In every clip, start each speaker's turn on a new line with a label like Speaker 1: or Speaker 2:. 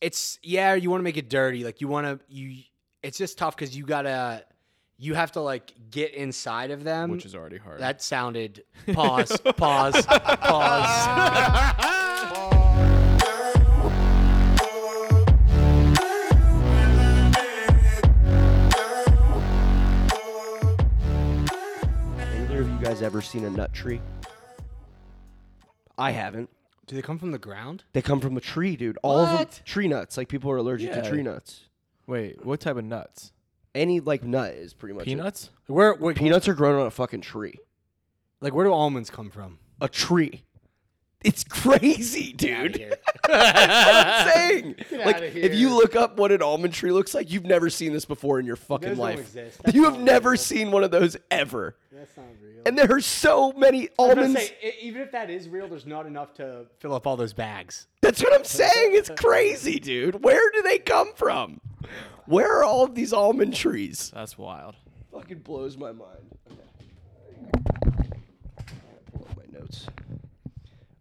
Speaker 1: it's yeah, you want to make it dirty. Like you want to you. It's just tough because you gotta you have to like get inside of them.
Speaker 2: which is already hard.
Speaker 1: that sounded pause pause pause.
Speaker 3: Either of you guys ever seen a nut tree? I haven't.
Speaker 1: Do they come from the ground?
Speaker 3: They come from a tree, dude. All of them
Speaker 1: What?
Speaker 3: tree nuts. Like people are allergic
Speaker 2: Yeah.
Speaker 3: to tree nuts.
Speaker 2: Wait, what type of nuts?
Speaker 3: Any like nut is pretty much it.
Speaker 2: Peanuts?
Speaker 1: Where, where
Speaker 3: Peanuts are grown on a fucking tree.
Speaker 1: like where do almonds come from?
Speaker 3: A tree. It's crazy, dude.
Speaker 1: Here.
Speaker 3: I'm saying. like,
Speaker 1: outta
Speaker 3: if you look up what an almond tree looks like, you've never seen this before in your fucking
Speaker 1: Those don't
Speaker 3: life.
Speaker 1: exist. That's
Speaker 3: You have
Speaker 1: not
Speaker 3: never seen one of those ever.
Speaker 1: That's not real.
Speaker 3: And there are so many
Speaker 1: I'm gonna
Speaker 3: almonds.
Speaker 1: say, e- even if that is real, there's not enough to fill up all those bags.
Speaker 3: That's what I'm saying. It's crazy, dude. Where do they come from? Where are all of these almond trees?
Speaker 2: That's wild.
Speaker 3: Fucking blows my mind. Okay. I gotta Pull up my notes.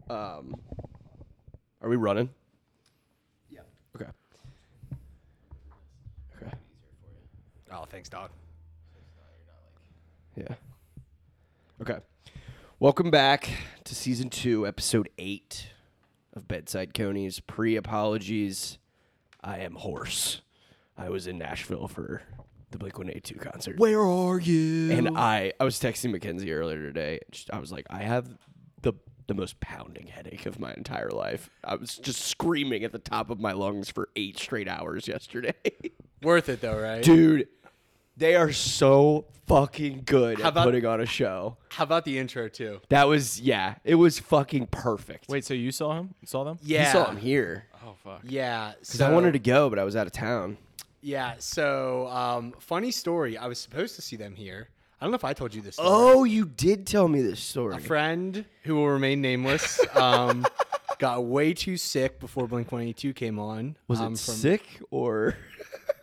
Speaker 3: Um, are we running? Yeah. Okay. Okay.
Speaker 1: Oh, thanks, dog.
Speaker 3: Yeah. Okay. Welcome back to season two, episode eight of Bedside Coney's pre apologies. I am hoarse. I was in Nashville for the Blink 182 concert.
Speaker 2: Where are you?
Speaker 3: And I, I was texting Mackenzie earlier today. and she- I was like, I have the the most pounding headache of my entire life. I was just screaming at the top of my lungs for eight straight hours yesterday.
Speaker 1: Worth it though, right?
Speaker 3: Dude, they are so fucking good
Speaker 1: How
Speaker 3: at
Speaker 1: about-
Speaker 3: putting on a show.
Speaker 1: How about the intro too?
Speaker 3: That was yeah, it was fucking perfect.
Speaker 2: Wait, so you saw him? Saw them?
Speaker 3: you
Speaker 1: Yeah,
Speaker 3: saw him here
Speaker 2: Oh fuck.
Speaker 1: yeah.
Speaker 3: because I wanted to go, but I was out of town.
Speaker 1: Yeah. So, um, funny story. I was supposed to see them here. I don't know if I told you this. story.
Speaker 3: Oh, you did tell me this story.
Speaker 1: A friend who will remain nameless um, got way too sick before Blink One Eighty Two came on.
Speaker 3: was it
Speaker 1: um,
Speaker 3: sick or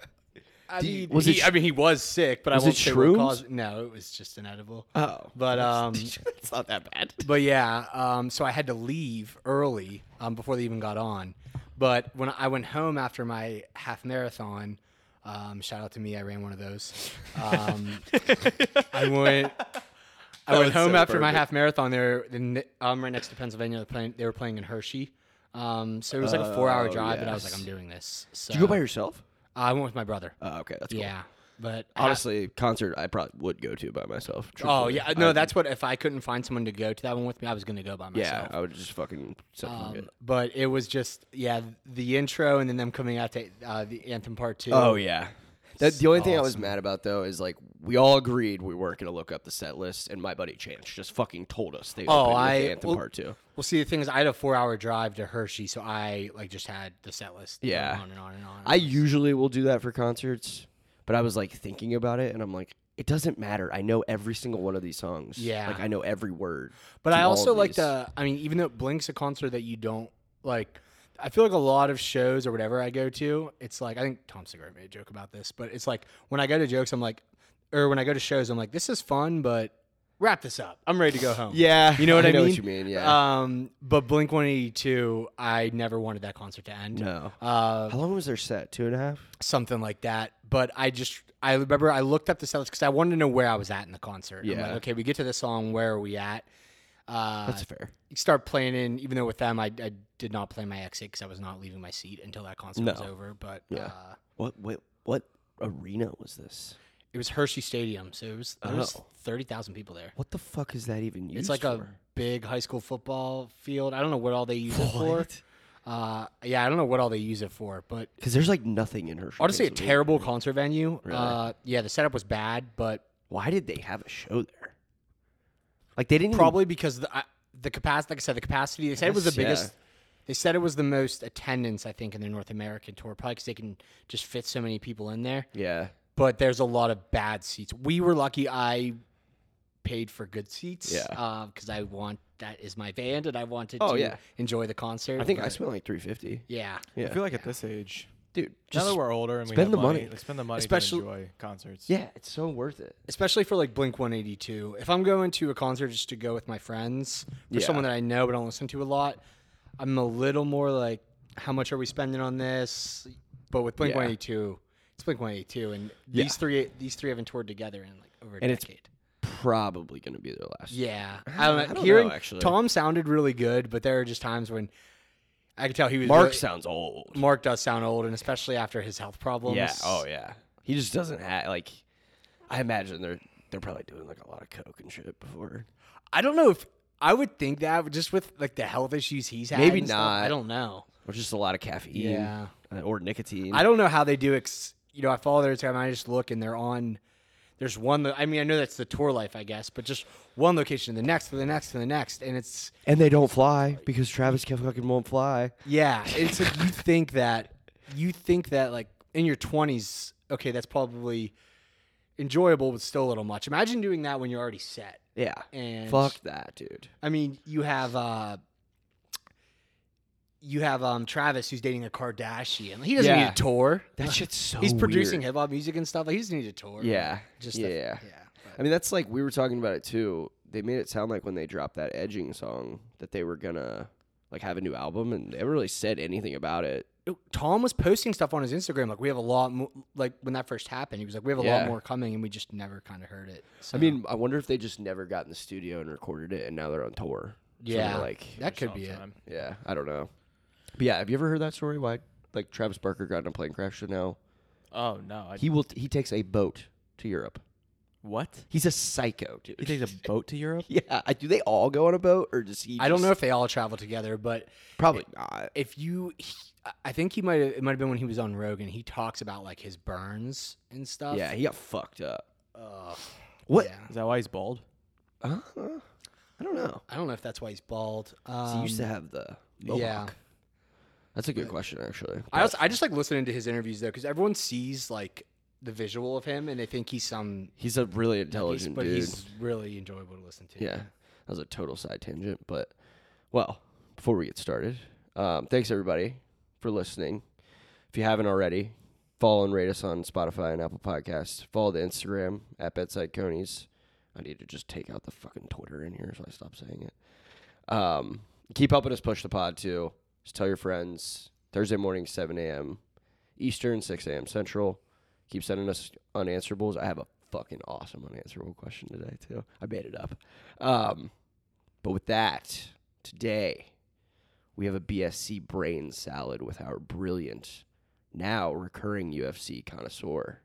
Speaker 1: I
Speaker 3: Do
Speaker 1: mean,
Speaker 3: you- was
Speaker 1: he,
Speaker 3: it-
Speaker 1: I mean, he was sick, but
Speaker 3: was
Speaker 1: I
Speaker 3: it
Speaker 1: won't say what
Speaker 3: shrooms?
Speaker 1: cause. No, it was just an edible.
Speaker 3: oh?
Speaker 1: But um,
Speaker 3: it's not that bad.
Speaker 1: But yeah, um, so I had to leave early um, before they even got on. But when I went home after my half marathon, um, shout out to me, I ran one of those. Um, I went. I went
Speaker 3: was
Speaker 1: home
Speaker 3: so
Speaker 1: after my
Speaker 3: perfect.
Speaker 1: half marathon. There, um, right next to Pennsylvania, they're playing, they were playing in Hershey. Um, so it was like a four-hour
Speaker 3: Oh,
Speaker 1: drive, and I was like,
Speaker 3: yes.
Speaker 1: "I'm doing this." So
Speaker 3: Did you go by yourself?
Speaker 1: I went with my brother.
Speaker 3: Oh, okay, that's cool.
Speaker 1: yeah, but
Speaker 3: Honestly, concert I probably would go to by myself.
Speaker 1: oh
Speaker 3: truthfully.
Speaker 1: yeah, no,
Speaker 3: I-
Speaker 1: that's what. If I couldn't find someone to go to that one with me, I was going to go by myself.
Speaker 3: yeah. I would just fucking.
Speaker 1: Um,
Speaker 3: suffocate.
Speaker 1: But it was just yeah, the intro and then them coming out to uh, the anthem part two.
Speaker 3: oh yeah. That, the only thing I was
Speaker 1: awesome.
Speaker 3: mad about though is like we all agreed we weren't gonna look up the set list, and my buddy Chance just fucking told us they
Speaker 1: Oh,
Speaker 3: opened
Speaker 1: I-
Speaker 3: with the anthem
Speaker 1: well-
Speaker 3: part two.
Speaker 1: Well, see, the thing is, I had a four-hour drive to Hershey, so I like just had the set list. going
Speaker 3: Yeah.
Speaker 1: on and on and on.
Speaker 3: I usually will do that for concerts, but I was like thinking about it, and I'm like, it doesn't matter. I know every single one of these songs.
Speaker 1: Yeah.
Speaker 3: like I know every word.
Speaker 1: but
Speaker 3: to
Speaker 1: I
Speaker 3: all
Speaker 1: also
Speaker 3: of
Speaker 1: like
Speaker 3: these.
Speaker 1: the. I mean, even though Blink's a concert that you don't like, I feel like a lot of shows or whatever I go to, it's like I think Tom Segura made a joke about this, but it's like when I go to jokes, I'm like, or when I go to shows, I'm like, this is fun, but wrap this up. I'm ready to go home.
Speaker 3: Yeah,
Speaker 1: Oh. You know what I,
Speaker 3: know
Speaker 1: mean?
Speaker 3: What you mean? Yeah.
Speaker 1: Um, but Blink One Eighty Two, I never wanted that concert to end.
Speaker 3: no.
Speaker 1: Uh,
Speaker 3: How long was their set? Two and a half.
Speaker 1: something like that. But I just, I remember I looked up the setlist because I wanted to know where I was at in the concert. I'm like,
Speaker 3: Yeah.
Speaker 1: okay, we get to this song. Where are we at? Uh,
Speaker 3: That's fair.
Speaker 1: you start playing in, even though with them, I, I did not play my exit because I was not leaving my seat until that concert was
Speaker 3: No.
Speaker 1: over. But
Speaker 3: Yeah.
Speaker 1: uh,
Speaker 3: What? Wait, what arena was this?
Speaker 1: it was Hershey Stadium, so it was there was
Speaker 3: Oh.
Speaker 1: thirty thousand people there.
Speaker 3: What the fuck is that even used
Speaker 1: It's like a
Speaker 3: for?
Speaker 1: big high school football field. I don't know what all they use it for. Uh, yeah, I don't know what all they use it for, but
Speaker 3: Because there's like nothing in Hershey.
Speaker 1: honestly, a
Speaker 3: Pennsylvania.
Speaker 1: terrible concert venue.
Speaker 3: Really?
Speaker 1: Uh, yeah, the setup was bad, but
Speaker 3: Why did they have a show there? Like they didn't even-
Speaker 1: probably because the I the capacity, like I said, the capacity. They said it was the
Speaker 3: guess, yeah.
Speaker 1: biggest. They said it was the most attendance, I think, in their North American tour, probably because they can just fit so many people in there.
Speaker 3: yeah.
Speaker 1: But there's a lot of bad seats. We were lucky. I paid for good seats.
Speaker 3: Yeah.
Speaker 1: Because I want that is my band, and I wanted
Speaker 3: Oh,
Speaker 1: to
Speaker 3: yeah.
Speaker 1: enjoy the concert.
Speaker 3: I think I
Speaker 1: but-
Speaker 3: spent like 350.
Speaker 1: Yeah.
Speaker 3: Yeah.
Speaker 2: I feel like at this age,
Speaker 3: Dude,
Speaker 2: now
Speaker 3: just
Speaker 2: that we're older and we
Speaker 3: spend
Speaker 2: have
Speaker 3: the
Speaker 2: money,
Speaker 3: money.
Speaker 2: like, spend the money
Speaker 1: Especially-
Speaker 2: to enjoy concerts.
Speaker 3: yeah, it's so worth it.
Speaker 1: especially for like Blink 182. If I'm going to a concert just to go with my friends, for
Speaker 3: Yeah.
Speaker 1: someone that I know but don't listen to a lot, I'm a little more like, how much are we spending on this? But with Blink
Speaker 3: Yeah.
Speaker 1: One Eighty Two, it's Blink One Eighty Two, and
Speaker 3: Yeah.
Speaker 1: these three these three haven't toured together in like over a
Speaker 3: And it's-
Speaker 1: decade.
Speaker 3: Probably going to be their last.
Speaker 1: yeah, I don't, know.
Speaker 3: I don't know,
Speaker 1: hearing
Speaker 3: actually.
Speaker 1: Tom sounded really good, but there are just times when I could tell he was
Speaker 3: Mark
Speaker 1: really-
Speaker 3: sounds old.
Speaker 1: Mark does sound old, and especially after his health problems.
Speaker 3: Yeah. Oh yeah. He just doesn't have like. I imagine they're they're probably doing like a lot of coke and shit before.
Speaker 1: I don't know if I would think that but just with like the health issues he's had.
Speaker 3: Maybe
Speaker 1: and stuff,
Speaker 3: not.
Speaker 1: I don't know.
Speaker 3: Or just a lot of caffeine.
Speaker 1: Yeah.
Speaker 3: uh, or nicotine.
Speaker 1: I don't know how they do. Ex- you know, I follow their Instagram. And I just look, and they're on. There's one. lo- I mean, I know that's the tour life, I guess, but just one location to the next to the next to the next, and it's
Speaker 3: and they don't fly because Travis fucking won't fly.
Speaker 1: yeah. It's like you think that you think that like in your 20s, okay, that's probably enjoyable, but still a little much. Imagine doing that when you're already set.
Speaker 3: Yeah.
Speaker 1: And
Speaker 3: Fuck that, dude.
Speaker 1: I mean, you have uh you have um Travis who's dating a Kardashian. He doesn't
Speaker 3: Yeah.
Speaker 1: need a tour.
Speaker 3: That shit's so.
Speaker 1: He's producing
Speaker 3: weird.
Speaker 1: hip hop music and stuff. Like, he doesn't need a tour.
Speaker 3: Yeah.
Speaker 1: Just
Speaker 3: yeah.
Speaker 1: the-
Speaker 3: yeah.
Speaker 1: yeah.
Speaker 3: I mean, that's like we were talking about it too. They made it sound like when they dropped that edging song that they were gonna like have a new album, and they haven't really said anything about it.
Speaker 1: But Tom was posting stuff on his Instagram. Like we have a lot more. Like when that first happened, he was like, "We have a
Speaker 3: Yeah.
Speaker 1: lot more coming," and we just never kind of heard it. So,
Speaker 3: I mean, I wonder if they just never got in the studio and recorded it, and now they're on tour. So they're
Speaker 1: yeah,
Speaker 3: like
Speaker 1: that could be it.
Speaker 3: yeah, I don't know. But yeah, have you ever heard that story? Why like Travis Barker got in a plane crash? So now
Speaker 2: Oh no! I,
Speaker 3: he will. He takes a boat to Europe.
Speaker 2: what?
Speaker 3: He's a psycho, dude.
Speaker 2: He takes a boat to Europe?
Speaker 3: yeah, I, do they all go on a boat or does he?
Speaker 1: I don't
Speaker 3: just-
Speaker 1: know if they all travel together, but
Speaker 3: Probably not.
Speaker 1: if you, he- I think he might. have It might have been when he was on Rogan. He talks about like his burns and stuff.
Speaker 3: Yeah, he got fucked up.
Speaker 1: Ugh.
Speaker 3: What?
Speaker 1: Yeah.
Speaker 2: Is that why he's bald?
Speaker 3: Uh, I don't know.
Speaker 1: I don't know if that's why he's bald. Um,
Speaker 3: So he used to have the mohawk.
Speaker 1: yeah. Uh,
Speaker 3: That's a good question, actually.
Speaker 1: I
Speaker 3: But-
Speaker 1: also I just like listening to his interviews though, because everyone sees like the visual of him and they think he's some
Speaker 3: he's a really
Speaker 1: he's,
Speaker 3: intelligent
Speaker 1: but
Speaker 3: dude.
Speaker 1: he's really enjoyable to listen to.
Speaker 3: Yeah, that was a total side tangent. But, well, before we get started, um, thanks everybody for listening. If you haven't already, follow and rate us on Spotify and Apple Podcasts. Follow the Instagram at Bedside Conies. I need to just take out the fucking Twitter in here so I stop saying it. Um, keep helping us push the pod too. Just tell your friends. Thursday morning, 7 a.m. Eastern, 6 a.m. Central. Keep sending us unanswerables. I have a fucking awesome unanswerable question today too. I made it up. Um, but with that, today we have a BSC brain salad with our brilliant, now recurring UFC connoisseur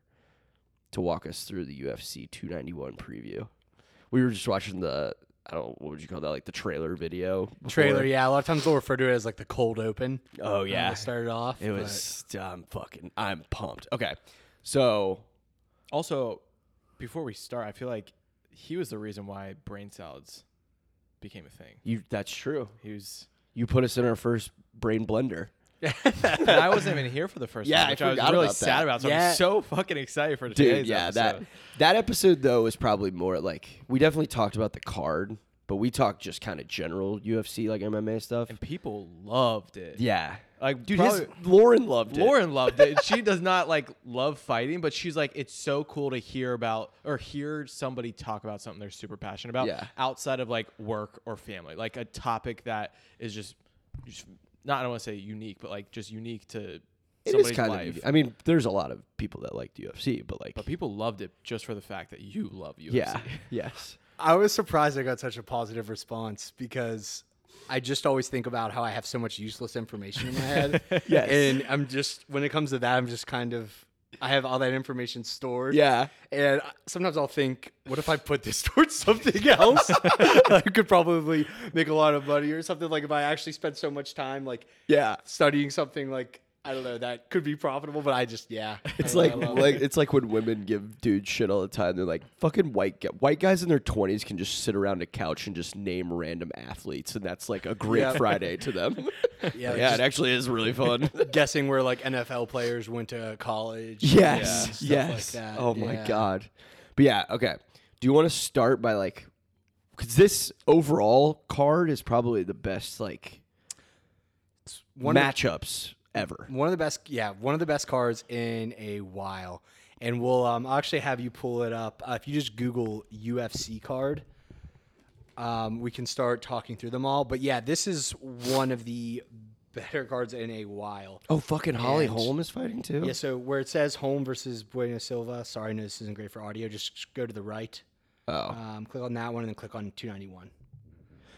Speaker 3: to walk us through the UFC 291 preview. We were just watching the I don't what would you call that like the trailer video before.
Speaker 1: Trailer, yeah. A lot of times they'll refer to it as like the cold open.
Speaker 3: Oh
Speaker 1: when
Speaker 3: yeah,
Speaker 1: they started off.
Speaker 3: it
Speaker 1: but-
Speaker 3: was. I'm fucking. I'm pumped. Okay, so
Speaker 2: Also, before we start, I feel like he was the reason why brain salads became a thing.
Speaker 3: you that's true.
Speaker 2: He was.
Speaker 3: You put us in our first brain blender.
Speaker 2: and I wasn't even here for the first
Speaker 3: Yeah,
Speaker 2: one,
Speaker 3: I
Speaker 2: which I, was
Speaker 3: forgot
Speaker 2: really
Speaker 3: about that.
Speaker 2: sad about. So
Speaker 1: Yeah.
Speaker 2: I'm so fucking excited for today's
Speaker 3: Dude, yeah, that
Speaker 2: episode.
Speaker 3: that episode though was probably more like we definitely talked about the card, but we talked just kind of general UFC like MMA stuff.
Speaker 2: And people loved it.
Speaker 3: Yeah,
Speaker 2: Like,
Speaker 3: dude,
Speaker 2: probably-
Speaker 3: his, Lauren loved it.
Speaker 2: Lauren loved it. She does not like love fighting, but she's like, it's so cool to hear about or hear somebody talk about something they're super passionate about
Speaker 3: Yeah.
Speaker 2: outside of like work or family, like a topic that is just, just not I don't want to say unique, but like just unique to
Speaker 3: It is
Speaker 2: somebody's
Speaker 3: kind
Speaker 2: life.
Speaker 3: of. I mean, there's a lot of people that liked UFC, but like,
Speaker 2: but people loved it just for the fact that you love UFC.
Speaker 3: yeah, yes,
Speaker 1: I was surprised I got such a positive response because I just always think about how I have so much useless information in my head.
Speaker 3: Yes.
Speaker 1: And I'm just, when it comes to that, I'm just kind of, I have all that information stored.
Speaker 3: yeah.
Speaker 1: And I- sometimes I'll think, what if I put this towards something else? I could probably make a lot of money or something. Like if I actually spent so much time like
Speaker 3: Yeah,
Speaker 1: studying something, like I don't know, that could be profitable. But I just, yeah,
Speaker 3: It's
Speaker 1: I
Speaker 3: like
Speaker 1: don't know.
Speaker 3: like it's like when women give dudes shit all the time. They're like fucking white gu- white guys in their twenties can just sit around a couch and just name random athletes, and that's like a great
Speaker 1: Yeah.
Speaker 3: Friday to them.
Speaker 1: Yeah,
Speaker 3: yeah,
Speaker 1: just-
Speaker 3: it actually is really fun.
Speaker 1: guessing where like NFL players went to college. Yeah,
Speaker 3: yes,
Speaker 1: stuff like
Speaker 3: yes.
Speaker 1: that,
Speaker 3: oh my
Speaker 1: yeah.
Speaker 3: god. But yeah, okay. Do you want to start by like, because this overall card is probably the best like
Speaker 1: One of,
Speaker 3: matchups ever.
Speaker 1: one of the best, yeah, one of the best cards in a while. And we'll um, I'll actually have you pull it up. Uh, if you just Google UFC card, um, we can start talking through them all. But yeah, this is one of the better cards in a while.
Speaker 3: Oh, fucking Holly
Speaker 1: And-
Speaker 3: Holm is fighting too.
Speaker 1: Yeah, so where it says Home versus Bueno Silva, sorry, I know this isn't great for audio. Just go to the right,
Speaker 3: Oh,
Speaker 1: um, click on that one, and then click on 291.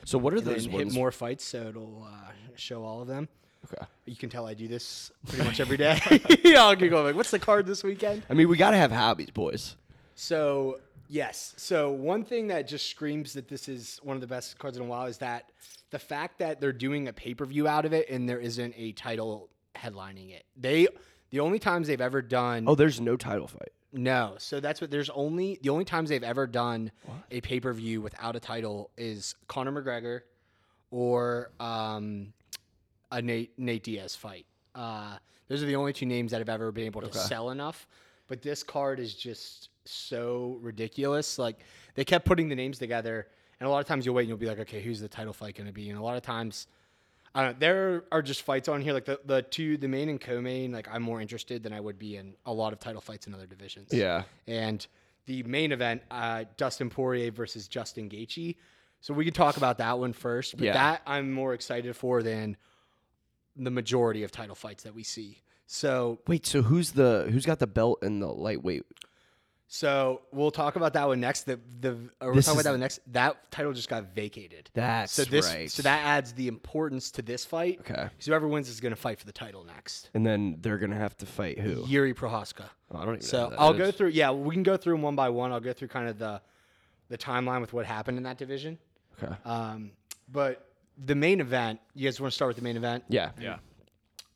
Speaker 3: so what are
Speaker 1: And
Speaker 3: those
Speaker 1: then hit
Speaker 3: ones?
Speaker 1: more fights, so it'll uh, show all of them.
Speaker 3: Okay.
Speaker 1: You can tell I do this pretty much every day. I'll Google like, what's the card this weekend?
Speaker 3: I mean, we gotta have hobbies, boys.
Speaker 1: So yes. So one thing that just screams that this is one of the best cards in a while is that the fact that they're doing a pay per view out of it and there isn't a title headlining it. They the only times they've ever done
Speaker 3: Oh, there's no title fight.
Speaker 1: no. So that's what there's only the only times they've ever done a pay per view without a title is Conor McGregor or um, a Nate Nate Diaz fight. Uh, those are the only two names that have ever been able to sell enough. But this card is just so ridiculous. Like they kept putting the names together, and a lot of times you'll wait and you'll be like, okay, who's the title fight going to be? And a lot of times. I don't know. There are just fights on here, like the, the two, the main and co-main. Like I'm more interested than I would be in a lot of title fights in other divisions.
Speaker 3: Yeah.
Speaker 1: And the main event, uh, Dustin Poirier versus Justin Gaethje. So we can talk about that one first. But
Speaker 3: Yeah.
Speaker 1: that I'm more excited for than the majority of title fights that we see. So
Speaker 3: Wait, so who's the who's got the belt and the lightweight?
Speaker 1: so we'll talk about that one next. The the or we'll
Speaker 3: This
Speaker 1: talk
Speaker 3: is-
Speaker 1: about that one next. That title just got vacated.
Speaker 3: That's
Speaker 1: so this
Speaker 3: right.
Speaker 1: so that adds the importance to this fight.
Speaker 3: Okay.
Speaker 1: So whoever wins is going to fight for the title next.
Speaker 3: And then they're gonna have to fight who?
Speaker 1: Yuri Prohaska.
Speaker 3: Oh, I don't even know
Speaker 1: So
Speaker 3: who that
Speaker 1: I'll
Speaker 3: is.
Speaker 1: go through. Yeah, we can go through 'em one by one. I'll go through kind of the the timeline with what happened in that division.
Speaker 3: Okay.
Speaker 1: Um, but the main event, you guys want to start with the main event?
Speaker 3: Yeah.
Speaker 2: Yeah.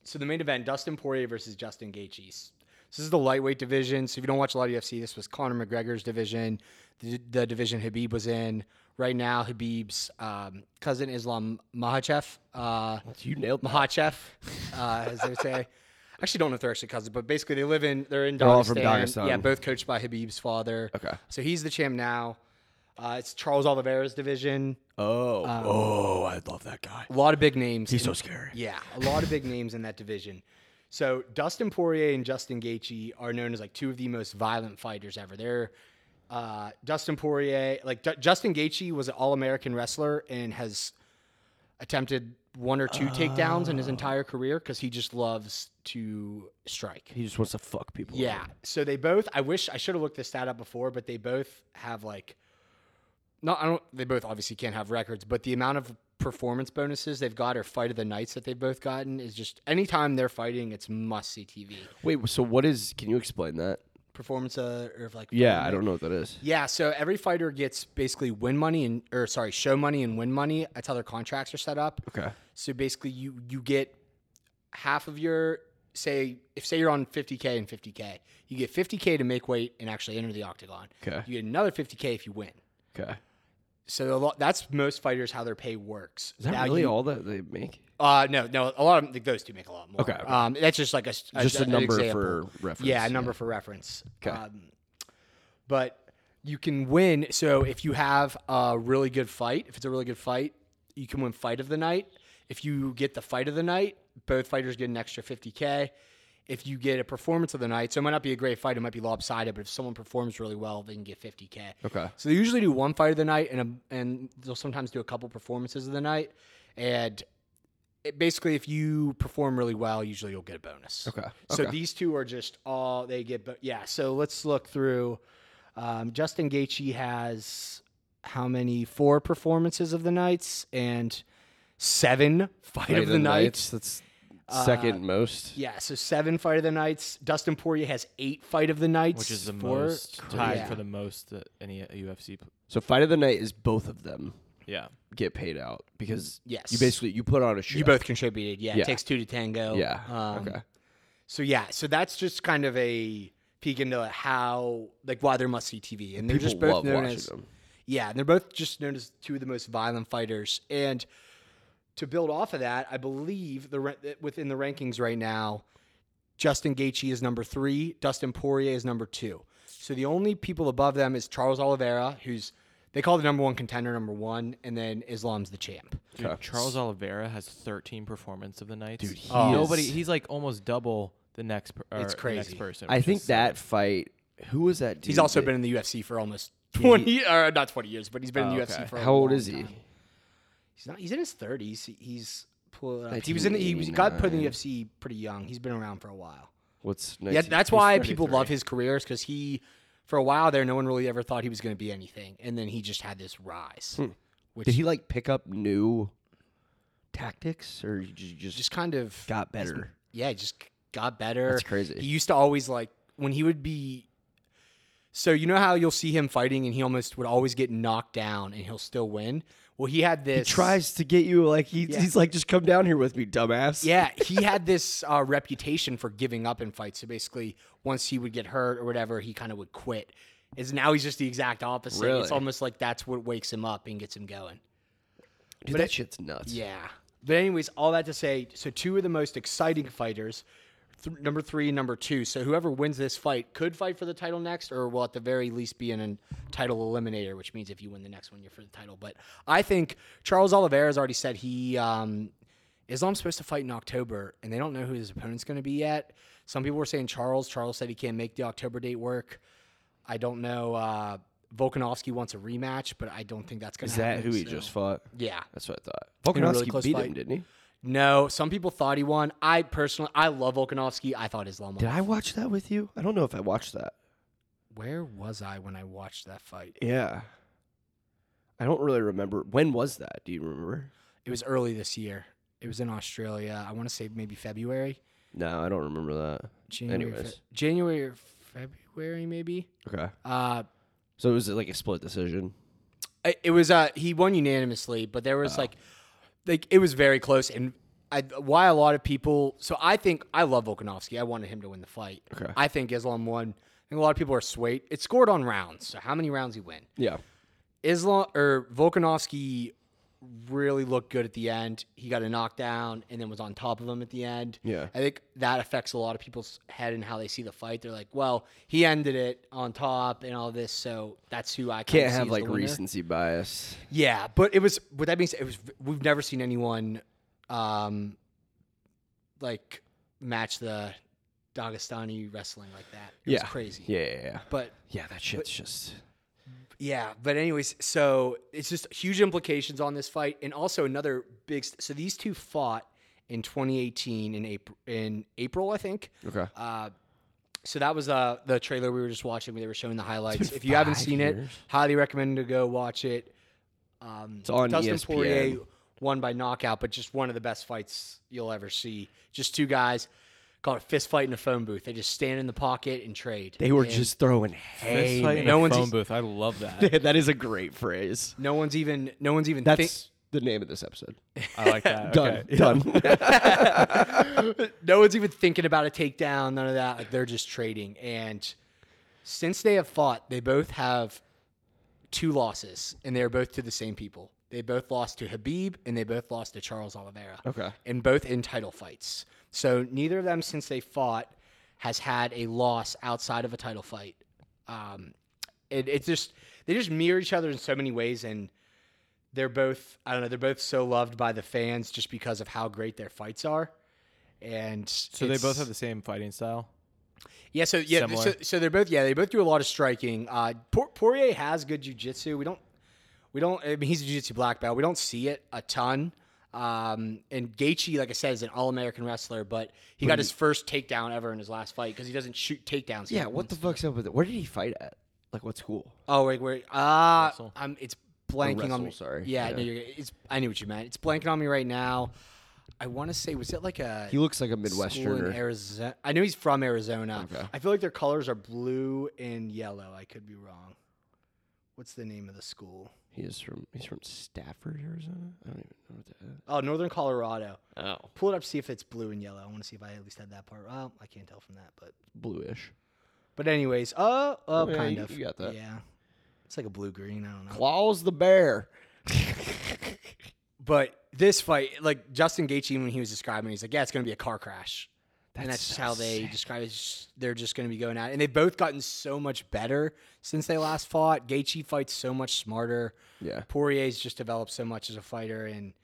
Speaker 1: So the main event: Dustin Poirier versus Justin Gaethje. S- So this is the lightweight division. So if you don't watch a lot of UFC, this was Conor McGregor's division, the, the division Habib was in. Right now, Habib's um, cousin Islam Mahachev. Uh,
Speaker 3: You nailed my
Speaker 1: Mahachev, uh, as they say. I actually don't know if they're actually cousins, but basically they live in they're in Dagestan.
Speaker 3: all from Dagestan.
Speaker 1: Yeah, both coached by Habib's father.
Speaker 3: Okay.
Speaker 1: So he's the champ now. Uh, it's Charles Oliveira's division.
Speaker 3: Oh. oh, I love that guy.
Speaker 1: A lot of big names.
Speaker 3: He's
Speaker 1: in-
Speaker 3: so scary.
Speaker 1: Yeah, a lot of big names in that division. So Dustin Poirier and Justin Gaethje are known as like two of the most violent fighters ever. They're uh, Dustin Poirier, like Du- Justin Gaethje, was an All-American wrestler and has attempted one or two takedowns in his entire career because he just loves to strike.
Speaker 3: He just wants to fuck people. up.
Speaker 1: Yeah. So they both. I wish I should have looked this stat up before, but they both have like. No, I don't. They both obviously can't have records, but the amount of performance bonuses they've got or fight of the nights that they've both gotten is just anytime they're fighting, it's must see TV
Speaker 3: Wait, so what is? Can you explain that?
Speaker 1: performance uh, or like
Speaker 3: Yeah, I don't know what that is.
Speaker 1: yeah. So every fighter gets basically win money and or sorry, show money and win money. That's how their contracts are set up.
Speaker 3: Okay.
Speaker 1: So basically, you you get half of your say if say you're on 50k and 50k, you get 50k to make weight and actually enter the octagon.
Speaker 3: Okay.
Speaker 1: You get another 50k if you win.
Speaker 3: Okay.
Speaker 1: So a lot, that's most fighters how their pay works.
Speaker 3: Is that
Speaker 1: Now
Speaker 3: really
Speaker 1: you-
Speaker 3: all that they make?
Speaker 1: Uh, no, no. A lot of like, those two make a lot more.
Speaker 3: Okay, okay.
Speaker 1: Um, that's just like a s-
Speaker 3: Just a
Speaker 1: an
Speaker 3: number
Speaker 1: example.
Speaker 3: for reference,
Speaker 1: Yeah,
Speaker 3: yeah.
Speaker 1: a number for reference.
Speaker 3: Okay.
Speaker 1: Um, but you can win. So if you have a really good fight, if it's a really good fight, you can win fight of the night. If you get the fight of the night, both fighters get an extra 50k. If you get a performance of the night, so it might not be a great fight, it might be lopsided, but if someone performs really well, they can get 50k.
Speaker 3: Okay.
Speaker 1: So they usually do one fight of the night, and a, and they'll sometimes do a couple performances of the night, and it basically if you perform really well, usually you'll get a bonus.
Speaker 3: Okay,
Speaker 1: So
Speaker 3: okay.
Speaker 1: these two are just all they get. But yeah, so let's look through. Um, Justin Gaethje has how many four performances of the nights and seven fight, of the, Uh, nights.
Speaker 3: That's second most.
Speaker 1: Yeah, so seven fight of the nights. Dustin Poirier has eight fight of the nights,
Speaker 2: Which is the
Speaker 1: four-
Speaker 2: most tied
Speaker 1: yeah.
Speaker 2: for the most that any UFC. pl-
Speaker 3: So fight of the night is both of them
Speaker 2: Yeah.
Speaker 3: get paid out because
Speaker 1: Yes.
Speaker 3: you basically you put on a show.
Speaker 1: You both contributed. Yeah,
Speaker 3: Yeah.
Speaker 1: it takes two to tango.
Speaker 3: Yeah.
Speaker 1: Um,
Speaker 3: okay.
Speaker 1: So yeah, so that's just kind of a peek into how like why they're must see TV, and they're
Speaker 3: People
Speaker 1: just both
Speaker 3: love
Speaker 1: known
Speaker 3: watching
Speaker 1: as
Speaker 3: them.
Speaker 1: yeah, and they're both just known as two of the most violent fighters. And to build off of that, I believe the ra- within the rankings right now, Justin Gaethje is number three, Dustin Poirier is number two. So the only people above them is Charles Oliveira, who's they call the number one contender number one, and then Islam's the champ.
Speaker 2: Dude,
Speaker 3: Okay.
Speaker 2: Charles Oliveira has 13 performance of the nights. Dude, he
Speaker 1: Oh. is-
Speaker 2: nobody. He's like almost double the next. Per, or
Speaker 1: It's
Speaker 2: the next
Speaker 1: crazy.
Speaker 2: person.
Speaker 3: I
Speaker 2: which
Speaker 3: think
Speaker 2: is seven.
Speaker 3: that fight. Who was that dude?
Speaker 1: He's also
Speaker 3: that-
Speaker 1: been in the UFC for almost twenty, or not twenty years, but he's been in
Speaker 2: Oh,
Speaker 1: the UFC
Speaker 2: okay.
Speaker 1: for. a
Speaker 3: How old
Speaker 1: long
Speaker 3: is he?
Speaker 1: time. He's not. He's in his thirties. He's pull it up. He was in. He was, got put in the
Speaker 3: 1989.
Speaker 1: UFC pretty young. He's been around for a while.
Speaker 3: What's
Speaker 1: Yeah, that's why people love his careers because he, for a while there, no one really ever thought he was going to be anything, and then he just had this rise,
Speaker 2: Hmm.
Speaker 1: which
Speaker 3: Did he like pick up new tactics, or you ju- just,
Speaker 1: just kind of
Speaker 3: got better?
Speaker 1: yeah, he just got better.
Speaker 3: That's crazy.
Speaker 1: He used to always like when he would be. So you know how you'll see him fighting, and he almost would always get knocked down, and he'll still win. Well, he had this.
Speaker 3: to get you like he,
Speaker 1: Yeah.
Speaker 3: he's like just come down here with me, dumbass.
Speaker 1: Yeah, he had this uh, reputation for giving up in fights. So basically, once he would get hurt or whatever, he kind of would quit. Is now he's just the exact opposite.
Speaker 3: Really?
Speaker 1: It's almost like that's what wakes him up and gets him going.
Speaker 3: Dude, that shit's nuts.
Speaker 1: Yeah. But anyways, all that to say, so two of the most exciting fighters, th- number three, and number two. So whoever wins this fight could fight for the title next, or will at the very least be in a title eliminator, which means if you win the next one, you're for the title. But I think Charles Oliveira has already said he um, Islam's supposed to fight in October, and they don't know who his opponent's going to be yet. Some people were saying Charles. Charles said he can't make the October date work. I don't know. Uh, Volkanovski wants a rematch, but I don't think that's going
Speaker 3: Is
Speaker 1: to
Speaker 3: that
Speaker 1: happen.
Speaker 3: who he
Speaker 1: so-
Speaker 3: just fought?
Speaker 1: Yeah.
Speaker 3: That's what I thought.
Speaker 1: been a really
Speaker 3: Volkanovski
Speaker 1: close
Speaker 3: beat him,
Speaker 1: fight.
Speaker 3: didn't he?
Speaker 1: No, some people thought he won. I personally, I love Volkanovski. I thought Islam
Speaker 3: Did
Speaker 1: won.
Speaker 3: I watch that with you? I don't know if I watched that.
Speaker 1: Where was I when I watched that fight?
Speaker 3: Yeah. I don't really remember. When was that? Do you remember?
Speaker 1: It was early this year. It was in Australia. I want to say maybe February,
Speaker 3: No, I don't remember that.
Speaker 1: January, Fe-
Speaker 3: Anyways.
Speaker 1: January or February maybe.
Speaker 3: Okay.
Speaker 1: Uh,
Speaker 3: So it was like a split decision.
Speaker 1: it, it was uh he won unanimously, but there
Speaker 3: Oh.
Speaker 1: was like, like it was very close and. I, why a lot of people? So I think I love Volkanovski. I wanted him to win the fight.
Speaker 3: Okay.
Speaker 1: I think Islam won. I think a lot of people are swayed. It scored on rounds. So how many rounds he win?
Speaker 3: Yeah.
Speaker 1: Islam or Volkanovski really looked good at the end. He got a knockdown and then was on top of him at the end.
Speaker 3: Yeah.
Speaker 1: I think that affects a lot of people's head and how they see the fight. They're like, well, he ended it on top and all this, so that's who I kinda
Speaker 3: Can't
Speaker 1: see
Speaker 3: have
Speaker 1: as
Speaker 3: like
Speaker 1: the winner."
Speaker 3: recency bias.
Speaker 1: Yeah, but it was. With that being said, it was. We've never seen anyone, um, like match the Dagestani wrestling like that. It
Speaker 3: Yeah.
Speaker 1: was crazy.
Speaker 3: Yeah, yeah, yeah.
Speaker 1: But
Speaker 3: Yeah, that shit's just
Speaker 1: Yeah, but anyways, so it's just huge implications on this fight, and also another big. st- So these two fought in 2018 in April, in April, I think.
Speaker 3: okay.
Speaker 1: Uh, so that was uh, the trailer we were just watching. where They were showing the highlights. If you haven't
Speaker 3: five
Speaker 1: seen it,
Speaker 3: years.
Speaker 1: highly recommend to go watch it. Um,
Speaker 3: It's on E
Speaker 1: Dustin
Speaker 3: ESPN.
Speaker 1: Poirier won by knockout, but just one of the best fights you'll ever see. Just two guys called a fist fight in a phone booth. They just stand in the pocket and trade.
Speaker 3: They were
Speaker 1: And
Speaker 3: just throwing hay.
Speaker 1: fight
Speaker 3: man.
Speaker 1: in no a one's phone
Speaker 2: phone
Speaker 1: ex-
Speaker 2: booth. I love that.
Speaker 3: that is a great phrase.
Speaker 1: no one's even no one's even thi-
Speaker 3: That's the name of this episode.
Speaker 2: I like that.
Speaker 3: Done. Done.
Speaker 1: no one's even thinking about a takedown, none of that. Like they're just trading. And since they have fought, they both have two losses, and they're both to the same people. They both lost to Habib, and they both lost to Charles Oliveira.
Speaker 3: Okay.
Speaker 1: And both in title fights. So neither of them, since they fought, has had a loss outside of a title fight. Um, it, it's just they just mirror each other in so many ways, and they're both I don't know they're both so loved by the fans just because of how great their fights are. And
Speaker 2: So they both have the same fighting style.
Speaker 1: yeah, so yeah, th- so,
Speaker 2: Similar.
Speaker 1: so they're both yeah, they both do a lot of striking. Uh, Por- Poirier has good jujitsu. We don't, we don't. I mean, he's a jujitsu black belt. We don't see it a ton. Um, and Gaethje, like I said, is an all-American wrestler, but he got his first takedown ever in his last fight because he doesn't shoot takedowns.
Speaker 3: yeah, what the fuck's up with it? Where did he fight at? Like what school?
Speaker 1: Oh wait, wait. Uh,
Speaker 2: Wrestle.
Speaker 1: I'm. It's blanking on
Speaker 3: wrestle,
Speaker 1: me.
Speaker 3: sorry.
Speaker 1: Yeah,
Speaker 3: Yeah.
Speaker 1: no, you're. It's. I knew what you meant. It's blanking on me right now. I want to say, was it like a?
Speaker 3: He looks like a
Speaker 1: school in
Speaker 3: Midwesterner.
Speaker 1: Arizona. I know he's from Arizona.
Speaker 3: Okay.
Speaker 1: I feel like their colors are blue and yellow. I could be wrong. What's the name of the school?
Speaker 3: He is from he's from Stafford, Arizona. I don't even know what that is.
Speaker 1: Oh, Northern Colorado.
Speaker 3: Oh,
Speaker 1: Pull it up, see if it's blue and yellow. I want to see if I at least had that part. Well, I can't tell from that, but
Speaker 3: bluish.
Speaker 1: but anyways, uh, uh,
Speaker 3: Oh, yeah,
Speaker 1: kind
Speaker 3: you-
Speaker 1: of.
Speaker 3: you got that.
Speaker 1: Yeah, it's like a blue green. I don't know.
Speaker 3: Claws the bear.
Speaker 1: But this fight, like Justin Gaethje, when he was describing, it, he's like, "Yeah, it's going to be a car crash," and that's just how they describe it. It's just- They're just going to be going at, it. and they've both gotten so much better since they last fought. Gaethje fights so much smarter.
Speaker 3: Yeah.
Speaker 1: Poirier's just developed so much as a fighter, and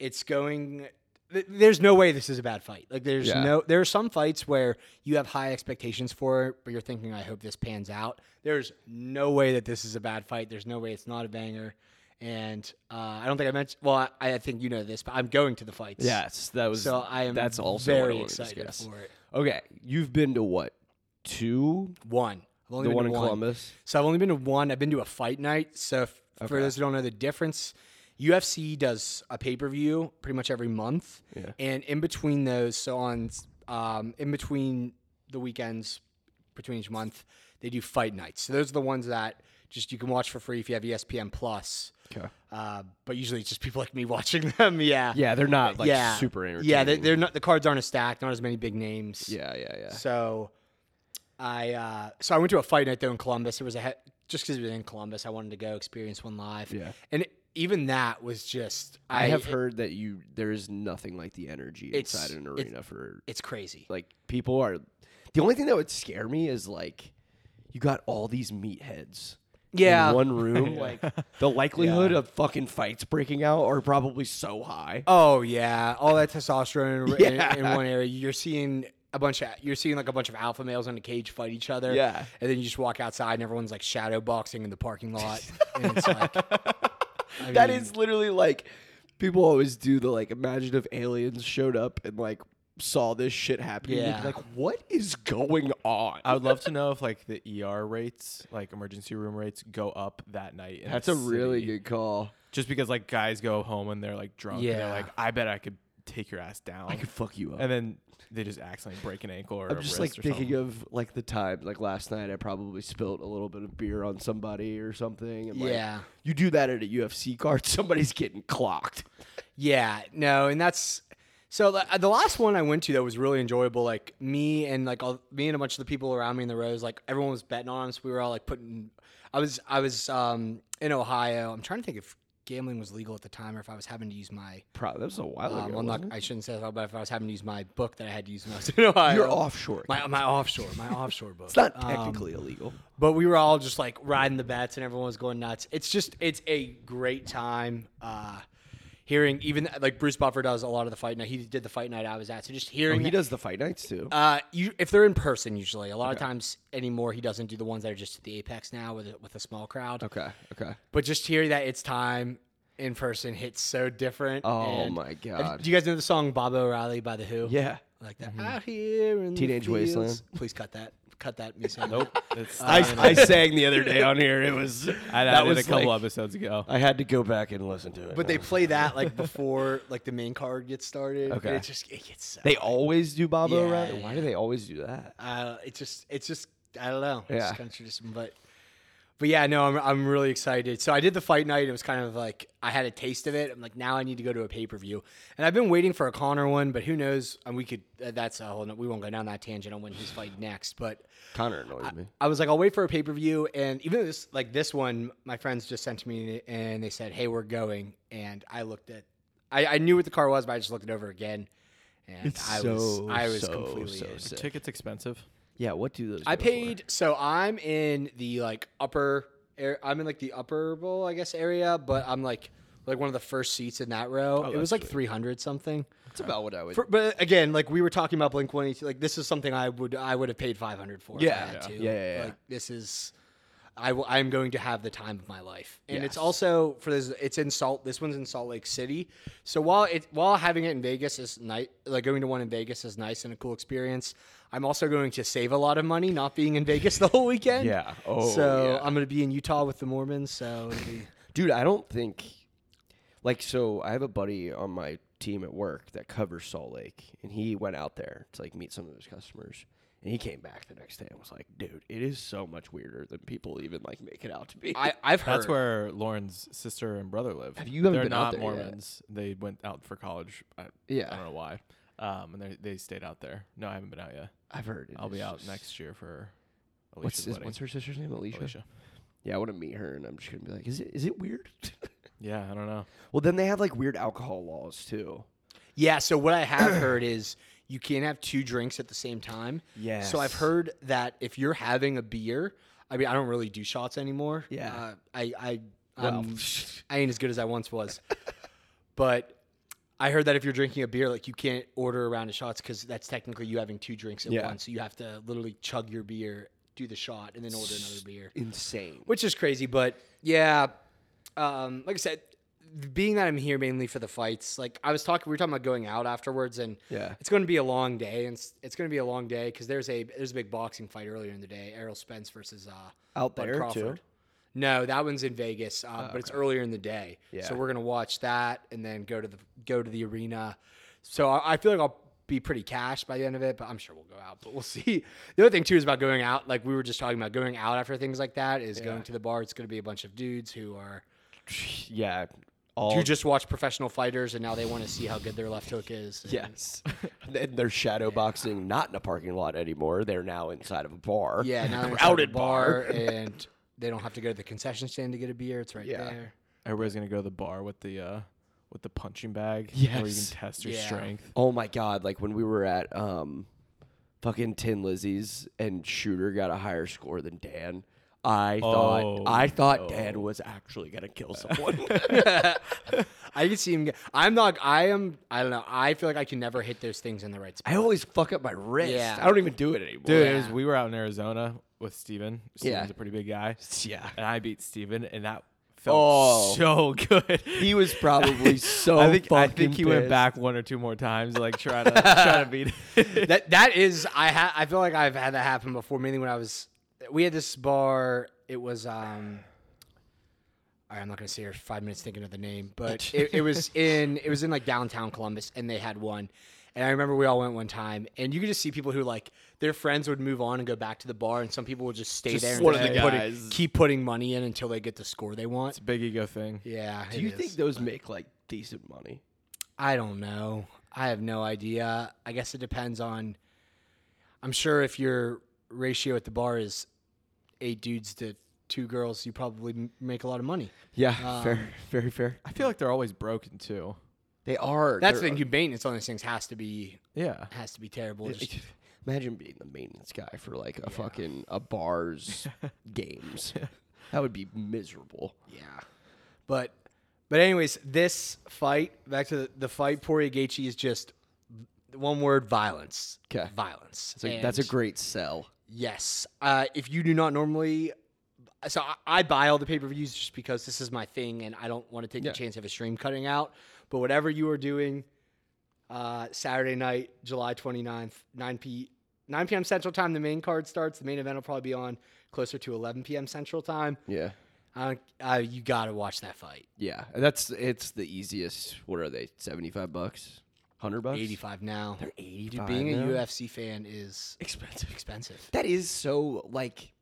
Speaker 1: it's going. th- There's no way this is a bad fight. Like there's
Speaker 3: Yeah.
Speaker 1: no. There are some fights where you have high expectations for it, but you're thinking, "I hope this pans out." There's no way that this is a bad fight. There's no way it's not a banger, and uh, I don't think I mentioned. Well, I, I think you know this, but I'm going to the fights.
Speaker 3: Yes, that was.
Speaker 1: So I am
Speaker 3: That's also what I
Speaker 1: very
Speaker 3: wanted to
Speaker 1: excited
Speaker 3: discuss.
Speaker 1: for it.
Speaker 3: Okay, you've been to what? Two?
Speaker 1: One. I've only
Speaker 3: The
Speaker 1: been
Speaker 3: one
Speaker 1: to
Speaker 3: in Columbus.
Speaker 1: So I've only been to one. I've been to a fight night. So f- for those who don't know the difference, UFC does a pay per view pretty much every month, and in between those, so on um, in between the weekends between each month, they do fight nights. So those are the ones that just you can watch for free if you have E ESPN Plus.
Speaker 3: Okay.
Speaker 1: Uh, but usually it's just people like me watching them. Yeah.
Speaker 3: Yeah, they're not like
Speaker 1: yeah.
Speaker 3: super entertaining.
Speaker 1: Yeah, they, they're not. The cards aren't as stacked. Not as many big names.
Speaker 3: yeah, yeah, yeah.
Speaker 1: So I uh, so I went to a fight night though in Columbus. It was a he- just because it was in Columbus, I wanted to go experience one live.
Speaker 3: Yeah.
Speaker 1: and even that was just I,
Speaker 3: I have
Speaker 1: it-
Speaker 3: heard that you there is nothing like the energy
Speaker 1: It's-
Speaker 3: inside an
Speaker 1: it-
Speaker 3: arena for
Speaker 1: it's crazy.
Speaker 3: like people are. The only thing that would scare me is like you got all these meatheads.
Speaker 1: Yeah.
Speaker 3: In one room, like the likelihood of fucking fights breaking out are probably so high.
Speaker 1: Oh yeah, all that testosterone in,
Speaker 3: Yeah.
Speaker 1: in, in one area. You're seeing a bunch of you're seeing like a bunch of alpha males in a cage fight each other.
Speaker 3: Yeah.
Speaker 1: and then you just walk outside and everyone's like shadow boxing in the parking lot. and it's like, I
Speaker 3: That
Speaker 1: mean,
Speaker 3: is literally like people always do the like imagine if aliens showed up and like saw this shit happening. they'd be
Speaker 1: Yeah.
Speaker 3: Like, what is going on?
Speaker 2: I would love to know if like the ER rates, like emergency room rates, go up that night. in
Speaker 3: That's
Speaker 2: the
Speaker 3: a really
Speaker 2: city.
Speaker 3: good call.
Speaker 2: Just because like guys go home and they're like drunk. Yeah. And
Speaker 1: Yeah.
Speaker 2: they're like, I bet I could take your ass down.
Speaker 3: I could fuck you up.
Speaker 2: and then they just accidentally break an ankle or
Speaker 3: I'm
Speaker 2: a
Speaker 3: just like
Speaker 2: wrist or
Speaker 3: thinking
Speaker 2: something.
Speaker 3: of like the time, like last night, I probably spilled a little bit of beer on somebody or something. And, like,
Speaker 1: Yeah.
Speaker 3: you do that at a UFC card, somebody's getting clocked.
Speaker 1: Yeah, no, and that's so the, the last one I went to that was really enjoyable. Like me and like all, me and a bunch of the people around me in the rows, like everyone was betting on us. We were all like putting. I was I was um, in Ohio. I'm trying to think if gambling was legal at the time or if I was having to use my.
Speaker 3: Probably that was a while
Speaker 1: Um,
Speaker 3: ago.
Speaker 1: I'm not.
Speaker 3: wasn't it?
Speaker 1: I shouldn't say that, but if I was having to use my book that I had to use when I was in Ohio,
Speaker 3: You're offshore. Um,
Speaker 1: My my offshore, my offshore book. Um,
Speaker 3: it's not technically illegal.
Speaker 1: But we were all just like riding the bats, and everyone was going nuts. It's just it's a great time. Uh, hearing even like Bruce Buffer does a lot of the fight night. He did the fight night I was at. So just hearing
Speaker 3: Oh, He does the fight nights too.
Speaker 1: uh, you if they're in person usually. A lot of times anymore he doesn't do the ones that are just at the apex now with a, with a small crowd.
Speaker 3: okay. Okay.
Speaker 1: But just hearing that it's time in person hits so different.
Speaker 3: Oh
Speaker 1: and-
Speaker 3: my
Speaker 1: Have-
Speaker 3: God.
Speaker 1: Do you guys know the song Bob O'Reilly by the Who?
Speaker 3: Yeah. Mm-hmm.
Speaker 1: Like that out here in the
Speaker 3: Teenage
Speaker 1: fields."
Speaker 3: Wasteland.
Speaker 1: Please cut that. Cut that. Me saying
Speaker 2: Nope. It's
Speaker 3: I,
Speaker 2: not in
Speaker 3: I
Speaker 2: it.
Speaker 3: sang the other day on here. It was
Speaker 2: I
Speaker 3: that
Speaker 2: added
Speaker 3: was
Speaker 2: a couple
Speaker 3: like-
Speaker 2: episodes ago.
Speaker 3: I had to go back and listen to it.
Speaker 1: But they play that like before like the main card gets started. and
Speaker 3: Okay.
Speaker 1: It just it gets so
Speaker 3: they always do Bob
Speaker 1: Yeah,
Speaker 3: O'Reilly. Why
Speaker 1: yeah.
Speaker 3: do they always do that?
Speaker 1: uh, it's just it's just I don't know. It's
Speaker 3: Yeah.
Speaker 1: kind of tradition, but but yeah, no, I'm I'm really excited. So I did the fight night. It was kind of like I had a taste of it. I'm like now I need to go to a pay per view, and I've been waiting for a Connor one, but who knows? And we could uh, that's a whole no, we won't go down that tangent on when he's fighting next, but.
Speaker 3: Connor annoys me.
Speaker 1: I was like, I'll wait for a pay per view, and even though this like this one, my friends just sent to me and they said, "Hey, we're going," and I looked at, I, I knew what the car was, but I just looked it over again, and I was I was completely in.
Speaker 2: Are tickets expensive?
Speaker 3: Yeah, what do those?
Speaker 1: I
Speaker 3: go for?
Speaker 1: paid so I'm in the like upper air, I'm in like the upper bowl, I guess area, but I'm like like one of the first seats in that row. it was like 300 something.
Speaker 3: That's about what I would.
Speaker 1: For, but again, like we were talking about Blink 182, like this is something I would I would have paid 500 for. if I
Speaker 3: Yeah.
Speaker 1: had to.
Speaker 3: Yeah, yeah, yeah.
Speaker 1: Like this is I will I'm going to have the time of my life. And it's
Speaker 3: Yes.
Speaker 1: also for this it's in Salt this one's in Salt Lake City. So while it while having it in Vegas is nice like going to one in Vegas is nice and a cool experience, I'm also going to save a lot of money not being in Vegas the whole weekend.
Speaker 3: Yeah. Oh,
Speaker 1: So
Speaker 3: yeah.
Speaker 1: I'm going to be in Utah with the Mormons, so it'll be
Speaker 3: Dude, I don't think like so I have a buddy on my team at work that covers Salt Lake and he went out there to like meet some of his customers and he came back the next day and was like, dude, it is so much weirder than people even like make it out to be.
Speaker 1: I I've heard
Speaker 2: That's where Lauren's sister and brother live.
Speaker 3: Have you haven't
Speaker 2: they're
Speaker 3: been
Speaker 2: not
Speaker 3: out there yet.
Speaker 2: Mormons. They went out for college. I,
Speaker 3: Yeah.
Speaker 2: I don't know why. Um, and they they stayed out there. No, I haven't been out yet.
Speaker 3: I've heard it
Speaker 2: I'll be
Speaker 3: is
Speaker 2: out
Speaker 3: just-
Speaker 2: next year for Alicia's
Speaker 3: What's, his,
Speaker 2: wedding.
Speaker 3: what's her sister's name? Alicia?
Speaker 2: Alicia.
Speaker 3: Yeah, I want to meet her and I'm just gonna be like, is it is it weird?
Speaker 2: Yeah, I don't know.
Speaker 3: well, then they have like weird alcohol laws too.
Speaker 1: Yeah, so what I have heard is you can't have two drinks at the same time. So I've
Speaker 3: Yes.
Speaker 1: heard that if you're having a beer, I mean, I don't really do shots anymore.
Speaker 3: Yeah.
Speaker 1: Uh, I, I, I'm- I ain't as good as I once was. but I heard that if you're drinking a beer, like you can't order a round of shots because that's technically you having two drinks at
Speaker 3: Yeah.
Speaker 1: once. So you have to literally chug your beer, do the shot, and then order another beer,
Speaker 3: Insane.
Speaker 1: which is crazy. But yeah, um, like I said, being that I'm here mainly for the fights, like I was talking, we were talking about going out afterwards, and
Speaker 3: Yeah.
Speaker 1: it's going to be a long day, and it's, it's going to be a long day because there's a there's a big boxing fight earlier in the day, Errol Spence versus uh,
Speaker 3: Out
Speaker 1: Bud
Speaker 3: there, too?
Speaker 1: Crawford. No, that one's in Vegas, uh, but it's earlier in the day,
Speaker 3: Oh, Yeah.
Speaker 1: so we're gonna watch that and then go to the go to the arena. So I, I feel like I'll be pretty cashed by the end of it, but I'm sure we'll go out, but we'll see. The other thing too is about going out. Like we were just talking about going out after things like that is going to the bar. It's going to be a bunch of dudes who are
Speaker 3: Yeah. All
Speaker 1: you just watch professional fighters and now they want to see how good their left hook is. and-
Speaker 3: yes. and they're shadow boxing not in a parking lot anymore. They're now inside of a bar.
Speaker 1: Yeah. Now they're crowded
Speaker 3: crowded
Speaker 1: bar and they don't have to go to the concession stand to get a beer. It's right
Speaker 3: Yeah.
Speaker 1: there.
Speaker 2: Everybody's gonna go to the bar with the uh, with the punching bag. Yeah, where you can
Speaker 3: Yes.
Speaker 2: test your
Speaker 1: Yeah.
Speaker 2: strength.
Speaker 3: Oh my god! Like when we were at um, fucking Tin Lizzie's and Shooter got a higher score than Dan. I
Speaker 2: Oh,
Speaker 3: thought I thought Dan was actually gonna kill someone.
Speaker 1: I can see him. Get, I'm not. I am. I don't know. I feel like I can never hit those things in the right spot.
Speaker 3: I always fuck up my wrist.
Speaker 1: Yeah.
Speaker 3: I don't even do it anymore.
Speaker 2: Dude, it was,
Speaker 1: Yeah.
Speaker 2: we were out in Arizona with Steven. Steven's a pretty big guy.
Speaker 3: Yeah.
Speaker 2: And I beat Steven, and that felt
Speaker 3: Oh.
Speaker 2: so good.
Speaker 3: He was probably so
Speaker 2: I think, I
Speaker 3: fucking
Speaker 2: think he went
Speaker 3: pissed.
Speaker 2: back one or two more times, like trying to, trying to beat it.
Speaker 1: that that is. I ha, I feel like I've had that happen before. Mainly when I was. We had this bar. It was. um all right, I'm not gonna sit here for five minutes thinking of the name, but it, it was in it was in like downtown Columbus, and they had one. And I remember we all went one time, and you could just see people who like their friends would move on and go back to the bar, and some people would just stay
Speaker 3: Just
Speaker 1: there
Speaker 3: one
Speaker 1: and
Speaker 3: of the
Speaker 1: keep putting-
Speaker 3: guys.
Speaker 1: keep putting money in until they get the score they want.
Speaker 2: It's a big ego thing.
Speaker 1: Yeah.
Speaker 3: Do
Speaker 1: it
Speaker 3: you
Speaker 1: is.
Speaker 3: think those make like decent money?
Speaker 1: I don't know. I have no idea. I guess it depends on. I'm sure if your ratio at the bar is eight dudes to two girls, you probably m- make a lot of money.
Speaker 3: Yeah,
Speaker 1: fair-
Speaker 3: very fair.
Speaker 2: I feel like they're always broken too.
Speaker 3: They are.
Speaker 1: That's the
Speaker 3: they're-
Speaker 1: thing. You maintenance on these things has to be
Speaker 2: Yeah.
Speaker 1: has to be terrible. Just-
Speaker 3: Imagine being the maintenance guy for like a fucking a bar's games. That would be miserable.
Speaker 1: yeah, but but anyways, this fight back to the, the fight. Poria Gaethje is just one word: violence.
Speaker 3: 'Kay.
Speaker 1: violence.
Speaker 3: It's like, that's a
Speaker 1: And-
Speaker 3: great sell.
Speaker 1: Yes. Uh, if you do not normally, so I, I buy all the pay per views just because this is my thing, and I don't want to take
Speaker 3: Yeah.
Speaker 1: the chance of a stream cutting out. But whatever you are doing, uh, Saturday night, July 29th, 9 p. 9 p.m. Central Time, the main card starts. The main event will probably be on closer to 11 p.m. Central Time.
Speaker 3: Yeah.
Speaker 1: Uh, uh, you got to watch that fight.
Speaker 3: Yeah. And That's it's the easiest. What are they? 75 bucks? 100 bucks?
Speaker 1: 85 now. They're
Speaker 3: 85
Speaker 1: being
Speaker 3: now?
Speaker 1: a UFC fan is
Speaker 3: Expensive.
Speaker 1: expensive.
Speaker 3: That is so like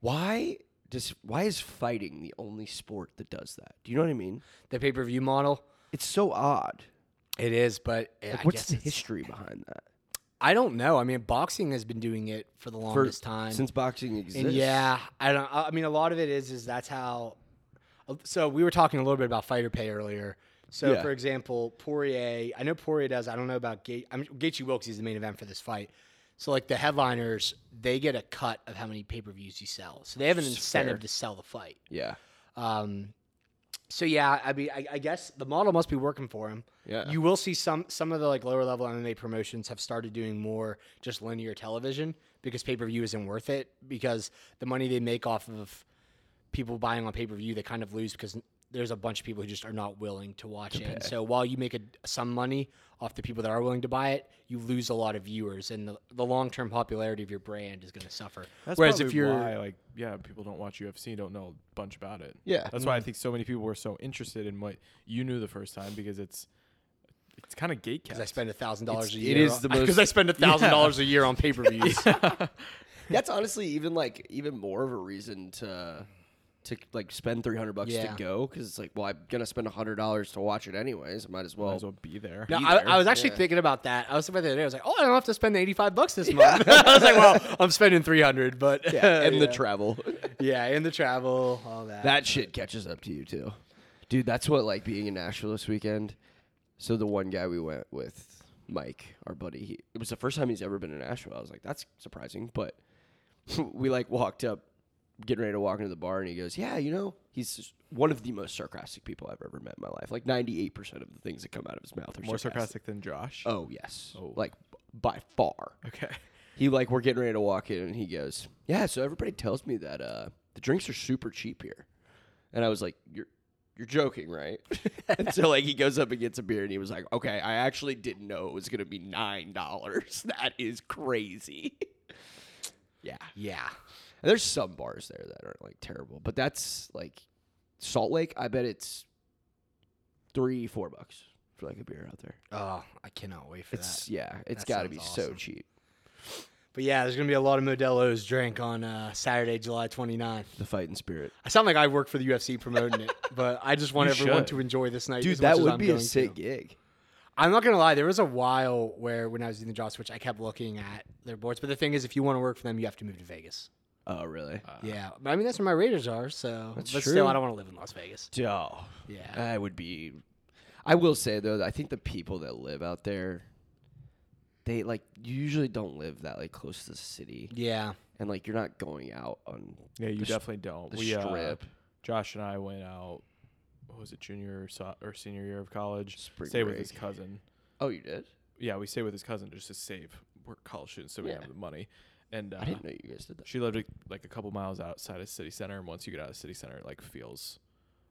Speaker 3: why does why is fighting the only sport that does that? Do you know what I mean?
Speaker 1: The pay per view model,
Speaker 3: It's so odd.
Speaker 1: it is, but uh,
Speaker 3: Like,
Speaker 1: I
Speaker 3: what's
Speaker 1: guess
Speaker 3: the
Speaker 1: it's-
Speaker 3: history behind that?
Speaker 1: I don't know. I mean, boxing has been doing it for the
Speaker 3: For-
Speaker 1: longest time.
Speaker 3: since boxing exists.
Speaker 1: and yeah, I don't. I mean, a lot of it is is that's how. uh, So we were talking a little bit about fighter pay earlier. So
Speaker 3: Yeah.
Speaker 1: for example, Poirier. I know Poirier does. I don't know about Gate. I mean, Gaethje Wilkes is the main event for this fight. So like the headliners, they get a cut of how many pay per views you sell. So they have an
Speaker 3: It's
Speaker 1: incentive
Speaker 3: fair.
Speaker 1: to sell the fight.
Speaker 3: Yeah.
Speaker 1: Um, so yeah, I mean, I, I guess the model must be working for him.
Speaker 3: Yeah.
Speaker 1: You will see some some of the like lower level MMA promotions have started doing more just linear television because pay per view isn't worth it because the money they make off of people buying on pay per view they kind of lose because there's a bunch of people who just are not willing to watch it. And so while you make a, some money off the people that are willing to buy it, you lose a lot of viewers, and the, the long term popularity of your brand is going to suffer.
Speaker 2: That's
Speaker 1: Whereas
Speaker 2: probably
Speaker 1: if you're
Speaker 2: why, like, yeah, people don't watch UFC, don't know a bunch about it.
Speaker 3: Yeah.
Speaker 2: That's why I think so many people were so interested in what you knew the first time because it's it's kind of
Speaker 1: Because I
Speaker 2: gatekept.
Speaker 1: spend a thousand dollars a
Speaker 3: It's-
Speaker 1: year.
Speaker 3: it is the most-
Speaker 1: because I spend a thousand dollars a year on pay per views.
Speaker 3: That's honestly even like even more of a reason to to like spend 300 bucks to
Speaker 1: Yeah.
Speaker 3: go cuz it's like well I'm going to spend $100 to watch it anyways, I might as well.
Speaker 2: Might as well be there.
Speaker 1: No,
Speaker 3: Be
Speaker 1: I,
Speaker 3: there.
Speaker 1: I was actually
Speaker 3: Yeah.
Speaker 1: thinking about that. I was thinking about the other day. I was like, oh, I don't have to spend eighty five bucks this month. I was like, well, I'm spending three hundred, but
Speaker 3: Yeah, and
Speaker 1: yeah.
Speaker 3: the travel.
Speaker 1: yeah, and the travel, all that.
Speaker 3: that shit catches up to you too. Dude, that's what like being in Nashville this weekend. So the one guy we went with, Mike, our buddy, he, it was the first time he's ever been in Nashville. I was like, that's surprising, but we like walked up, getting ready to walk into the bar, and he goes, "Yeah, you know, he's just one of the most sarcastic people I've ever met in my life. Like ninety eight percent of the things that come out of his mouth are
Speaker 2: More sarcastic than Josh.
Speaker 3: Oh yes,
Speaker 2: Oh.
Speaker 3: like by far.
Speaker 2: Okay.
Speaker 3: He like we're getting ready to walk in, and he goes, "Yeah, so everybody tells me that uh, the drinks are super cheap here." And I was like, "You're you're joking, right?" and so like he goes up and gets a beer, and he was like, "Okay, I actually didn't know it was gonna be nine dollars. That is crazy." yeah,
Speaker 1: Yeah.
Speaker 3: And there's some bars there that are like terrible, but that's like Salt Lake. I bet it's three, four bucks for like a beer out there.
Speaker 1: Oh, I cannot wait for
Speaker 3: It's
Speaker 1: that.
Speaker 3: yeah, it's
Speaker 1: that
Speaker 3: got to
Speaker 1: sounds
Speaker 3: be so
Speaker 1: awesome.
Speaker 3: cheap.
Speaker 1: But yeah, there's gonna be a lot of Modelo's drank on uh, Saturday, July 29th.
Speaker 3: The fighting spirit,
Speaker 1: I sound like I work for the UFC promoting it, but I just want
Speaker 2: You
Speaker 1: everyone
Speaker 2: should.
Speaker 1: to enjoy this night.
Speaker 3: dude.
Speaker 1: as
Speaker 3: that
Speaker 1: much as
Speaker 3: would
Speaker 1: I'm
Speaker 3: be a
Speaker 1: going
Speaker 3: sick
Speaker 1: to.
Speaker 3: gig.
Speaker 1: I'm not gonna lie. There was a while where when I was doing the job switch, I kept looking at their boards. But the thing is, if you want to work for them, you have to move to Vegas.
Speaker 3: Oh really?
Speaker 1: yeah, but I mean that's where my Raiders are. So,
Speaker 3: That's
Speaker 1: but
Speaker 3: true.
Speaker 1: still, I don't want to live in Las Vegas.
Speaker 3: Oh,
Speaker 1: Yeah,
Speaker 3: I would be. I will say though, that I think the people that live out there, they like usually don't live that like close to the city,
Speaker 1: yeah.
Speaker 3: and like you're not going out on.
Speaker 2: Yeah, you
Speaker 3: the sh-
Speaker 2: definitely don't.
Speaker 3: the
Speaker 2: we, uh,
Speaker 3: strip.
Speaker 2: Josh and I went out. What was it, junior or, so- or senior year of college?
Speaker 3: Spring
Speaker 2: stayed with
Speaker 3: break.
Speaker 2: his cousin.
Speaker 3: Oh, you did?
Speaker 2: Yeah, we stayed with his cousin just to save. We're college students, so we
Speaker 3: Yeah.
Speaker 2: have the money. And uh,
Speaker 3: I didn't know you guys did that.
Speaker 2: she lived like, like a couple miles outside of city center. And once you get out of city center, it like feels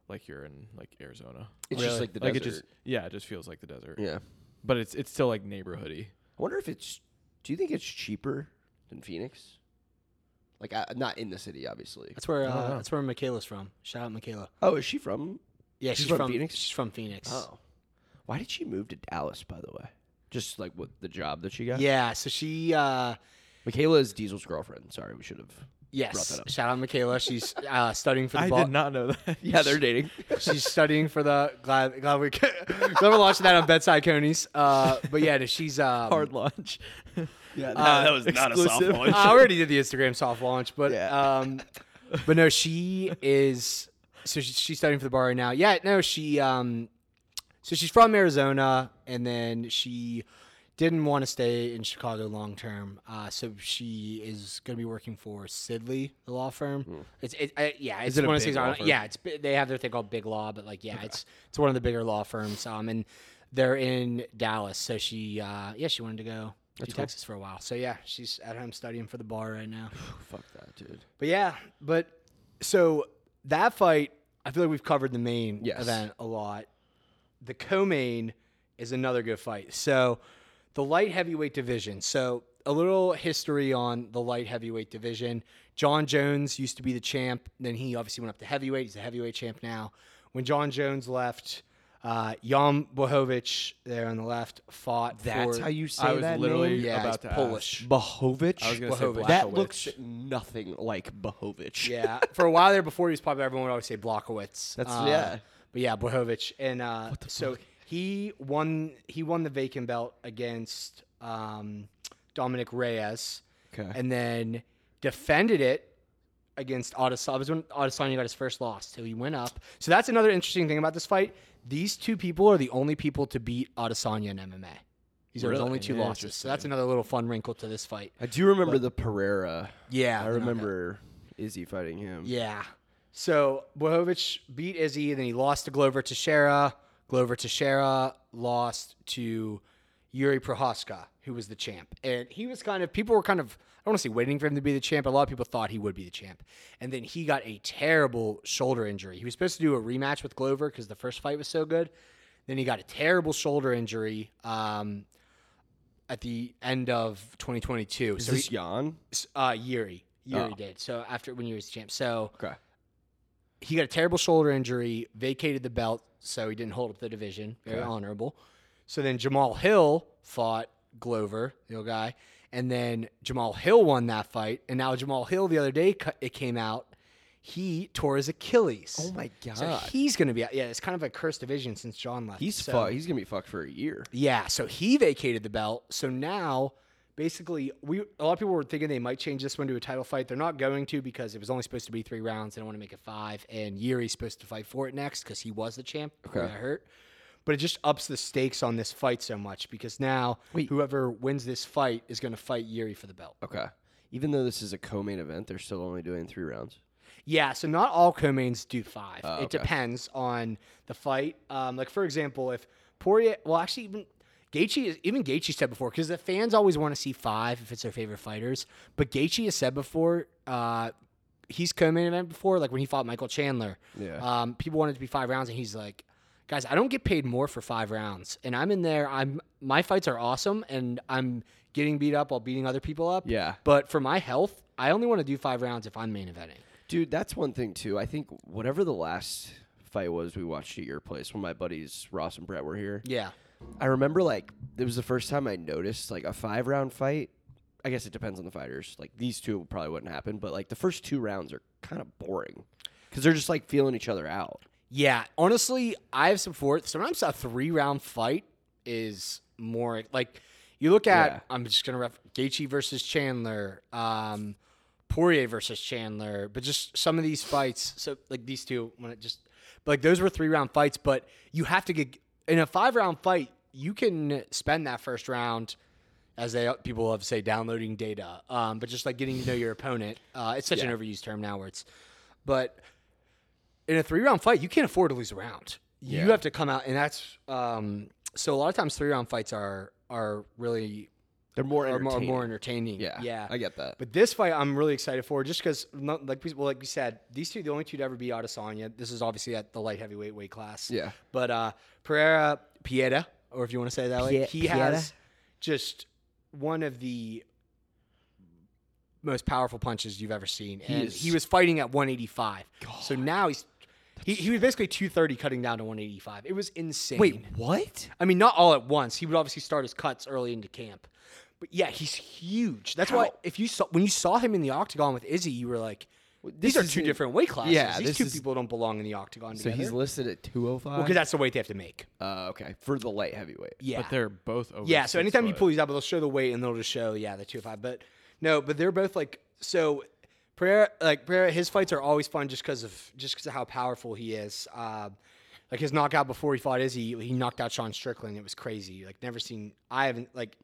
Speaker 2: like you're in like Arizona.
Speaker 3: It's just
Speaker 1: Really?
Speaker 3: like the
Speaker 2: like
Speaker 3: desert.
Speaker 2: it just yeah, it just feels like the desert.
Speaker 3: yeah.
Speaker 2: But it's it's still like neighborhoody.
Speaker 3: I wonder if it's. Do you think it's cheaper than Phoenix? Like, I, not in the city, obviously.
Speaker 1: That's where
Speaker 2: I don't
Speaker 1: uh,
Speaker 2: know.
Speaker 1: that's where Michaela's from. Shout out Michaela.
Speaker 3: Oh, is she from?
Speaker 1: Yeah,
Speaker 3: She's
Speaker 1: she's,
Speaker 3: from
Speaker 1: from,
Speaker 3: Phoenix?
Speaker 1: She's from Phoenix.
Speaker 3: Oh, why did she move to Dallas? By the way, just like with the job that she got.
Speaker 1: Yeah, so she uh
Speaker 3: Michaela is Diesel's girlfriend. Sorry, we should have.
Speaker 1: yes,
Speaker 3: that up.
Speaker 1: shout out Michaela. She's uh studying for the
Speaker 2: I
Speaker 1: bar.
Speaker 2: did not know that.
Speaker 3: Yeah, they're dating.
Speaker 1: She's studying for the glad glad we glad we're launching that on bedside conies. Uh, but yeah, no, she's um,
Speaker 2: hard launch.
Speaker 3: Yeah,
Speaker 1: Uh, that
Speaker 3: was
Speaker 2: not a soft exclusive. launch.
Speaker 1: I already did the Instagram soft launch, but
Speaker 3: Yeah.
Speaker 1: um, but no, she is so she, she's studying for the bar right now. Yeah, no, she um, so she's from Arizona, and then she didn't want to stay in Chicago long term, uh, so she is going to be working for Sidley, the law firm. It's it, I, yeah, it's
Speaker 3: Hmm. it a
Speaker 1: one of the
Speaker 3: big
Speaker 1: things.
Speaker 3: law
Speaker 1: I-
Speaker 3: firm?
Speaker 1: Yeah, it's bi- they have their thing called Big Law, but like yeah, it's it's one of the bigger law firms. Um, and they're in Dallas, so she uh, yeah, she wanted to go. to Texas for a while, so yeah, she's at home studying for the bar right now.
Speaker 3: Oh, Fuck that, dude.
Speaker 1: But yeah, but so that fight, I feel like we've covered the main
Speaker 3: Yes.
Speaker 1: event a lot. The co-main is another good fight. So the light heavyweight division. So a little history on the light heavyweight division. John Jones used to be the champ. Then he obviously went up to heavyweight. He's the heavyweight champ now. When John Jones left, uh, Jan Bohovic there on the left fought. for,
Speaker 3: you
Speaker 2: I was literally
Speaker 1: Yeah,
Speaker 2: about
Speaker 1: he's
Speaker 2: to
Speaker 1: Polish.
Speaker 2: Ask.
Speaker 3: Bohovic.
Speaker 2: I was gonna say
Speaker 1: Blahovic.
Speaker 2: Blahovic.
Speaker 3: that looks nothing like Bohovic.
Speaker 1: Yeah, for a while there before he was popular, everyone would always say Blockowitz.
Speaker 3: That's-
Speaker 1: Uh,
Speaker 3: yeah.
Speaker 1: But yeah, Blahovic, and uh, so he won. He won the vacant belt against um, Dominic Reyes,
Speaker 3: Okay.
Speaker 1: and then defended it against Adesanya. It was when Adesanya got his first loss, so he went up. So that's another interesting thing about this fight. These two people are the only people to beat Adesanya in MMA. These are his
Speaker 3: Really?
Speaker 1: only two losses. So that's another little fun wrinkle to this fight.
Speaker 3: I do remember the Pereira.
Speaker 1: Yeah,
Speaker 3: I
Speaker 1: the knockout.
Speaker 3: remember Izzy fighting him.
Speaker 1: Yeah. So Bohovic beat Izzy, then he lost to Glover Teixeira. Glover Teixeira lost to Yuri Prohaska, who was the champ. And he was kind of, people were kind of, I don't want to say waiting for him to be the champ. A lot of people thought he would be the champ. And then he got a terrible shoulder injury. He was supposed to do a rematch with Glover because the first fight was so good. Then he got a terrible shoulder injury um, at the end of 2022.
Speaker 3: Is
Speaker 1: so
Speaker 3: this
Speaker 1: he-
Speaker 3: Jan?
Speaker 1: uh, Yuri. Yuri
Speaker 3: Oh.
Speaker 1: did. So after when he was champ. So
Speaker 3: Okay.
Speaker 1: he got a terrible shoulder injury, vacated the belt, so he didn't hold up the division. Very
Speaker 3: Okay.
Speaker 1: honorable. So then Jamal Hill fought Glover, the old guy, and then Jamal Hill won that fight. And now Jamal Hill, the other day, cu- it came out he tore his Achilles.
Speaker 3: Oh my god.
Speaker 1: So he's going to be out. Yeah, it's kind of a cursed division since John left.
Speaker 3: he's
Speaker 1: so,
Speaker 3: fu- He's gonna be fucked for a year.
Speaker 1: yeah, so he vacated the belt. So now, basically, we a lot of people were thinking they might change this one to a title fight. They're not going to because it was only supposed to be three rounds. They don't want to make it five. And Yuri's supposed to fight for it next because he was the champ. Okay,
Speaker 3: Okay.
Speaker 1: got hurt. But it just ups the stakes on this fight so much because now
Speaker 3: Wait.
Speaker 1: whoever wins this fight is going to fight Yuri for the belt.
Speaker 3: Okay. Even though this is a co-main event, they're still only doing three rounds.
Speaker 1: Yeah, so not all co-mains do five.
Speaker 3: Oh,
Speaker 1: It
Speaker 3: okay.
Speaker 1: depends on the fight. Um, like for example, if Poirier, well, actually even Gaethje is even Gaethje said before because the fans always want to see five if it's their favorite fighters. But Gaethje has said before, uh, he's co main event before, like when he fought Michael Chandler.
Speaker 3: Yeah.
Speaker 1: Um, people wanted it to be five rounds, and he's like, guys, I don't get paid more for five rounds, and I'm in there. I'm my fights are awesome, and I'm getting beat up while beating other people up.
Speaker 3: Yeah.
Speaker 1: But for my health, I only want to do five rounds if I'm main eventing.
Speaker 3: Dude, that's one thing too. I think whatever the last fight was we watched at your place when my buddies Ross and Brett were here.
Speaker 1: Yeah.
Speaker 3: I remember like it was the first time I noticed like a five round fight. I guess it depends on the fighters. Like these two probably wouldn't happen, but like the first two rounds are kind of boring because they're just like feeling each other out.
Speaker 1: Yeah, honestly, I have some fourth. Sometimes a three round fight is more like you look at.
Speaker 3: Yeah.
Speaker 1: I'm just gonna ref Gaethje versus Chandler, um, Poirier versus Chandler, but just some of these fights. So like these two, when it just but, like those were three round fights, but you have to get in a five round fight. You can spend that first round. As they people love to say, downloading data, um, but just like getting to know your opponent. Uh, it's such an overused term now, where it's, but in a three round fight, you can't afford to lose a round. You have to come out, and that's um, so. A lot of times, three round fights are are really
Speaker 3: They're more
Speaker 1: are more,
Speaker 3: entertaining.
Speaker 1: more entertaining.
Speaker 3: yeah,
Speaker 1: yeah.
Speaker 3: I get that.
Speaker 1: But this fight, I'm really excited for, just because, like we well, like we said, these two the only two to ever be Adesanya. This is obviously at the light heavyweight weight class.
Speaker 3: Yeah.
Speaker 1: But uh, Pereira Pieta, or if you want to say it that way,
Speaker 3: Pie-
Speaker 1: he
Speaker 3: Pieta?
Speaker 1: has just one of the most powerful punches you've ever seen, and
Speaker 3: is-
Speaker 1: he was fighting at 185. So now he's he, he was basically 230 cutting down to 185. It was insane.
Speaker 3: Wait, what?
Speaker 1: I mean, not all at once. He would obviously start his cuts early into camp, but yeah, he's huge. That's why if you saw when you saw him in the octagon with Izzy, you were like,
Speaker 3: this
Speaker 1: "These are
Speaker 3: is
Speaker 1: two
Speaker 3: in-
Speaker 1: different weight classes.
Speaker 3: Yeah,
Speaker 1: These
Speaker 3: this
Speaker 1: two
Speaker 3: is-
Speaker 1: people don't belong in the octagon
Speaker 3: So
Speaker 1: together."
Speaker 3: he's listed at two oh
Speaker 1: because
Speaker 3: five.
Speaker 1: that's the weight they have to make.
Speaker 3: Uh, okay, for the light heavyweight.
Speaker 1: Yeah,
Speaker 2: But they're both over.
Speaker 1: yeah. So
Speaker 2: six
Speaker 1: anytime you
Speaker 2: foot.
Speaker 1: pull these out, but they'll show the weight and they'll just show yeah the two five. But no, but they're both like so. Pereira, like Pereira, his fights are always fun just because of just because of how powerful he is. Uh, like his knockout before he fought Izzy, he knocked out Sean Strickland. It was crazy. Like never seen. I haven't like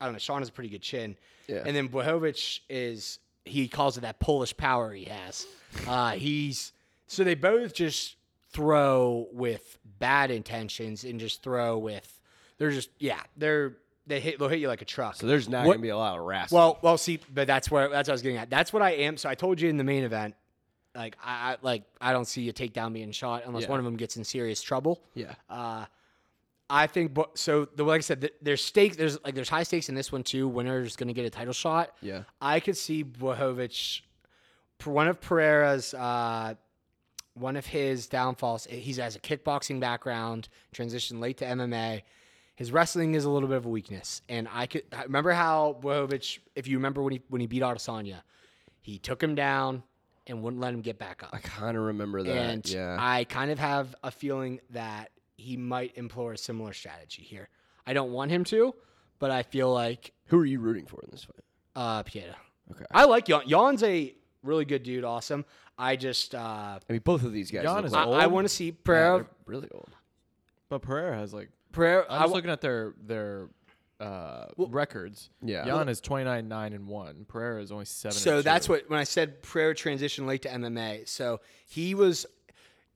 Speaker 1: I don't know. Sean has a pretty good chin.
Speaker 3: Yeah.
Speaker 1: And then Blahovic is he calls it that Polish power he has. Uh, he's so they both just throw with bad intentions and just throw with they're just yeah they're they hit they'll hit you like a truck.
Speaker 3: So there's not
Speaker 1: What-
Speaker 3: gonna be a lot of wrestling.
Speaker 1: well, well, see, but that's where that's what I was getting at. That's what I am. So I told you in the main event, like I, I like I don't see a takedown being shot unless
Speaker 3: Yeah.
Speaker 1: one of them gets in serious trouble.
Speaker 3: yeah,
Speaker 1: Uh, I think bo- so. The like I said, th- there's stakes. There's like there's high stakes in this one too. Winner's going to get a title shot.
Speaker 3: yeah.
Speaker 1: I could see Blahovic, per- one of Pereira's, uh, one of his downfalls. He has a kickboxing background, transitioned late to MMA. His wrestling is a little bit of a weakness, and I could I remember how Blahovic, if you remember when he when he beat Adesanya, he took him down and wouldn't let him get back up.
Speaker 3: I kind of remember that.
Speaker 1: And
Speaker 3: yeah,
Speaker 1: I kind of have a feeling that he might employ a similar strategy here. I don't want him to, but I feel like
Speaker 3: who are you rooting for in this fight?
Speaker 1: uh, Pieta.
Speaker 3: Okay.
Speaker 1: I like Yon. Yon's a really good dude. Awesome. I just uh,
Speaker 3: I mean, both of these guys.
Speaker 2: Jan
Speaker 3: look
Speaker 2: is
Speaker 1: I,
Speaker 3: like-
Speaker 2: old.
Speaker 1: I want to see
Speaker 3: Yeah,
Speaker 1: Pereira.
Speaker 3: they're really old.
Speaker 2: But Pereira has like.
Speaker 1: Pereira.
Speaker 2: I'm
Speaker 1: I
Speaker 2: just
Speaker 1: wa-
Speaker 2: looking at their their uh, records.
Speaker 3: Yeah.
Speaker 2: Jan is 29 9 and 1. Pereira is only 7
Speaker 1: so
Speaker 2: and
Speaker 1: that's
Speaker 2: 2.
Speaker 1: what when I said Pereira transitioned late to MMA. So he was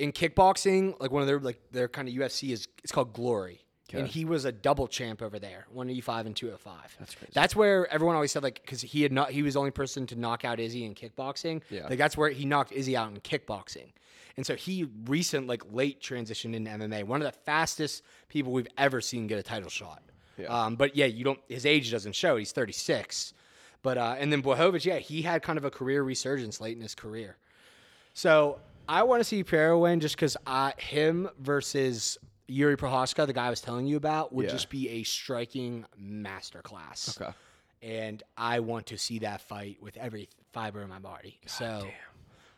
Speaker 1: in kickboxing, like one of their like their kind of UFC is it's called Glory. And
Speaker 3: Okay.
Speaker 1: he was a double champ over there, 185 and 205.
Speaker 3: That's crazy.
Speaker 1: That's where everyone always said like because he had not he was the only person to knock out Izzy in kickboxing.
Speaker 3: Yeah.
Speaker 1: like that's where he knocked Izzy out in kickboxing, and so he recent like late transitioned into MMA. One of the fastest people we've ever seen get a title shot.
Speaker 3: Yeah.
Speaker 1: Um, but yeah, you don't his age doesn't show. He's 36, but uh, and then Blahovic, yeah, he had kind of a career resurgence late in his career. So I want to see Pereira win just because him versus Yuri Prohaska, the guy I was telling you about, would
Speaker 3: Yeah.
Speaker 1: just be a striking masterclass.
Speaker 3: Okay.
Speaker 1: And I want to see that fight with every fiber in my body. so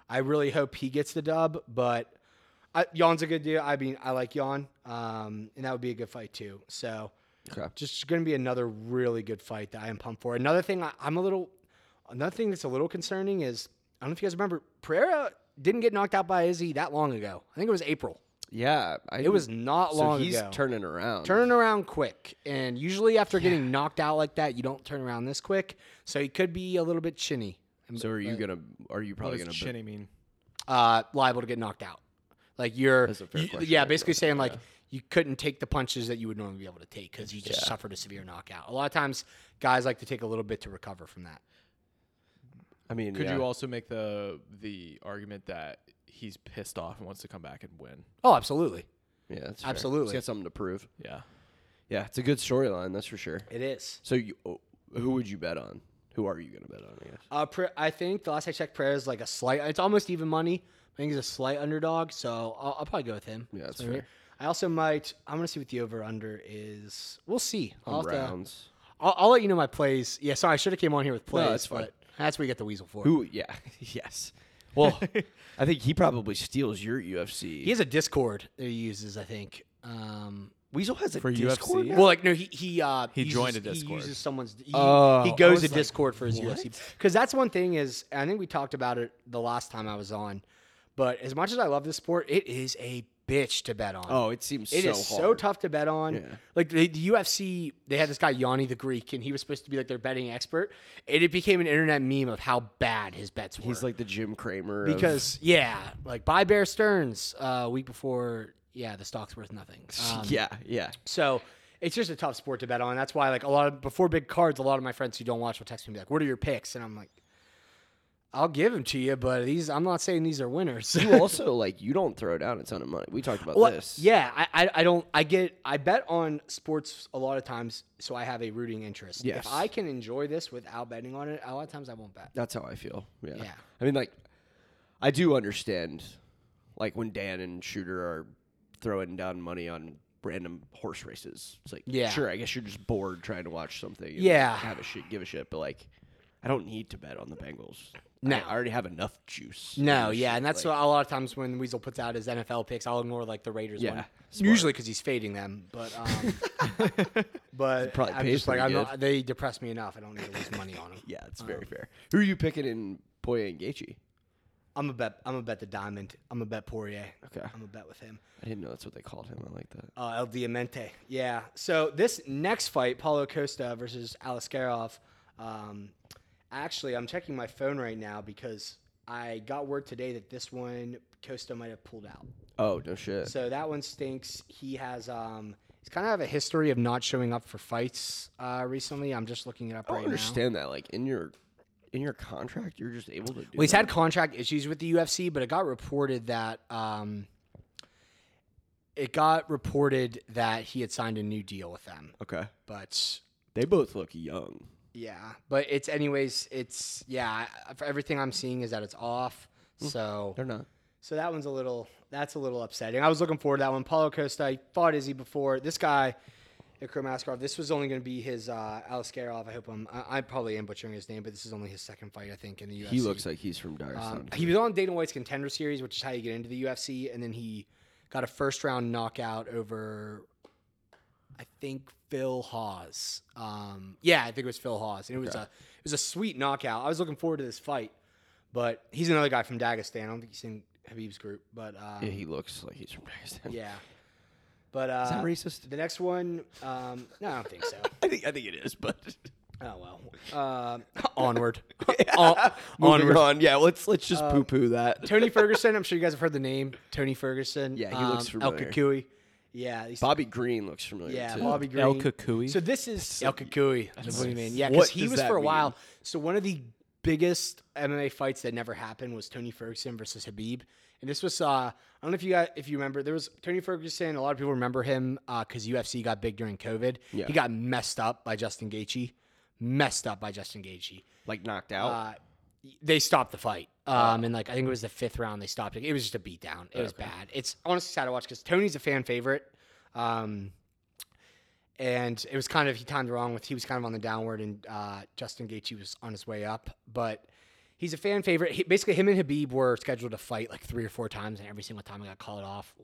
Speaker 1: I really hope he gets the dub, but I, Jan's a good deal. I mean, I like Jan, um, and that would be a good fight too. So
Speaker 3: Okay.
Speaker 1: just going to be another really good fight that I am pumped for. Another thing I, I'm a little, another thing that's a little concerning is I don't know if you guys remember, Pereira didn't get knocked out by Izzy that long ago. I think it was April.
Speaker 3: Yeah, I,
Speaker 1: It was not
Speaker 3: Mm. so
Speaker 1: long
Speaker 3: he's
Speaker 1: ago.
Speaker 3: turning around.
Speaker 1: Turning around quick, and usually after getting knocked out like that, you don't turn around this quick. So he could be a little bit chinny,
Speaker 3: So are you gonna? Are you
Speaker 2: What
Speaker 3: probably
Speaker 2: does
Speaker 3: gonna?
Speaker 2: Chinny mean?
Speaker 1: uh, liable to get knocked out. Like you're,
Speaker 3: That's a fair
Speaker 1: you-
Speaker 3: question,
Speaker 1: yeah,
Speaker 3: I
Speaker 1: basically
Speaker 3: guess,
Speaker 1: saying like you couldn't take the punches that you would normally be able to take because you just suffered a severe knockout. A lot of times, guys like to take a little bit to recover from that.
Speaker 3: I mean,
Speaker 2: Could
Speaker 3: yeah.
Speaker 2: you also make the the argument that he's pissed off and wants to come back and win?
Speaker 1: Oh, absolutely.
Speaker 3: Yeah, that's
Speaker 1: Absolutely.
Speaker 3: He's got something to prove.
Speaker 2: Yeah.
Speaker 3: Yeah, it's a good storyline, that's for sure.
Speaker 1: It is.
Speaker 3: So, you, oh, who would you bet on? Who are you going to bet on? I guess.
Speaker 1: Uh, Pre- I think the last I checked, Pereira is like a slight. It's almost even money. I think he's a slight underdog, so I'll, I'll probably go with him.
Speaker 3: Yeah, that's
Speaker 1: So,
Speaker 3: fair.
Speaker 1: I also might. I'm gonna see what the over under is. We'll see. I'll,
Speaker 3: On
Speaker 1: have to-
Speaker 3: rounds.
Speaker 1: I'll, I'll let you know my plays. Yeah, sorry, I should have came on here with plays.
Speaker 3: that's fine.
Speaker 1: but that's what you get the weasel for.
Speaker 3: Who? Yeah. yes. Well, I think he probably steals your UFC.
Speaker 1: He has a Discord that he uses. I think. Um,
Speaker 3: Weasel has a
Speaker 2: For
Speaker 3: Discord.
Speaker 2: UFC?
Speaker 3: now?
Speaker 1: Well, like no, he he uh,
Speaker 2: He joined
Speaker 1: uses-
Speaker 2: a
Speaker 1: He
Speaker 2: Discord.
Speaker 1: uses someone's. He,
Speaker 3: Oh,
Speaker 1: he
Speaker 3: I
Speaker 1: goes
Speaker 3: was
Speaker 1: to
Speaker 3: like,
Speaker 1: Discord for his UFC because that's one thing is and I think we talked about it the last time I was on, but as much as I love this sport, it is a bitch to bet on.
Speaker 3: Oh, it seems
Speaker 1: It
Speaker 3: so
Speaker 1: is so
Speaker 3: hard.
Speaker 1: tough to bet on. Like the, the UFC, they had this guy Yanni the Greek, and he was supposed to be like their betting expert, and it became an internet meme of how bad his bets were.
Speaker 3: He's like the Jim Cramer. of-
Speaker 1: because yeah, like buy Bear Stearns uh, week before, yeah, the stock's worth nothing. Um,
Speaker 3: yeah, yeah.
Speaker 1: so it's just a tough sport to bet on. That's why, like a lot of before big cards, a lot of my friends who don't watch will text me and be like, "What are your picks?" And I'm like, "I'll give them to you, but these I'm not saying these are winners."
Speaker 3: You also like you don't throw down a ton of money. We talked about
Speaker 1: Well,
Speaker 3: this.
Speaker 1: yeah, I, I I don't I get I bet on sports a lot of times, so I have a rooting interest.
Speaker 3: Yes.
Speaker 1: If I can enjoy this without betting on it, a lot of times I won't bet.
Speaker 3: that's how I feel. Yeah.
Speaker 1: Yeah.
Speaker 3: I mean, like, I do understand, like when Dan and Shooter are throwing down money on random horse races. It's like,
Speaker 1: Yeah.
Speaker 3: sure. I guess you're just bored trying to watch something. and
Speaker 1: Yeah.
Speaker 3: have a shit, give a shit, but like. I don't need to bet on the Bengals.
Speaker 1: No.
Speaker 3: I, I already have enough juice. in
Speaker 1: No,
Speaker 3: this
Speaker 1: yeah,
Speaker 3: shit,
Speaker 1: and that's
Speaker 3: like-
Speaker 1: what a lot of times when Weasel puts out his NFL picks, I'll ignore like the Raiders
Speaker 3: Yeah,
Speaker 1: one,
Speaker 3: smart.
Speaker 1: usually because he's fading them. But um, but
Speaker 3: probably
Speaker 1: I'm
Speaker 3: pays
Speaker 1: just like
Speaker 3: pretty
Speaker 1: I'm not, they depress me enough. I don't need to lose money on them.
Speaker 3: Yeah, it's very fair. Who are you picking in Poye and Gaethje?
Speaker 1: I'm a bet. I'm a bet the diamond. I'm a bet Poirier.
Speaker 3: Okay.
Speaker 1: I'm a bet with him.
Speaker 3: I didn't know that's what they called him. I like that.
Speaker 1: Uh, El Diamante. Yeah. So this next fight, Paulo Costa versus Alaskarov. Um, actually, I'm checking my phone right now because I got word today that this one Costa might have pulled out.
Speaker 3: Oh no shit.
Speaker 1: So that one stinks. He has um, he's kind of have a history of not showing up for fights uh, recently. I'm just looking it up
Speaker 3: I
Speaker 1: right
Speaker 3: don't
Speaker 1: now.
Speaker 3: understand that. Like in your in your contract, you're just able to do.
Speaker 1: Well, he's
Speaker 3: that.
Speaker 1: had contract issues with the UFC, but it got reported that um, it got reported that he had signed a new deal with them.
Speaker 3: okay.
Speaker 1: But
Speaker 3: They both look young.
Speaker 1: Yeah, but it's anyways. It's yeah. I- For everything I'm seeing is that it's off. So
Speaker 3: Hmm. They're not.
Speaker 1: so that one's a little that's a little upsetting. I was looking forward to that one. Paulo Costa he fought Izzy before. This guy, Ikram Askarov. This was only going to be his uh, Alaskarov. I hope I'm I, I probably am butchering his name, but this is only his second fight I think in the UFC.
Speaker 3: He looks like he's from Dagestan.
Speaker 1: Um, he was on Dana White's Contender Series, which is how you get into the UFC, and then he got a first round knockout over, I think Phil Hawes. Um, yeah, I think it was Phil Hawes, and it was a it was a sweet knockout. I was looking forward to this fight, but he's another guy from Dagestan. I don't think he's in Habib's group, but uh,
Speaker 3: yeah, he looks like he's from Dagestan.
Speaker 1: yeah, but uh,
Speaker 3: Is that racist?
Speaker 1: the next one, um, no, I don't think so.
Speaker 3: I think I think it is, but
Speaker 1: Oh well, Um onward, On- onward.
Speaker 3: moving
Speaker 1: Uh,
Speaker 3: on. Yeah, let's let's just poo poo that.
Speaker 1: Tony Ferguson. I'm sure you guys have heard the name Tony Ferguson. Um,
Speaker 3: Yeah, he looks familiar.
Speaker 1: El Kukui. Yeah, he's,
Speaker 3: Bobby Green looks familiar.
Speaker 1: yeah,
Speaker 3: too.
Speaker 1: Bobby Green.
Speaker 2: El Kukui?
Speaker 1: So this is El Kukui. That's what you mean. Yeah,
Speaker 3: What
Speaker 1: because he
Speaker 3: does
Speaker 1: was
Speaker 3: that
Speaker 1: for a while.
Speaker 3: mean?
Speaker 1: So one of the biggest MMA fights that never happened was Tony Ferguson versus Habib, and this was. Uh, I don't know if you guys, if you remember, there was Tony Ferguson. A lot of people remember him uh, because UFC got big during COVID.
Speaker 3: Yeah.
Speaker 1: He got messed up by Justin Gaethje. Messed up by Justin Gaethje
Speaker 3: like knocked out.
Speaker 1: uh, they stopped the fight. Um, and like I think it was the fifth round they stopped it. It was just a beatdown. It was bad. It's honestly sad to watch because Tony's a fan favorite. Um, and it was kind of he timed wrong with he was kind of on the downward and uh, Justin Gaethje was on his way up, but he's a fan favorite. He, basically, him and Habib were scheduled to fight like three or four times, and every single time it got called off.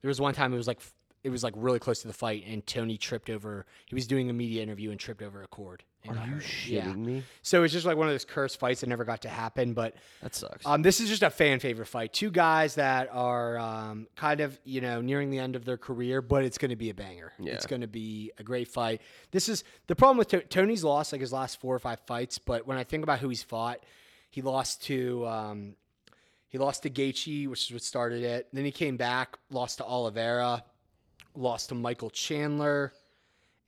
Speaker 1: There was one time it was like f- it was like really close to the fight, and Tony tripped over. He was doing a media interview and tripped over a cord. and got
Speaker 3: Are you
Speaker 1: hurt.
Speaker 3: shitting
Speaker 1: Yeah.
Speaker 3: me?
Speaker 1: So it's just like one of those cursed fights that never got to happen. But
Speaker 3: That sucks.
Speaker 1: um, this is just a fan favorite fight. Two guys that are um, kind of you know nearing the end of their career, but it's going to be a banger.
Speaker 3: Yeah.
Speaker 1: It's going to be a great fight. This is the problem with to- Tony's lost like his last four or five fights. But when I think about who he's fought, he lost to um, he lost to Gaethje, which is what started it. Then he came back, lost to Oliveira, lost to Michael Chandler.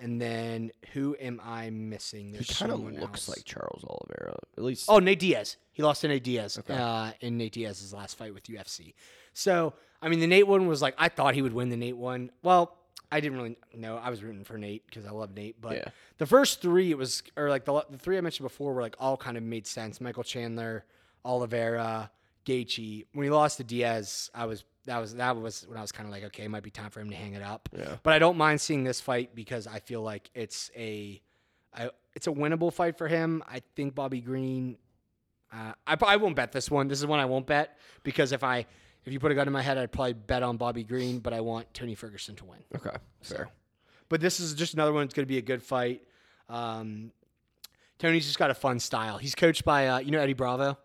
Speaker 1: And then who am I missing?
Speaker 3: he
Speaker 1: There's
Speaker 3: kind of
Speaker 1: someone
Speaker 3: looks
Speaker 1: else.
Speaker 3: like Charles Oliveira. At least
Speaker 1: Oh, Nate Diaz. He He lost to Nate Diaz uh, in Nate Diaz's last fight with UFC. So, I mean, the Nate one was like, I thought he would win the Nate one. Well, I didn't really know. I was rooting for Nate because I love Nate. But
Speaker 3: Yeah.
Speaker 1: the first three, it was, or like the, the three I mentioned before were like all kind of made sense. Michael Chandler, Oliveira, Gaethje. When he lost to Diaz, I was, that was, that was when I was kind of like, okay, it might be time for him to hang it up.
Speaker 3: Yeah.
Speaker 1: But I don't mind seeing this fight because I feel like it's a, I, it's a winnable fight for him. I think Bobby Green. Uh, I, I won't bet this one. This is one I won't bet because if I if you put a gun in my head, I'd probably bet on Bobby Green, but I want Tony Ferguson to win.
Speaker 3: Okay. Fair.
Speaker 1: But this is just another one that's going to be a good fight. Um, Tony's just got a fun style. He's coached by uh, you know Eddie Bravo.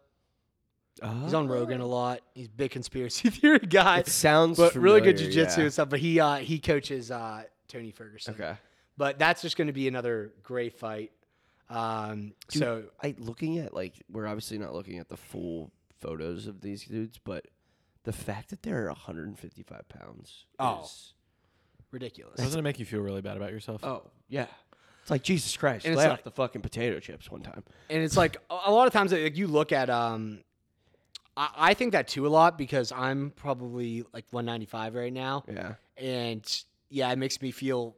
Speaker 1: He's on Rogan a lot. He's a big conspiracy theory guy,
Speaker 3: It sounds
Speaker 1: but really good
Speaker 3: familiar,
Speaker 1: jujitsu
Speaker 3: yeah.
Speaker 1: and stuff. But he uh, he coaches uh, Tony Ferguson.
Speaker 3: Okay.
Speaker 1: But that's just going to be another great fight. Um,
Speaker 3: Dude,
Speaker 1: so
Speaker 3: I looking at like we're obviously not looking at the full photos of these dudes, but the fact that they're 155 pounds.
Speaker 1: Oh.
Speaker 3: is-
Speaker 1: ridiculous.
Speaker 2: Doesn't it make you feel really bad about yourself?
Speaker 3: oh yeah. It's like Jesus Christ.
Speaker 1: And it's
Speaker 3: lay
Speaker 1: like-
Speaker 3: off the fucking potato chips one time.
Speaker 1: and it's like a a lot of times like you look at um I, I think that too a lot because I'm probably like 195 right now
Speaker 3: Yeah.
Speaker 1: and yeah it makes me feel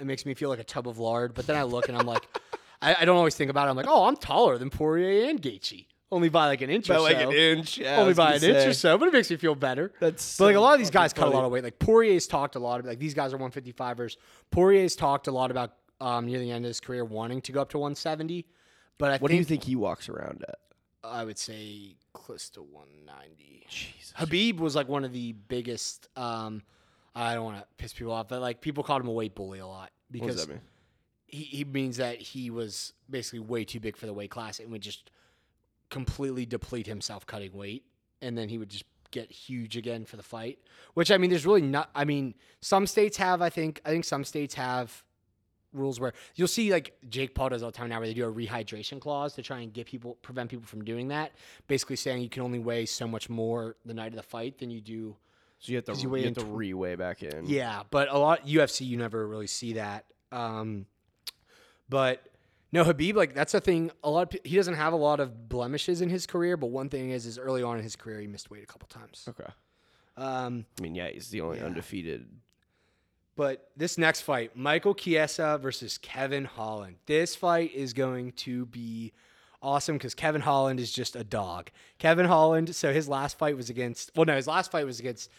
Speaker 1: it makes me feel like a tub of lard but then I look and I'm like I, I don't always think about it I'm like oh I'm taller than Poirier and Gaethje only by like an inch or so
Speaker 3: inch. Yeah,
Speaker 1: only by an inch or so but it makes me feel better
Speaker 3: That's
Speaker 1: but like a
Speaker 3: so
Speaker 1: lot of these guys
Speaker 3: fucking
Speaker 1: cut a lot
Speaker 3: funny.
Speaker 1: of weight. Like Poirier's talked a lot of like these guys are 155ers. Poirier's talked a lot about um, near the end of his career wanting to go up to 170. But I
Speaker 3: What do you
Speaker 1: think
Speaker 3: think he walks around at?
Speaker 1: I would say close to 190. Jesus. Habib was like one of the biggest. Um, I don't want to piss people off, but like people called him a weight bully a lot
Speaker 3: What does
Speaker 1: because
Speaker 3: that mean?
Speaker 1: he, he means that he was basically way too big for the weight class and would just completely deplete himself cutting weight and then he would just get huge again for the fight which i mean there's really not i mean some states have i think i think some states have rules where you'll see like jake paul does all the time now where they do a rehydration clause to try and get people prevent people from doing that basically saying you can only weigh so much more the night of the fight than you do
Speaker 3: So you have to,
Speaker 1: Does he weigh
Speaker 3: you
Speaker 1: in
Speaker 3: have to
Speaker 1: tw-
Speaker 3: re-weigh back in.
Speaker 1: yeah, but a lot UFC you never really see that. Um, but no, Habib like that's a thing. A lot of, pe- he doesn't have a lot of blemishes in his career, but one thing is is early on in his career he missed weight a couple times.
Speaker 3: Okay.
Speaker 1: Um,
Speaker 3: I mean, yeah, he's the only
Speaker 1: Yeah.
Speaker 3: undefeated.
Speaker 1: but this next fight, Michael Chiesa versus Kevin Holland. This fight is going to be awesome because Kevin Holland is just a dog. Kevin Holland. So his last fight was against. Well, no, his last fight was against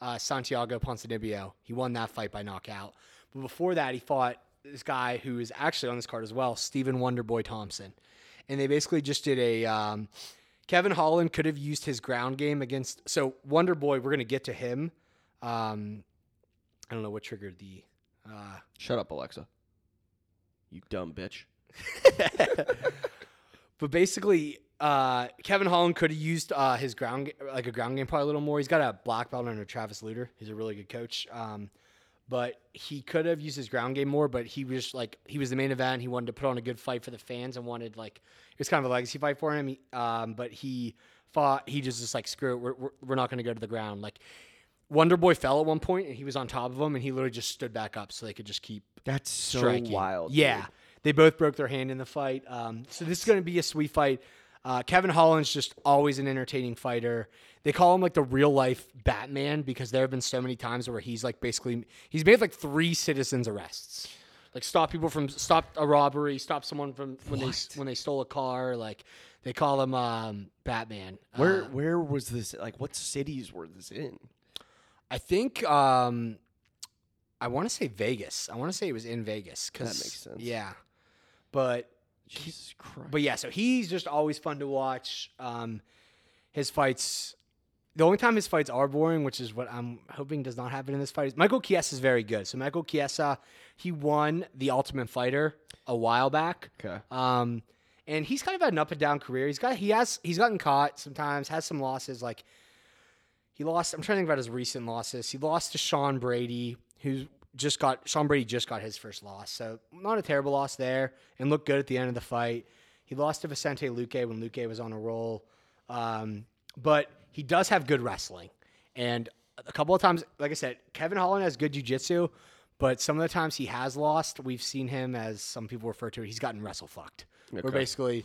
Speaker 1: uh, Santiago Ponzinibbio. He won that fight by knockout. But before that, he fought this guy who is actually on this card as well, Stephen Wonderboy Thompson. And they basically just did a. Um, Kevin Holland could have used his ground game against. So Wonderboy, we're gonna get to him. Um, I don't know what triggered the. Uh,
Speaker 3: Shut up, Alexa. You dumb bitch.
Speaker 1: but basically, uh, Kevin Holland could have used uh, his ground ga- like a ground game probably a little more. He's got a black belt under Travis Luter. He's a really good coach. Um, but he could have used his ground game more. But he was just, like he was the main event. He wanted to put on a good fight for the fans and wanted like it was kind of a legacy fight for him. He, um, but he fought. He just was like screw it. We're we're, we're not going to go to the ground. Like Wonderboy fell at one point and he was on top of him and he literally just stood back up so they could just keep
Speaker 3: That's so
Speaker 1: striking.
Speaker 3: wild.
Speaker 1: Yeah, they both broke their hand in the fight. Um, so this is going to be a sweet fight. Uh, Kevin Holland's just always an entertaining fighter. They call him like the real life Batman because there have been so many times where he's like basically he's made like three citizens arrests, like stop people from stop a robbery, stop someone from when they when they stole a car. Like they call him um, Batman.
Speaker 3: Where
Speaker 1: Uh,
Speaker 3: where was this? Like, what cities were this in?
Speaker 1: I think um, I want to say Vegas. I want to say it was in Vegas. 'cause-
Speaker 3: That makes sense.
Speaker 1: Yeah, but
Speaker 3: Jesus Christ.
Speaker 1: But yeah, so he's just always fun to watch. Um, his fights, the only time his fights are boring, which is what I'm hoping does not happen in this fight, is Michael Chiesa is very good. So Michael Chiesa, he won the Ultimate Fighter a while back.
Speaker 3: okay.
Speaker 1: Um, and he's kind of had an up and down career. He's got he has he's gotten caught sometimes, has some losses. Like he lost. I'm trying to think about his recent losses. He lost to Sean Brady, who's just got Sean Brady just got his first loss, so not a terrible loss there, and looked good at the end of the fight. He lost to Vicente Luque when Luque was on a roll, um, but he does have good wrestling, and a couple of times, like I said, Kevin Holland has good jiu-jitsu, But some of the times he has lost, we've seen him as some people refer to it. He's gotten wrestle fucked. Where
Speaker 3: Okay.
Speaker 1: basically,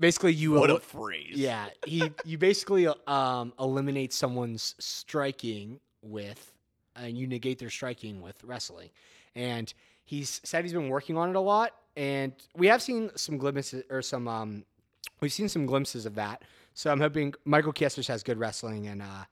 Speaker 1: basically you
Speaker 3: What
Speaker 1: el-
Speaker 3: a phrase.
Speaker 1: yeah he you basically um eliminate someone's striking with and you negate their striking with wrestling and he's said he's been working on it a lot and we have seen some glimpses or some um we've seen some glimpses of that so i'm hoping michael Kiestas has good wrestling and uh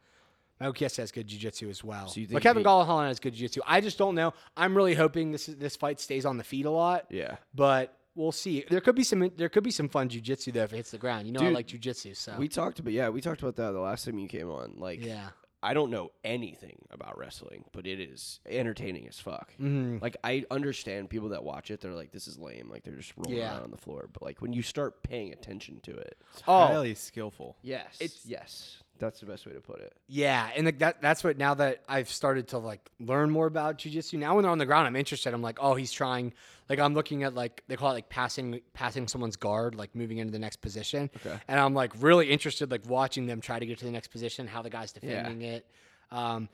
Speaker 1: Michael Kiestas has good jiu-jitsu as well.
Speaker 3: So you think
Speaker 1: but Kevin
Speaker 3: he-
Speaker 1: Gallahan has good jiu-jitsu. I just don't know. I'm really hoping this this fight stays on the feet a lot
Speaker 3: Yeah.
Speaker 1: but we'll see. There could be some there could be some fun jujitsu though if it hits the ground. You know I
Speaker 3: Dude,
Speaker 1: like jujitsu, so
Speaker 3: We talked about yeah, we talked about that the last time you came on. Like
Speaker 1: yeah.
Speaker 3: I don't know anything about wrestling, but it is entertaining as fuck.
Speaker 1: Mhm.
Speaker 3: Like I understand people that watch it, they're like, "This is lame." Like they're just rolling
Speaker 1: Yeah.
Speaker 3: around on the floor. But like when you start paying attention to it,
Speaker 2: highly skillful.
Speaker 3: yes, it's yes, that's the best way to put it.
Speaker 1: Yeah, and like that that's what now that I've started to like learn more about jujitsu. Now when they're on the ground, I'm interested. I'm like, oh, he's trying. Like I'm looking at like they call it like passing passing someone's guard, like moving into the next position.
Speaker 3: Okay.
Speaker 1: And I'm like really interested, like watching them try to get to the next position, how the guy's defending it. Um,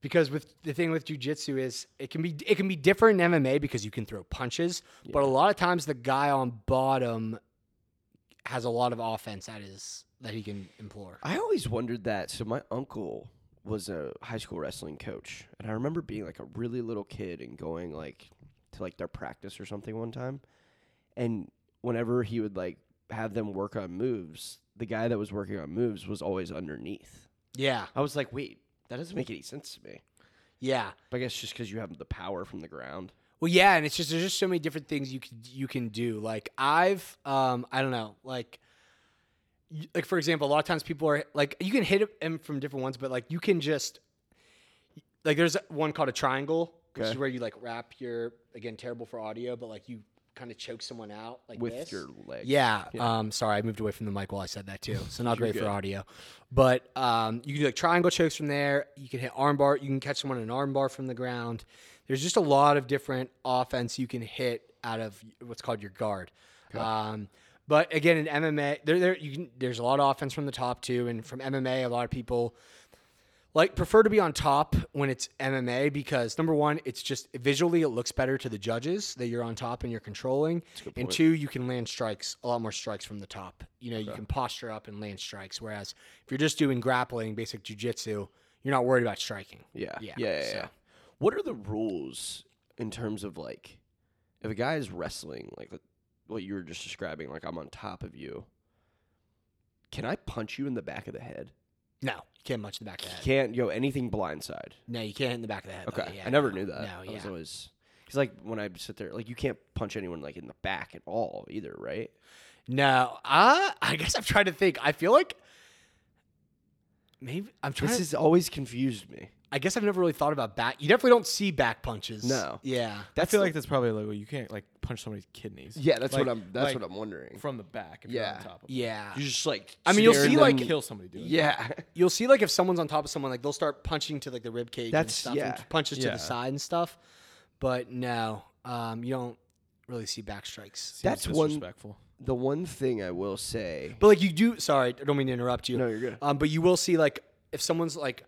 Speaker 1: because with the thing with jujitsu is it can be it can be different in MMA because you can throw punches, but a lot of times the guy on bottom has a lot of offense that is that he can implore.
Speaker 3: I always wondered that. So my uncle was a high school wrestling coach, and I remember being like a really little kid and going like to like their practice or something one time, and whenever he would like have them work on moves, the guy that was working on moves was always underneath.
Speaker 1: Yeah,
Speaker 3: I was like, wait, that doesn't make any sense to me.
Speaker 1: yeah.
Speaker 3: But I guess just because you have the power from the ground.
Speaker 1: Well, yeah, and it's just there's just so many different things you can you can do. Like I've, um, I don't know, like, y- like for example, a lot of times people are like you can hit them from different ones, but like you can just like there's one called a triangle, which is
Speaker 3: Okay.
Speaker 1: where you like wrap your again terrible for audio, but like you kind of choke someone out like
Speaker 3: with
Speaker 1: this.
Speaker 3: your leg.
Speaker 1: Yeah. Um, sorry, I moved away from the mic while I said that too. So not great
Speaker 3: good.
Speaker 1: for audio. But um, you can do like triangle chokes from there. You can hit armbar. You can catch someone in an armbar from the ground. There's just a lot of different offense you can hit out of what's called your guard. Um, but again, in MMA, there, there you can, there's a lot of offense from the top too, and from MMA, a lot of people like prefer to be on top when it's MMA because number one, it's just visually it looks better to the judges that you're on top and you're controlling. And two, you can land strikes a lot more strikes from the top. You know, you can posture up and land strikes. Whereas if you're just doing grappling, basic jujitsu, you're not worried about striking.
Speaker 3: Yeah. Yeah.
Speaker 1: Yeah,
Speaker 3: Yeah.
Speaker 1: so.
Speaker 3: yeah. What are the rules in terms of like if a guy is wrestling, like what you were just describing, like I'm on top of you, can I punch you in the back of the head?
Speaker 1: No, you can't punch in the back of the head.
Speaker 3: Can't go anything blindside.
Speaker 1: No, you can't hit in the back of the head.
Speaker 3: Okay.
Speaker 1: though. uh, Yeah,
Speaker 3: I never
Speaker 1: no.
Speaker 3: knew that.
Speaker 1: No,
Speaker 3: I
Speaker 1: yeah.
Speaker 3: was always because like when I sit there, like you can't punch anyone like in the back at all either, right?
Speaker 1: No, uh, I guess I'm trying to think. I feel like maybe I'm trying.
Speaker 3: This
Speaker 1: to,
Speaker 3: has always confused me.
Speaker 1: I guess I've never really thought about back. You definitely don't see back punches.
Speaker 3: No.
Speaker 1: Yeah.
Speaker 2: I feel like that's probably illegal. You can't like punch somebody's kidneys.
Speaker 3: Yeah, that's what
Speaker 2: Like-
Speaker 3: I'm. That's
Speaker 2: like,
Speaker 3: what I'm wondering.
Speaker 2: from the back. If you're
Speaker 3: Yeah.
Speaker 2: on top of
Speaker 1: Yeah.
Speaker 3: You just like.
Speaker 1: I mean, you'll
Speaker 3: staring
Speaker 1: see,
Speaker 3: them-
Speaker 1: like-
Speaker 2: kill somebody doing. it.
Speaker 3: Yeah.
Speaker 1: You'll see like if someone's on top of someone, like they'll start punching to like the rib cage.
Speaker 3: That's-
Speaker 1: and stuff
Speaker 3: yeah.
Speaker 1: and punches to
Speaker 2: Yeah.
Speaker 1: the side and stuff. But no, um, you don't really see back strikes.
Speaker 2: Seems
Speaker 3: That's one-
Speaker 2: disrespectful.
Speaker 3: The one thing I will say.
Speaker 1: But like you do. Sorry, I don't mean to interrupt you.
Speaker 3: No, you're good.
Speaker 1: Um, but you will see like if someone's like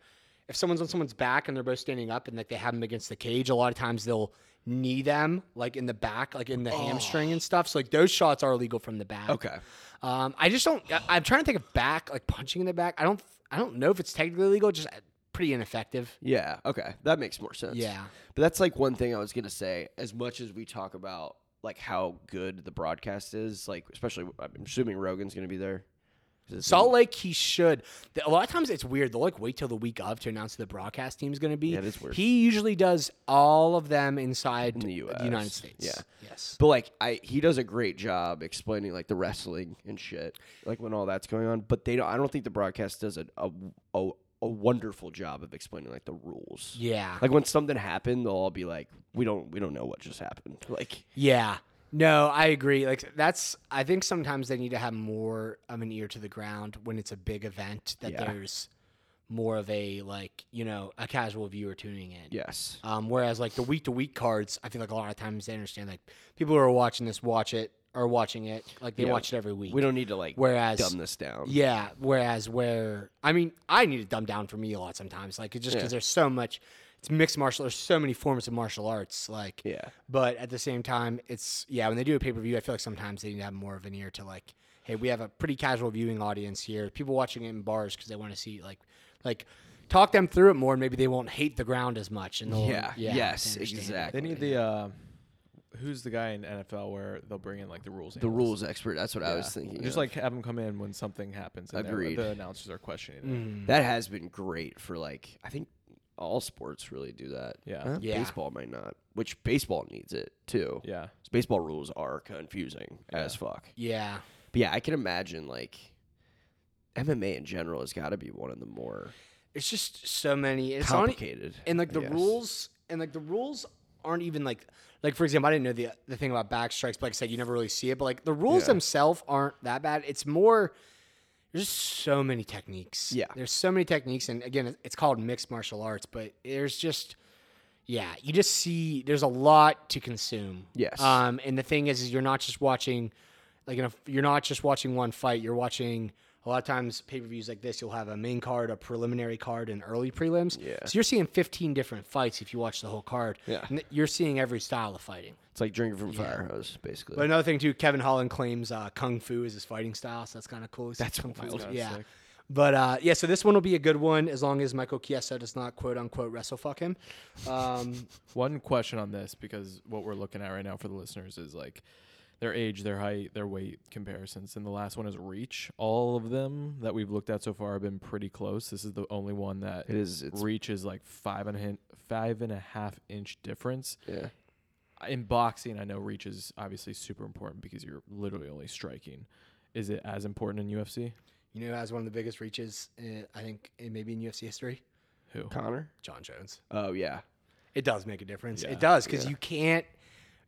Speaker 1: if someone's on someone's back and they're both standing up and like they have them against the cage, a lot of times they'll knee them like in the back, like in the hamstring and stuff. So like those shots are illegal from the back.
Speaker 3: Okay.
Speaker 1: Um, I just don't. I, I'm trying to think of back, like punching in the back. I don't. I don't know if it's technically legal. Just uh, pretty ineffective.
Speaker 3: Yeah. Okay. That makes more sense.
Speaker 1: Yeah.
Speaker 3: But that's like one thing I was gonna say. As much as we talk about like how good the broadcast is, like especially uh, I'm assuming Rogan's gonna be there. 'Cause it's
Speaker 1: Salt Lake, he should. The- A lot of times it's weird. They'll like wait till the week of to announce who the broadcast team's going to be.
Speaker 3: it is weird.
Speaker 1: He usually does all of them inside
Speaker 3: the
Speaker 1: the,
Speaker 3: US.
Speaker 1: United States.
Speaker 3: Yeah.
Speaker 1: Yes.
Speaker 3: But like I, he does a great job explaining like the wrestling and shit, like when all that's going on. But they don't. I don't think the broadcast does a a, a, a wonderful job of explaining like the rules.
Speaker 1: Yeah.
Speaker 3: Like when something happened, they'll all be like, "We don't, we don't know what just happened." Like,
Speaker 1: yeah. No, I agree. Like that's. I think sometimes they need to have more of an ear to the ground when it's a big event. That
Speaker 3: Yeah.
Speaker 1: there's more of a like you know a casual viewer tuning in.
Speaker 3: yes,
Speaker 1: Um, whereas like the week to week cards, I feel like a lot of times they understand like people who are watching this watch it are watching it like they
Speaker 3: Yeah.
Speaker 1: watch it every week.
Speaker 3: we don't need to like
Speaker 1: Whereas-
Speaker 3: dumb this down.
Speaker 1: Yeah. Whereas where I mean, I need to dumb down for me a lot sometimes. Like it's just because there's so much. it's mixed martial. There's so many forms of martial arts. Like
Speaker 3: Yeah.
Speaker 1: But at the same time, it's yeah. When they do a pay per view, I feel like sometimes they need to have more of an ear to like, hey, we have a pretty casual viewing audience here. People watching it in bars because they want to see like, like, talk them through it more, and maybe they won't hate the ground as much. And they'll,
Speaker 3: Yeah,
Speaker 1: I
Speaker 3: yes,
Speaker 1: understand.
Speaker 3: exactly.
Speaker 2: They need the uh, who's the guy in NFL where they'll bring in like the rules.
Speaker 3: The
Speaker 2: analyst?
Speaker 3: rules expert. That's what I was
Speaker 2: Yeah.
Speaker 3: thinking.
Speaker 2: Just
Speaker 3: of.
Speaker 2: like have them come in when something happens. And they're-
Speaker 3: Agreed.
Speaker 2: The announcers are questioning it.
Speaker 3: that has been great for like I think all sports really do that.
Speaker 2: Yeah.
Speaker 3: Huh?
Speaker 1: Yeah.
Speaker 3: Baseball might not, which baseball needs it too.
Speaker 2: Yeah.
Speaker 3: Baseball rules are confusing as fuck.
Speaker 1: Yeah.
Speaker 3: But yeah, I can imagine like MMA in general has got to be one of the more
Speaker 1: It's just so many. It's on,
Speaker 3: complicated.
Speaker 1: and like the
Speaker 3: I guess.
Speaker 1: rules and like the rules aren't even like like for example i didn't know the the thing about back strikes but like i said you never really see it but like the rules themselves aren't that bad it's more there's so many techniques
Speaker 3: Yeah.
Speaker 1: there's so many techniques and again it- it's called mixed martial arts but there's just yeah you just see there's a lot to consume
Speaker 3: Yes.
Speaker 1: um and the thing is, is you're not just watching like in a, you're not just watching one fight you're watching a lot of times pay-per-views like this you'll have a main card a preliminary card and early prelims
Speaker 3: Yeah.
Speaker 1: so you're seeing 15 different fights if you watch the whole card.
Speaker 3: Yeah.
Speaker 1: And You're seeing every style of fighting.
Speaker 3: It's like drinking from a fire hose, basically.
Speaker 1: But another thing too, Kevin Holland claims uh, kung fu is his fighting style, so that's kind of cool. That's kung wild. Yeah. But uh, yeah, so this one will be a good one as long as Michael Chiesa does not quote unquote wrestle fuck him. Um,
Speaker 2: One question on this because what we're looking at right now for the listeners is like their age, their height, their weight comparisons. And the last one is reach. All of them that we've looked at so far have been pretty close. This is the only one that
Speaker 3: It is- it's-
Speaker 2: reach is like five and a hin- five and a half inch difference.
Speaker 3: yeah.
Speaker 2: in boxing, I know reach is obviously super important because you're literally only striking. Is it as important in UFC?
Speaker 1: you know, who has one of the biggest reaches, uh, I think, in, maybe in UFC history,
Speaker 2: Who?
Speaker 3: Connor?
Speaker 1: John Jones.
Speaker 3: Oh yeah.
Speaker 1: It does make a difference.
Speaker 2: Yeah.
Speaker 1: It does because you can't.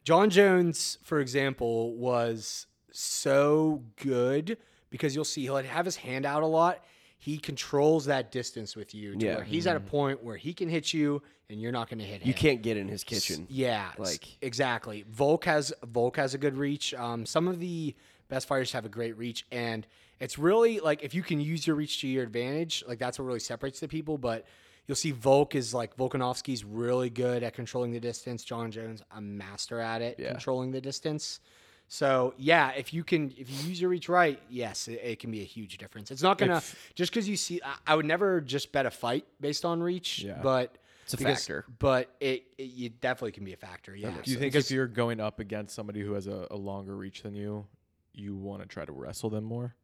Speaker 1: John Jones, for example, was so good because you'll see he'll have his hand out a lot. He controls that distance with you to
Speaker 3: Yeah.
Speaker 1: where he's at a point where he can hit you and you're not going to hit him.
Speaker 3: You can't get in his kitchen.
Speaker 1: Yeah, s-
Speaker 3: Like-
Speaker 1: exactly. Volk has Volk has a good reach. Um, some of the best fighters have a great reach, and it's really like if you can use your reach to your advantage, like that's what really separates the people. But you'll see Volk is like Volkanovski's really good at controlling the distance. John Jones, a master at it, controlling the distance. So yeah, if you can, if you use your reach right, yes, it, it can be a huge difference. It's not gonna just because you see. I, I would never just bet a fight based on reach,
Speaker 2: Yeah.
Speaker 1: but
Speaker 3: It's a factor.
Speaker 1: but it, it you definitely can be a factor. Yeah.
Speaker 2: Do you
Speaker 1: So-
Speaker 2: think
Speaker 1: because
Speaker 2: if you're going up against somebody who has a, a longer reach than you, you want to try to wrestle them more?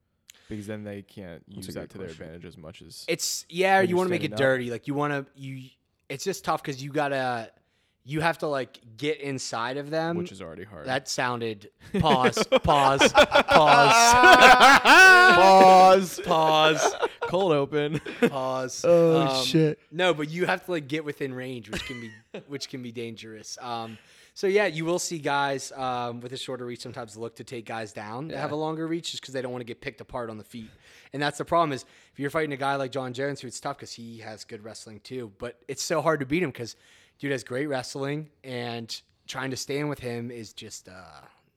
Speaker 2: Because then they can't use that
Speaker 3: good
Speaker 2: to their advantage as much as.
Speaker 1: it's yeah,
Speaker 2: when
Speaker 1: you
Speaker 2: you're
Speaker 1: want to make it
Speaker 2: standing up?
Speaker 1: dirty. Like you want to you. It's just tough because you gotta you have to like get inside of them.
Speaker 2: which is already hard.
Speaker 1: that sounded pause pause pause
Speaker 2: pause.
Speaker 1: pause
Speaker 2: Cold open.
Speaker 1: pause. Um, No, but you have to like get within range, which can be which can be dangerous. Um, so yeah, you will see guys um, with a shorter reach sometimes look to take guys down that have a longer reach just because they don't want to get picked apart on the feet. And that's the problem is if you're fighting a guy like John Jones, who it's tough because he has good wrestling too, but it's so hard to beat him because dude has great wrestling and trying to stand with him is just uh,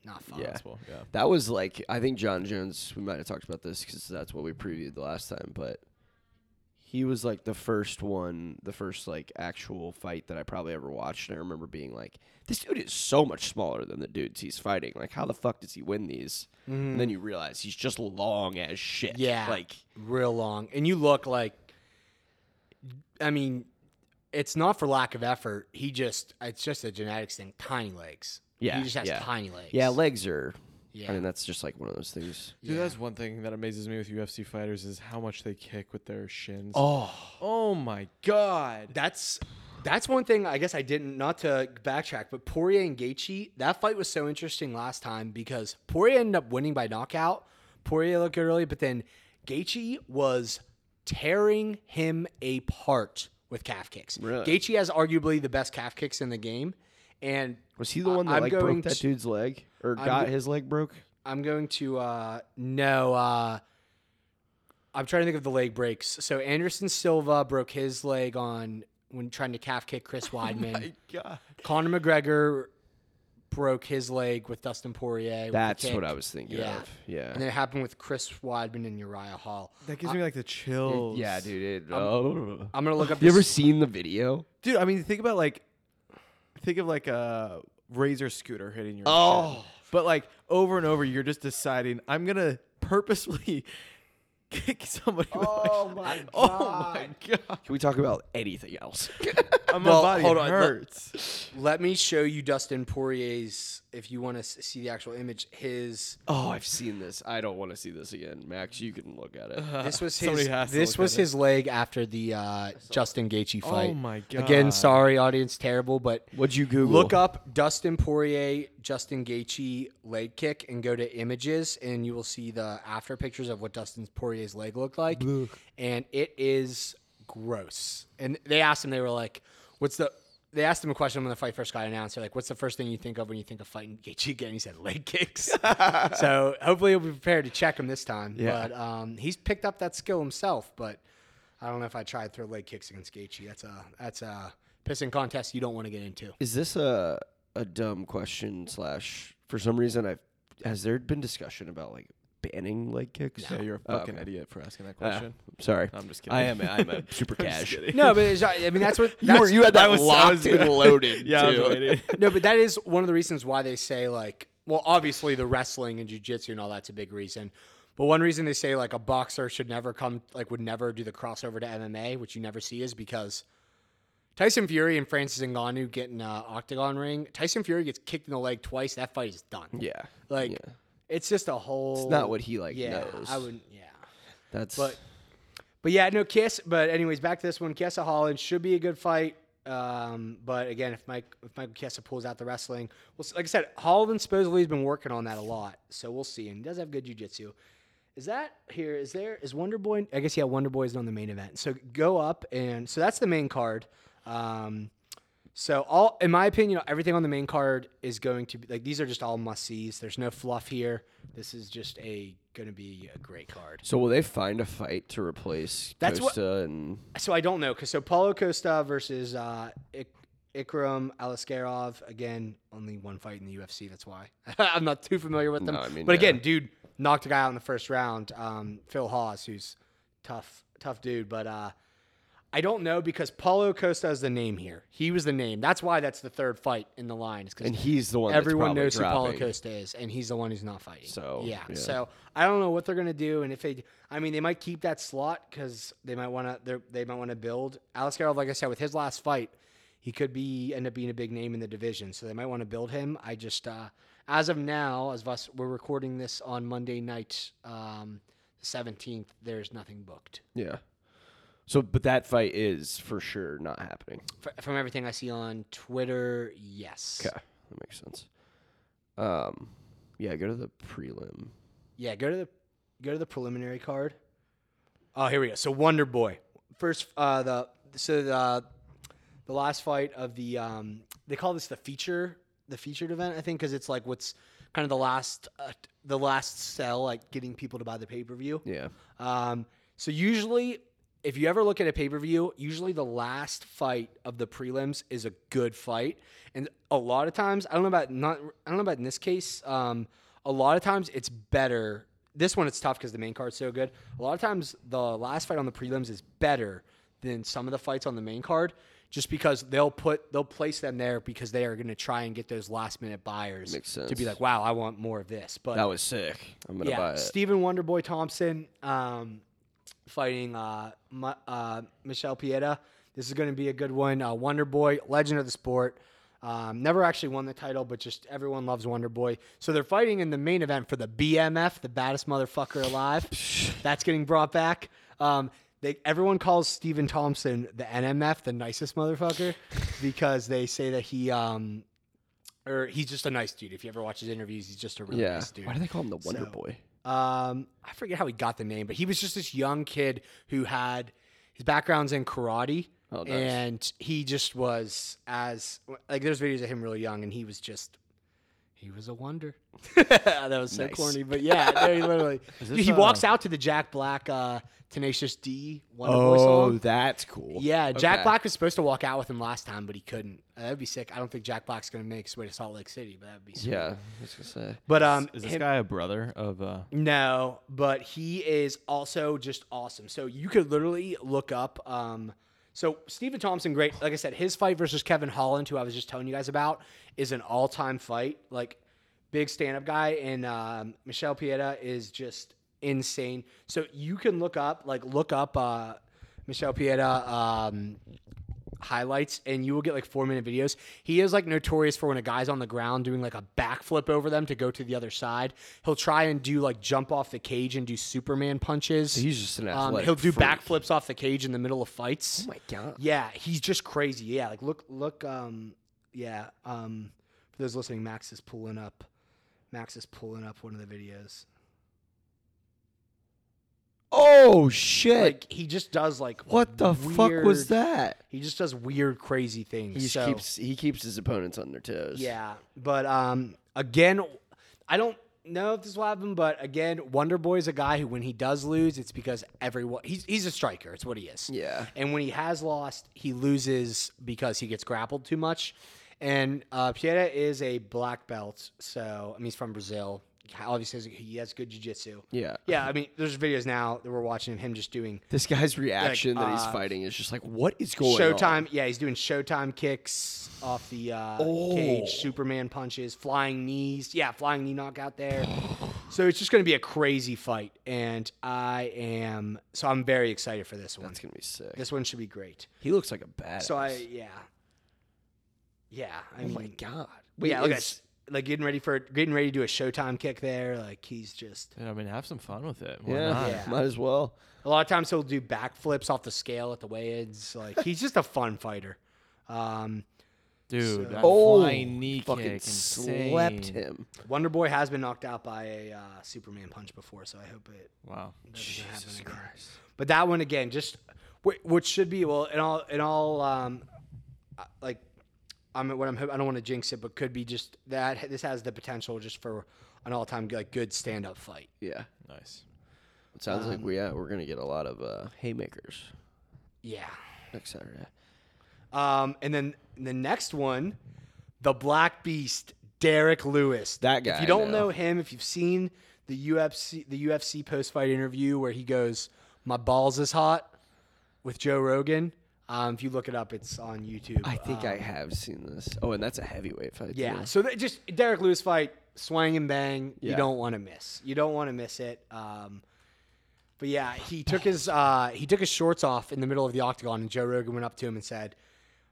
Speaker 1: not fun.
Speaker 3: Yeah.
Speaker 2: Possible, yeah.
Speaker 3: That was like I think John Jones. We might have talked about this because that's what we previewed the last time, but he was like the first one, the first like actual fight that I probably ever watched. And I remember being like, "This dude is so much smaller than the dudes he's fighting. Like, how the fuck does he win these?" And then you realize he's just long as shit.
Speaker 1: Mm-hmm. Yeah.
Speaker 3: like
Speaker 1: real long. And you look like, I mean, it's not for lack of effort. He just, it's just a genetics thing. Tiny legs.
Speaker 3: Yeah,
Speaker 1: He just has
Speaker 3: yeah.
Speaker 1: tiny legs.
Speaker 3: yeah, legs are.
Speaker 1: Yeah.
Speaker 3: I mean, that's just like one of those things.
Speaker 2: Dude, that's one thing that amazes me with UFC fighters is how much they kick with their shins.
Speaker 3: Oh,
Speaker 2: oh my god.
Speaker 1: That's, that's one thing I guess I didn't, not to backtrack, but Poirier and Gaethje, that fight was so interesting last time because Poirier ended up winning by knockout. Poirier looked good early, but then Gaethje was tearing him apart with calf kicks.
Speaker 3: Really?
Speaker 1: Gaethje has arguably the best calf kicks in the game. And
Speaker 3: was he the
Speaker 1: I-
Speaker 3: one that
Speaker 1: I'm
Speaker 3: like
Speaker 1: going
Speaker 3: broke that
Speaker 1: to-
Speaker 3: dude's leg or got
Speaker 1: go-
Speaker 3: his leg broke?
Speaker 1: I'm going to uh no uh I'm trying to think of the leg breaks. So Anderson Silva broke his leg on when trying to calf kick Chris Weidman.
Speaker 3: God.
Speaker 1: Conor McGregor broke his leg with Dustin Poirier. with the
Speaker 3: That's what
Speaker 1: kick,
Speaker 3: I was thinking
Speaker 1: Yeah.
Speaker 3: of. Yeah.
Speaker 1: And it happened with Chris Weidman and Uriah Hall.
Speaker 4: That gives me like the chills.
Speaker 3: yeah, dude. It, oh.
Speaker 1: I'm gonna look up.
Speaker 3: you
Speaker 1: this-
Speaker 3: ever seen the video?
Speaker 4: Dude, I mean, think about like, think of like a razor scooter hitting your.
Speaker 3: Oh.
Speaker 4: shin. But like over and over, you're just deciding I'm gonna purposely kick somebody. with
Speaker 1: Oh
Speaker 4: my,
Speaker 1: my
Speaker 4: Oh my god!
Speaker 3: Can we talk about anything else?
Speaker 4: I'm
Speaker 1: Well,
Speaker 4: body
Speaker 1: hold
Speaker 4: hold
Speaker 1: on, let-
Speaker 4: hurts.
Speaker 1: Let me show you Dustin Poirier's. If you want to see the actual image, his
Speaker 3: oh, I've seen this. I don't want to see this again. Max, you can look at it.
Speaker 1: this was
Speaker 2: Uh, somebody
Speaker 1: his
Speaker 2: has to
Speaker 1: this
Speaker 2: look
Speaker 1: was
Speaker 2: at it. Oh
Speaker 1: his leg after the uh, Justin Gaethje fight.
Speaker 2: my
Speaker 1: Again,
Speaker 2: God.
Speaker 1: sorry, audience, terrible, but
Speaker 3: What'd you Google?
Speaker 1: look up Dustin Poirier Justin Gaethje leg kick and go to images, and you will see the after pictures of what Dustin Poirier's leg looked like, and it is gross. And they asked him, they were like, "What's the?" They asked him a question when the fight first got announced. They're like, "What's the first thing you think of when you think of fighting Gaethje again?" He said, "Leg kicks." so hopefully, he'll be prepared to check him this time.
Speaker 4: Yeah.
Speaker 1: But um, he's picked up that skill himself, but. I don't know if I tried to throw leg kicks against Gaethje. That's a that's a pissing contest you don't want to get into.
Speaker 3: Is this a a dumb question slash for some reason I've has there been discussion about like banning leg kicks?
Speaker 2: Yeah, you're a
Speaker 3: Oh,
Speaker 2: fucking
Speaker 3: okay.
Speaker 2: idiot for asking that
Speaker 3: Ah,
Speaker 2: question.
Speaker 3: sorry.
Speaker 2: I'm just kidding.
Speaker 3: I am I'm a super cash.
Speaker 1: No, but it's, I mean that's what
Speaker 3: You,
Speaker 1: that's,
Speaker 3: were, you had that
Speaker 2: was- I
Speaker 3: locked
Speaker 2: was
Speaker 3: and
Speaker 2: gonna-
Speaker 3: loaded.
Speaker 2: yeah, I was
Speaker 3: too.
Speaker 2: waiting.
Speaker 1: no, but that is one of the reasons why they say like, well, obviously the wrestling and jujitsu and all that's a big reason. But one reason they say like a boxer should never come like would never do the crossover to MMA, which you never see, is because Tyson Fury and Francis Ngannou get in an octagon ring. Tyson Fury gets kicked in the leg twice. That fight is done.
Speaker 3: Yeah.
Speaker 1: like
Speaker 3: yeah.
Speaker 1: it's just a whole.
Speaker 3: It's not what he like
Speaker 1: yeah,
Speaker 3: knows.
Speaker 1: I wouldn't. Yeah.
Speaker 3: That's
Speaker 1: But but yeah, no Kiss. But anyways, back to this one. Kiesa Holland should be a good fight. Um, but again, if Mike if Michael Kiesa pulls out the wrestling, well, s- like I said, Holland supposedly has been working on that a lot, so we'll see. And he does have good jujitsu. Is that here? Is there is Wonder Boy? I guess yeah, Wonder Boy is on the main event. So go up and so that's the main card. Um, so all in my opinion, everything on the main card is going to be like these are just all must sees. There's no fluff here. This is just a going to be a great card.
Speaker 3: so will they find a fight to replace
Speaker 1: That's what-
Speaker 3: Costa and
Speaker 1: So I don't know because so Paulo Costa versus uh, Ik- Ikram Alaskarov again, only one fight in the UFC. That's why I'm not too familiar with them.
Speaker 3: No, I mean,
Speaker 1: but again,
Speaker 3: yeah.
Speaker 1: dude knocked a guy out in the first round. Um, Phil Haas, who's tough, tough dude, but uh, I don't know because Paulo Costa is the name here. He was the name. That's why that's the third fight in the line. Is
Speaker 3: and
Speaker 1: because
Speaker 3: he's the one
Speaker 1: everyone knows
Speaker 3: that's
Speaker 1: who
Speaker 3: probably
Speaker 1: Paulo Costa is, and he's the one who's not fighting.
Speaker 3: So,
Speaker 1: yeah.
Speaker 3: yeah.
Speaker 1: So I don't know what they're gonna do, and if they, I mean, they might keep that slot because they might want to. They might want to build Alex Garov. Like I said, with his last fight, he could be end up being a big name in the division. So they might want to build him. I just, uh, as of now, as of us, we're recording this on Monday night, um, seventeenth. There's nothing booked
Speaker 3: Yeah. So but that fight is for sure not happening.
Speaker 1: Fr- from everything I see on Twitter. Yes.
Speaker 3: Okay, that makes sense. Um, yeah, go to the prelim.
Speaker 1: Yeah, go to the go to the preliminary card. Oh, here we go. So Wonder Boy first. Uh, the so the the last fight of the um, they call this the feature the featured event I think because it's like what's kind of the last uh, the last sell like getting people to buy the pay per view.
Speaker 3: Yeah,
Speaker 1: Um, so usually, if you ever look at a pay per view, usually the last fight of the prelims is a good fight, and a lot of times, I don't know about not, I don't know about in this case. Um, a lot of times, it's better. This one, it's tough because the main card's so good. A lot of times, the last fight on the prelims is better than some of the fights on the main card, just because they'll put they'll place them there because they are going to try and get those last minute buyers
Speaker 3: Makes
Speaker 1: to be
Speaker 3: sense.
Speaker 1: like, wow, I want more of this. But
Speaker 3: that was sick. I'm gonna buy it.
Speaker 1: Stephen Wonderboy Thompson um, fighting uh, Mi- uh, Michelle Pieta. This is going to be a good one. Uh, Wonderboy, legend of the sport. Um, never actually won the title, but just everyone loves Wonderboy. So they're fighting in the main event for the BMF, the baddest motherfucker alive. That's getting brought back. Um, they, everyone calls Stephen Thompson the NMF, the nicest motherfucker, because they say that he, um, or he's just a nice dude. If you ever watch his interviews, he's just a really
Speaker 3: yeah.
Speaker 1: nice dude.
Speaker 3: Why do they call him the Wonder
Speaker 1: So-
Speaker 3: Boy?
Speaker 1: Um, I forget how he got the name, but he was just this young kid who had his background's in karate,
Speaker 3: Oh, nice.
Speaker 1: and he just was as like there's videos of him really young, and he was just He was a wonder. that was so
Speaker 3: Nice.
Speaker 1: corny, but yeah, no, he literally.
Speaker 4: this,
Speaker 1: he
Speaker 4: uh,
Speaker 1: walks out to the Jack Black uh, Tenacious D Wonderboy song.
Speaker 3: that's cool.
Speaker 1: Yeah,
Speaker 3: Oh, Okay.
Speaker 1: Jack Black was supposed to walk out with him last time, but he couldn't. Uh, that'd be sick. I don't think Jack Black's gonna make his way to Salt Lake City, but that'd be sick.
Speaker 3: Yeah, I was gonna say.
Speaker 1: But um,
Speaker 2: Is this
Speaker 1: him-
Speaker 2: guy a brother of uh
Speaker 1: no, but he is also just awesome. So you could literally look up. Um, so Stephen Thompson, great. Like I said, his fight versus Kevin Holland, who I was just telling you guys about, is an all-time fight. Like big stand-up guy, and um, Michelle Pieta is just insane. So you can look up, like look up uh, Michelle Pieta. Um, highlights and you will get like four minute videos. He is like notorious for when a guy's on the ground doing like a backflip over them to go to the other side. He'll try and do like jump off the cage and do Superman punches.
Speaker 3: He's just an
Speaker 1: um,
Speaker 3: athletic.
Speaker 1: he'll do
Speaker 3: freak. Oh
Speaker 1: backflips off the cage in the middle of fights.
Speaker 3: my god.
Speaker 1: yeah, he's just crazy. Yeah, like look, look, um, yeah. Um, for those listening, Max is pulling up. Max is pulling up one of the videos.
Speaker 3: Oh shit!
Speaker 1: Like he just does like
Speaker 3: what the fuck
Speaker 1: weird-
Speaker 3: was that?
Speaker 1: He just does weird, crazy things.
Speaker 3: He just
Speaker 1: so.
Speaker 3: keeps he keeps his opponents on their toes.
Speaker 1: Yeah, but um, again, I don't know if this will happen, but again, Wonder Boy's a guy who, when he does lose, it's because everyone he's he's a striker. It's what he is.
Speaker 3: Yeah.
Speaker 1: And when he has lost, he loses because he gets grappled too much. And uh, Pieta is a black belt, so I mean he's from Brazil. Obviously, has- he has good jiu-jitsu.
Speaker 3: Yeah.
Speaker 1: Yeah, I mean, there's videos now that we're watching of him just doing
Speaker 3: This guy's reaction that he's
Speaker 1: uh,
Speaker 3: fighting is just like, what is going
Speaker 1: Showtime.
Speaker 3: on?
Speaker 1: Yeah, he's doing Showtime kicks off the uh,
Speaker 3: Oh.
Speaker 1: cage, Superman punches, flying knees. Yeah, flying knee knockout there. so it's just going to be a crazy fight, and I am so I'm very excited for this one.
Speaker 3: That's gonna be sick.
Speaker 1: This one should be great.
Speaker 3: He looks like a badass.
Speaker 1: So I yeah, yeah. I
Speaker 3: oh
Speaker 1: mean,
Speaker 3: my god.
Speaker 1: yeah, look
Speaker 3: is-
Speaker 1: at like getting ready for getting ready to do a Showtime kick there. Like he's just
Speaker 2: I mean, have some fun with it. Why
Speaker 3: Yeah,
Speaker 2: not?
Speaker 1: Yeah.
Speaker 3: might as well.
Speaker 1: a lot of times he'll do backflips off the scale at the weigh-ins. Like he's just a fun fighter. Um,
Speaker 2: Dude, that
Speaker 3: Oh,
Speaker 2: flying knee
Speaker 3: Fucking
Speaker 2: kick,
Speaker 3: slept
Speaker 2: insane.
Speaker 3: him.
Speaker 1: Wonder Boy has been knocked out by a uh, Superman punch before, so I hope it
Speaker 2: Wow.
Speaker 1: doesn't happen again. But that one again, just wh- which should be well, and all and all um, uh, like I'm what I'm hop- I don't want to jinx it, but could be just that this has the potential just for an all time like good stand up fight.
Speaker 3: Yeah.
Speaker 2: Nice.
Speaker 3: It sounds
Speaker 2: Um,
Speaker 3: like we yeah, we're gonna get a lot of uh, haymakers
Speaker 1: Yeah.
Speaker 3: next Saturday.
Speaker 1: Um, and then the next one, the Black Beast, Derek Lewis.
Speaker 3: That guy
Speaker 1: If
Speaker 3: I
Speaker 1: you don't
Speaker 3: know.
Speaker 1: know him, if you've seen the UFC the UFC post fight interview where he goes, "My balls is hot," with Joe Rogan. Um, if you look it up, it's on YouTube.
Speaker 3: I think
Speaker 1: Um,
Speaker 2: Uh.
Speaker 3: I have seen this. Oh, and that's a heavyweight fight.
Speaker 1: Yeah.
Speaker 3: too.
Speaker 1: So that just Derek Lewis fight, swang and bang.
Speaker 3: Yeah.
Speaker 1: You don't want to miss. You don't want to miss it. Um, but yeah, he took his uh, he took his shorts off in the middle of the octagon, and Joe Rogan went up to him and said,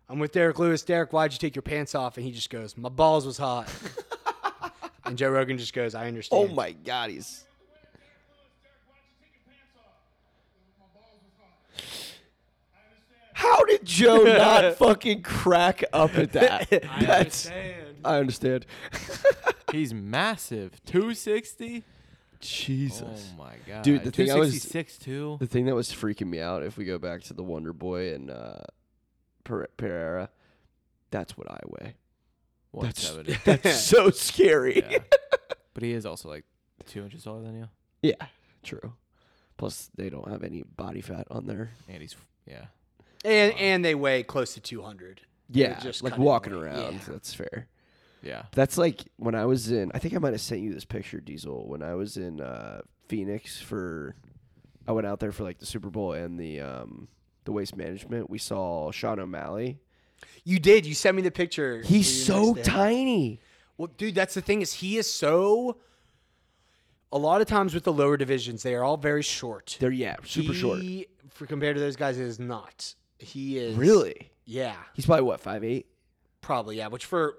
Speaker 1: "I'm with Derek Lewis. Derek, why'd you take your pants off?" And he just goes, "My balls was hot." and Joe Rogan just goes, "I understand."
Speaker 3: Oh my god, he's How did Joe not fucking crack up at that? That's I understand.
Speaker 2: He's massive. 260? Oh
Speaker 3: Jesus.
Speaker 2: my god.
Speaker 3: Dude, the thing I was-
Speaker 2: 266 too.
Speaker 3: The thing that was freaking me out, if we go back to the Wonder Boy and uh, Per- Pereira, that's what I weigh.
Speaker 2: 170.
Speaker 3: That's so scary.
Speaker 2: yeah. But he is also like 2 inches taller than you.
Speaker 3: Yeah, true. Plus, they don't have any body fat on there.
Speaker 2: And he's yeah.
Speaker 1: And and they weigh close to 200. They're
Speaker 3: Yeah,
Speaker 1: just
Speaker 3: like
Speaker 1: cutting
Speaker 3: walking
Speaker 1: weight.
Speaker 3: around.
Speaker 1: Yeah.
Speaker 3: That's fair.
Speaker 2: Yeah.
Speaker 3: That's like when I was in. I think I might have sent you this picture, Diesel. When I was in uh, Phoenix for, I went out there for like the Super Bowl and the um, the waste management. We saw Sean O'Malley.
Speaker 1: You did. You sent me the picture.
Speaker 3: He's
Speaker 1: where you
Speaker 3: so
Speaker 1: next to him.
Speaker 3: tiny.
Speaker 1: Well, dude, that's the thing is he is so. A lot of times with the lower divisions, they are all very short.
Speaker 3: They're yeah, super short.
Speaker 1: He, for compared to those guys, is not. He is
Speaker 3: Really?
Speaker 1: yeah,
Speaker 3: He's probably what five eight.
Speaker 1: probably yeah. Which for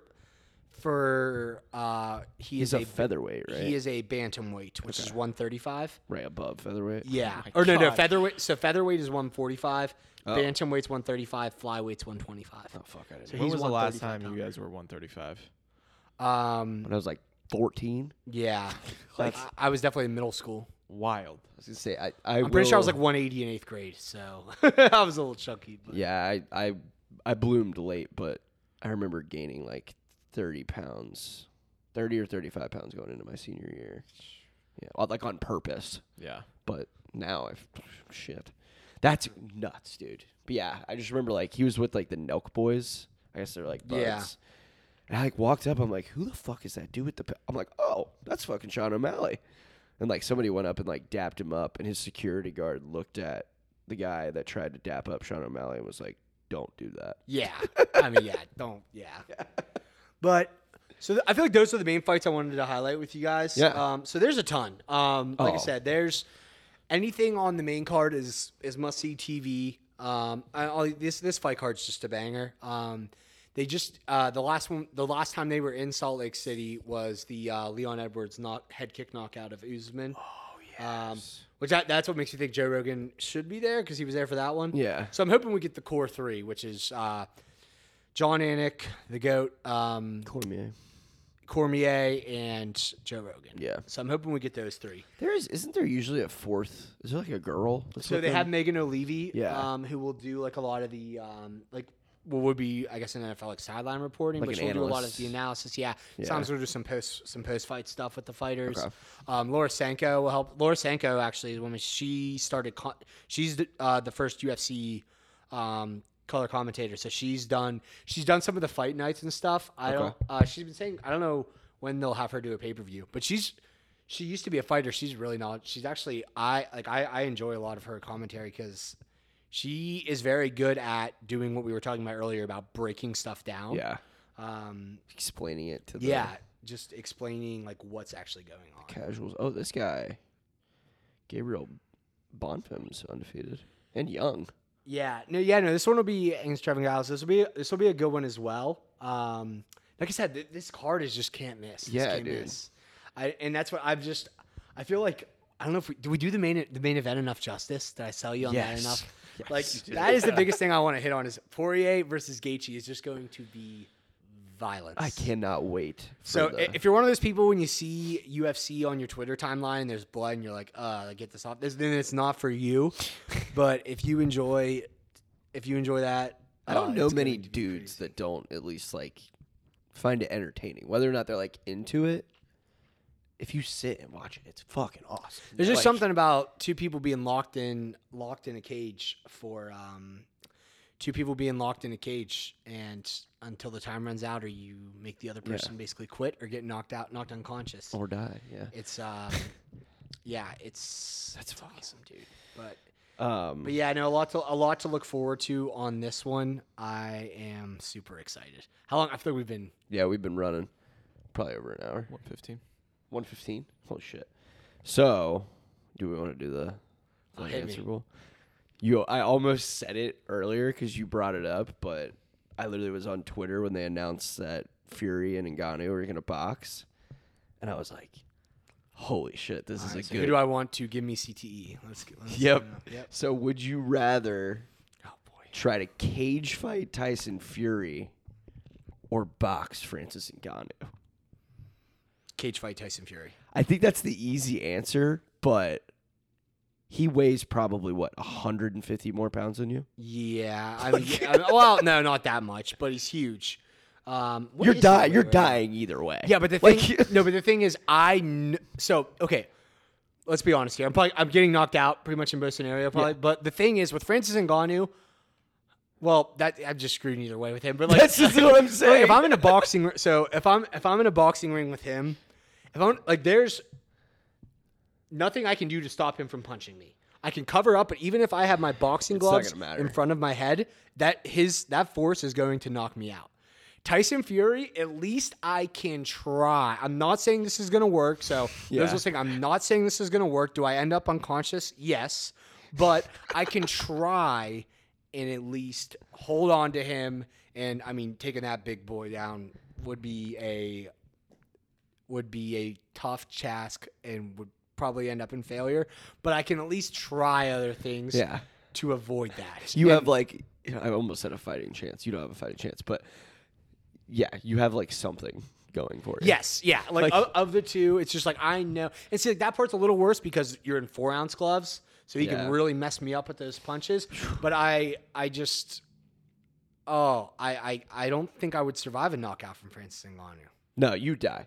Speaker 1: for uh, he
Speaker 3: He's
Speaker 1: is
Speaker 3: a featherweight, right? Oh
Speaker 1: He is a bantamweight, which is one thirty five.
Speaker 3: right above featherweight.
Speaker 1: Yeah, or no, no
Speaker 2: God.
Speaker 1: featherweight. So featherweight is one forty five. Bantamweight's one thirty five. Flyweight's one twenty five.
Speaker 3: Oh fuck, I didn't.
Speaker 1: So
Speaker 3: know.
Speaker 2: When
Speaker 1: he's
Speaker 2: was the last
Speaker 1: 135
Speaker 2: time you guys were 135?
Speaker 3: Oh.
Speaker 1: Um,
Speaker 3: When I was like fourteen,
Speaker 1: yeah, like I, I was definitely in middle school.
Speaker 2: Wild.
Speaker 3: I was gonna say I. I am
Speaker 1: I'm pretty sure I was like 180 in eighth grade, so I was a little chunky. But
Speaker 3: Yeah, I I I bloomed late, but I remember gaining like thirty pounds thirty or thirty-five pounds going into my senior year. Yeah, well, like on purpose.
Speaker 2: Yeah.
Speaker 3: But now I've shit. That's nuts, dude. But yeah, I just remember like he was with like the Nelk boys. I guess they're like buds.
Speaker 1: Yeah.
Speaker 3: And I like walked up. I'm like, who the fuck is that dude with the? pa-" I'm like, oh, that's fucking Sean O'Malley. And like somebody went up and like dapped him up, and his security guard looked at the guy that tried to dap up Sean O'Malley and was like, don't do that.
Speaker 1: Yeah. I mean, yeah, don't, yeah. But so th- I feel like those are the main fights I wanted to highlight with you guys.
Speaker 3: Yeah.
Speaker 1: Um, so there's a ton. Um, like
Speaker 3: Oh.
Speaker 1: I said, there's anything on the main card is is must see TV. Um, I, I, this this fight card's just a banger. Um, they just uh, the last one the last time they were in Salt Lake City was the uh, Leon Edwards not head kick knockout of Usman. Oh yeah. Um, which that, that's what makes me think Joe Rogan should be there because he was there for that one.
Speaker 3: Yeah.
Speaker 1: So I'm hoping we get the core three, which is uh, John Anik, the goat, um,
Speaker 3: Cormier.
Speaker 1: Cormier, and Joe Rogan.
Speaker 3: Yeah.
Speaker 1: So I'm hoping we get those three.
Speaker 3: There is, isn't there usually a fourth? Is there like a girl? that's
Speaker 1: So
Speaker 3: with
Speaker 1: they
Speaker 3: them?
Speaker 1: have Megan O'Leary,
Speaker 3: Yeah.
Speaker 1: um, who will do like a lot of the um, like what would be I guess in NFL like sideline reporting,
Speaker 3: Like
Speaker 1: but
Speaker 3: an
Speaker 1: she'll do a lot of
Speaker 3: analyst.
Speaker 1: the analysis. Yeah, sometimes we'll do some post some post fight stuff with the fighters.
Speaker 3: Okay.
Speaker 1: Um, Laura Sanko will help. Laura Sanko actually is when she started. Con- she's the, uh, the first UFC um, color commentator, so she's done she's done some of the fight nights and stuff. I don't. Uh, she's been saying I don't know when they'll have her do a pay per view, but she's she used to be a fighter. She's really not. She's actually I like I, I enjoy a lot of her commentary because she is very good at doing what we were talking about earlier about breaking stuff down.
Speaker 3: Yeah.
Speaker 1: Um,
Speaker 3: Explaining it to the
Speaker 1: yeah. Just explaining like what's actually going on.
Speaker 3: casuals. Oh, this guy, Gabriel Bonfim's undefeated and young.
Speaker 1: Yeah. No. Yeah. No. This one will be against Trevin Giles. This will be this will be a good one as well. Um, like I said, th- this card is just can't miss. This
Speaker 3: Yeah,
Speaker 1: can't
Speaker 3: dude.
Speaker 1: miss. I and that's what I've just. I feel like I don't know if we do we do the main the main event enough justice. Did I sell you on that
Speaker 3: Yes.
Speaker 1: enough? Like that is the biggest thing I want to hit on is Poirier versus Gaethje is just going to be violence.
Speaker 3: I cannot wait. for
Speaker 1: So i-
Speaker 3: the-
Speaker 1: if you're one of those people when you see UFC on your Twitter timeline, there's blood, and you're like, "Uh, like, get this off." This, then it's not for you. but if you enjoy, if you enjoy that,
Speaker 3: I don't
Speaker 1: uh,
Speaker 3: know
Speaker 1: it's gonna
Speaker 3: many
Speaker 1: be
Speaker 3: dudes that don't at least like find it entertaining, whether or not they're like into it. If you sit and watch it, it's fucking awesome.
Speaker 1: There's just
Speaker 3: Like,
Speaker 1: something about two people being locked in, locked in a cage for um, two people being locked in a cage, and until the time runs out, or you make the other person basically quit or get knocked out, knocked unconscious.
Speaker 3: or die. Yeah.
Speaker 1: It's um, yeah, it's that's it's awesome, dude. But
Speaker 3: Um,
Speaker 1: But yeah, no, a lot to a lot to look forward to on this one. I am super excited. How long? I feel like we've been.
Speaker 3: yeah, we've been running probably over an hour.
Speaker 2: 115.
Speaker 3: One fifteen. Holy shit. So, do we want to do the, the
Speaker 1: Oh, hit me.
Speaker 3: answer roll? You, I almost said it earlier because you brought it up, but I literally was on Twitter when they announced that Fury and Ngannou were gonna box, and I was like, "Holy shit, this is a
Speaker 1: So
Speaker 3: good."
Speaker 1: Who do I want to give me CTE? Let's get. Let's,
Speaker 3: yep.
Speaker 1: Yep.
Speaker 3: So, would you rather
Speaker 1: Oh boy.
Speaker 3: try to cage fight Tyson Fury or box Francis Ngannou?
Speaker 1: Cage fight Tyson Fury.
Speaker 3: I think that's the easy answer, but he weighs probably what 150 more pounds than you.
Speaker 1: Yeah. I mean, I mean, well, no, not that much, but he's huge. Um, what
Speaker 3: you're
Speaker 1: is his
Speaker 3: dying.
Speaker 1: weight
Speaker 3: You're
Speaker 1: right now?
Speaker 3: dying either way.
Speaker 1: Yeah, but the
Speaker 3: like,
Speaker 1: thing, no, but the thing is, I kn- so okay. Let's be honest here. I'm probably I'm getting knocked out pretty much in both scenario probably. But the thing is, with Francis Ngannou, well, that I'm just screwed either way with him. But like,
Speaker 3: That's just what I'm saying.
Speaker 1: Like, if I'm in a boxing, ri- so if I'm if I'm in a boxing ring with him, if I'm like, there's nothing I can do to stop him from punching me. I can cover up, but even if I have my boxing
Speaker 3: not
Speaker 1: gloves
Speaker 3: gonna matter.
Speaker 1: in front of my head, that his that force is going to knock me out. Tyson Fury, at least I can try. I'm not saying this is going to work. So those listening, I'm not saying this is going to work. Do I end up unconscious? Yes, but I can try and at least hold on to him. And I mean, taking that big boy down would be a would be a tough task and would probably end up in failure. But I can at least try other things
Speaker 3: yeah,
Speaker 1: to avoid that.
Speaker 3: you have like I almost said a fighting chance. You don't have a fighting chance, but yeah, you have like something going for you.
Speaker 1: Yes, yeah. Like, of, of the two, it's just like I know. And see, like that part's a little worse because you're in four ounce gloves, so he
Speaker 3: Yeah.
Speaker 1: can really mess me up with those punches. But I, I just, oh, I, I, I don't think I would survive a knockout from Francis Ngannou.
Speaker 3: No, you die.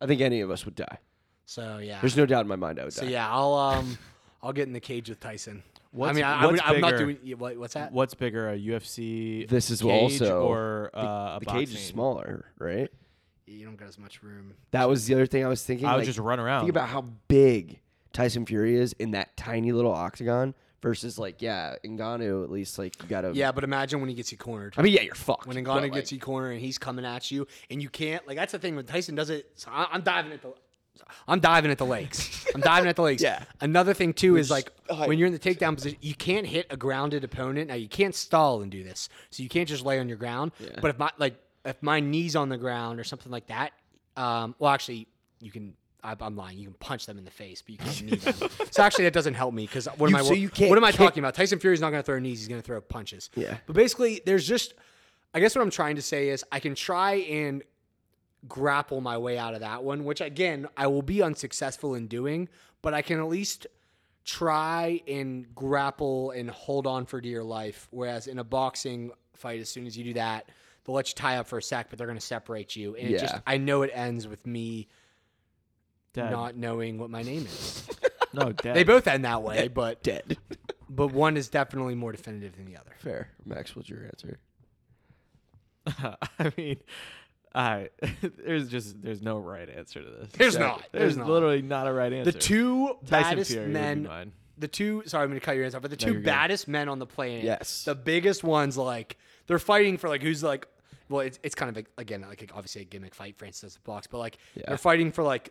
Speaker 3: I think any of us would die.
Speaker 1: So yeah.
Speaker 3: There's no doubt in my mind I would
Speaker 1: so
Speaker 3: die.
Speaker 1: yeah, I'll um, I'll get in the cage with Tyson. I
Speaker 2: What's-
Speaker 1: mean, I, I
Speaker 2: what's
Speaker 1: would, I'm not
Speaker 2: bigger?
Speaker 1: doing. yeah, What, what's that?
Speaker 2: What's bigger, a UFC
Speaker 3: This is
Speaker 2: cage
Speaker 3: also-
Speaker 2: or uh, a
Speaker 3: the
Speaker 2: boxing?
Speaker 3: cage is smaller, right?
Speaker 1: You don't got as much room.
Speaker 3: That was the other thing I was thinking.
Speaker 2: I would
Speaker 3: like,
Speaker 2: just run around.
Speaker 3: Think about how big Tyson Fury is in that tiny little octagon versus like yeah, Ngannou at least like you got to
Speaker 1: Yeah, but imagine when he gets you cornered.
Speaker 3: I mean yeah, you're fucked.
Speaker 1: When
Speaker 3: but,
Speaker 1: Ngannou
Speaker 3: like,
Speaker 1: gets you cornered and he's coming at you and you can't like that's the thing when Tyson does it. So I, I'm diving at the. I'm diving at the legs. I'm diving at the legs.
Speaker 3: Yeah. oh,
Speaker 1: Another thing too is like
Speaker 3: height.
Speaker 1: when you're in the takedown position, you can't hit a grounded opponent. Now you can't stall and do this, so you can't just lay on your ground. But if my like if my knees on the ground or something like that, um, well actually you can. I, I'm lying. You can punch them in the face, but you can't knee them. so actually that doesn't help me because what am
Speaker 3: You-
Speaker 1: I?
Speaker 3: so you can't
Speaker 1: what am I
Speaker 3: kick-
Speaker 1: talking about? Tyson Fury's not going to throw knees. He's going to throw punches.
Speaker 3: Yeah.
Speaker 1: But basically, there's just, I guess what I'm trying to say is I can try and grapple my way out of that one, which again, I will be unsuccessful in doing, but I can at least try and grapple and hold on for dear life. Whereas in a boxing fight, as soon as you do that, they'll let you tie up for a sec, but they're going to separate you. And it just,
Speaker 3: Yeah.
Speaker 1: I know it ends with me
Speaker 2: Dead.
Speaker 1: not knowing what my name is.
Speaker 2: no, dead.
Speaker 1: they both end that way, but
Speaker 3: dead.
Speaker 1: but one is definitely more definitive than the other.
Speaker 3: Fair. Max, what's your answer?
Speaker 2: I mean, I there's just there's no right answer to this.
Speaker 1: There's not. There's
Speaker 2: There's,
Speaker 1: not.
Speaker 2: literally not a right answer.
Speaker 1: The two
Speaker 2: Tyson
Speaker 1: baddest
Speaker 2: Fury would be
Speaker 1: men,
Speaker 2: mine.
Speaker 1: the two. Sorry, I'm gonna cut your answer, off, but the two
Speaker 2: you're good.
Speaker 1: baddest men on the planet.
Speaker 3: Yes.
Speaker 1: the biggest ones. Like they're fighting for like who's like. Well, it's, it's kind of a, again like obviously a gimmick fight. Francis does the box, but like they're fighting for like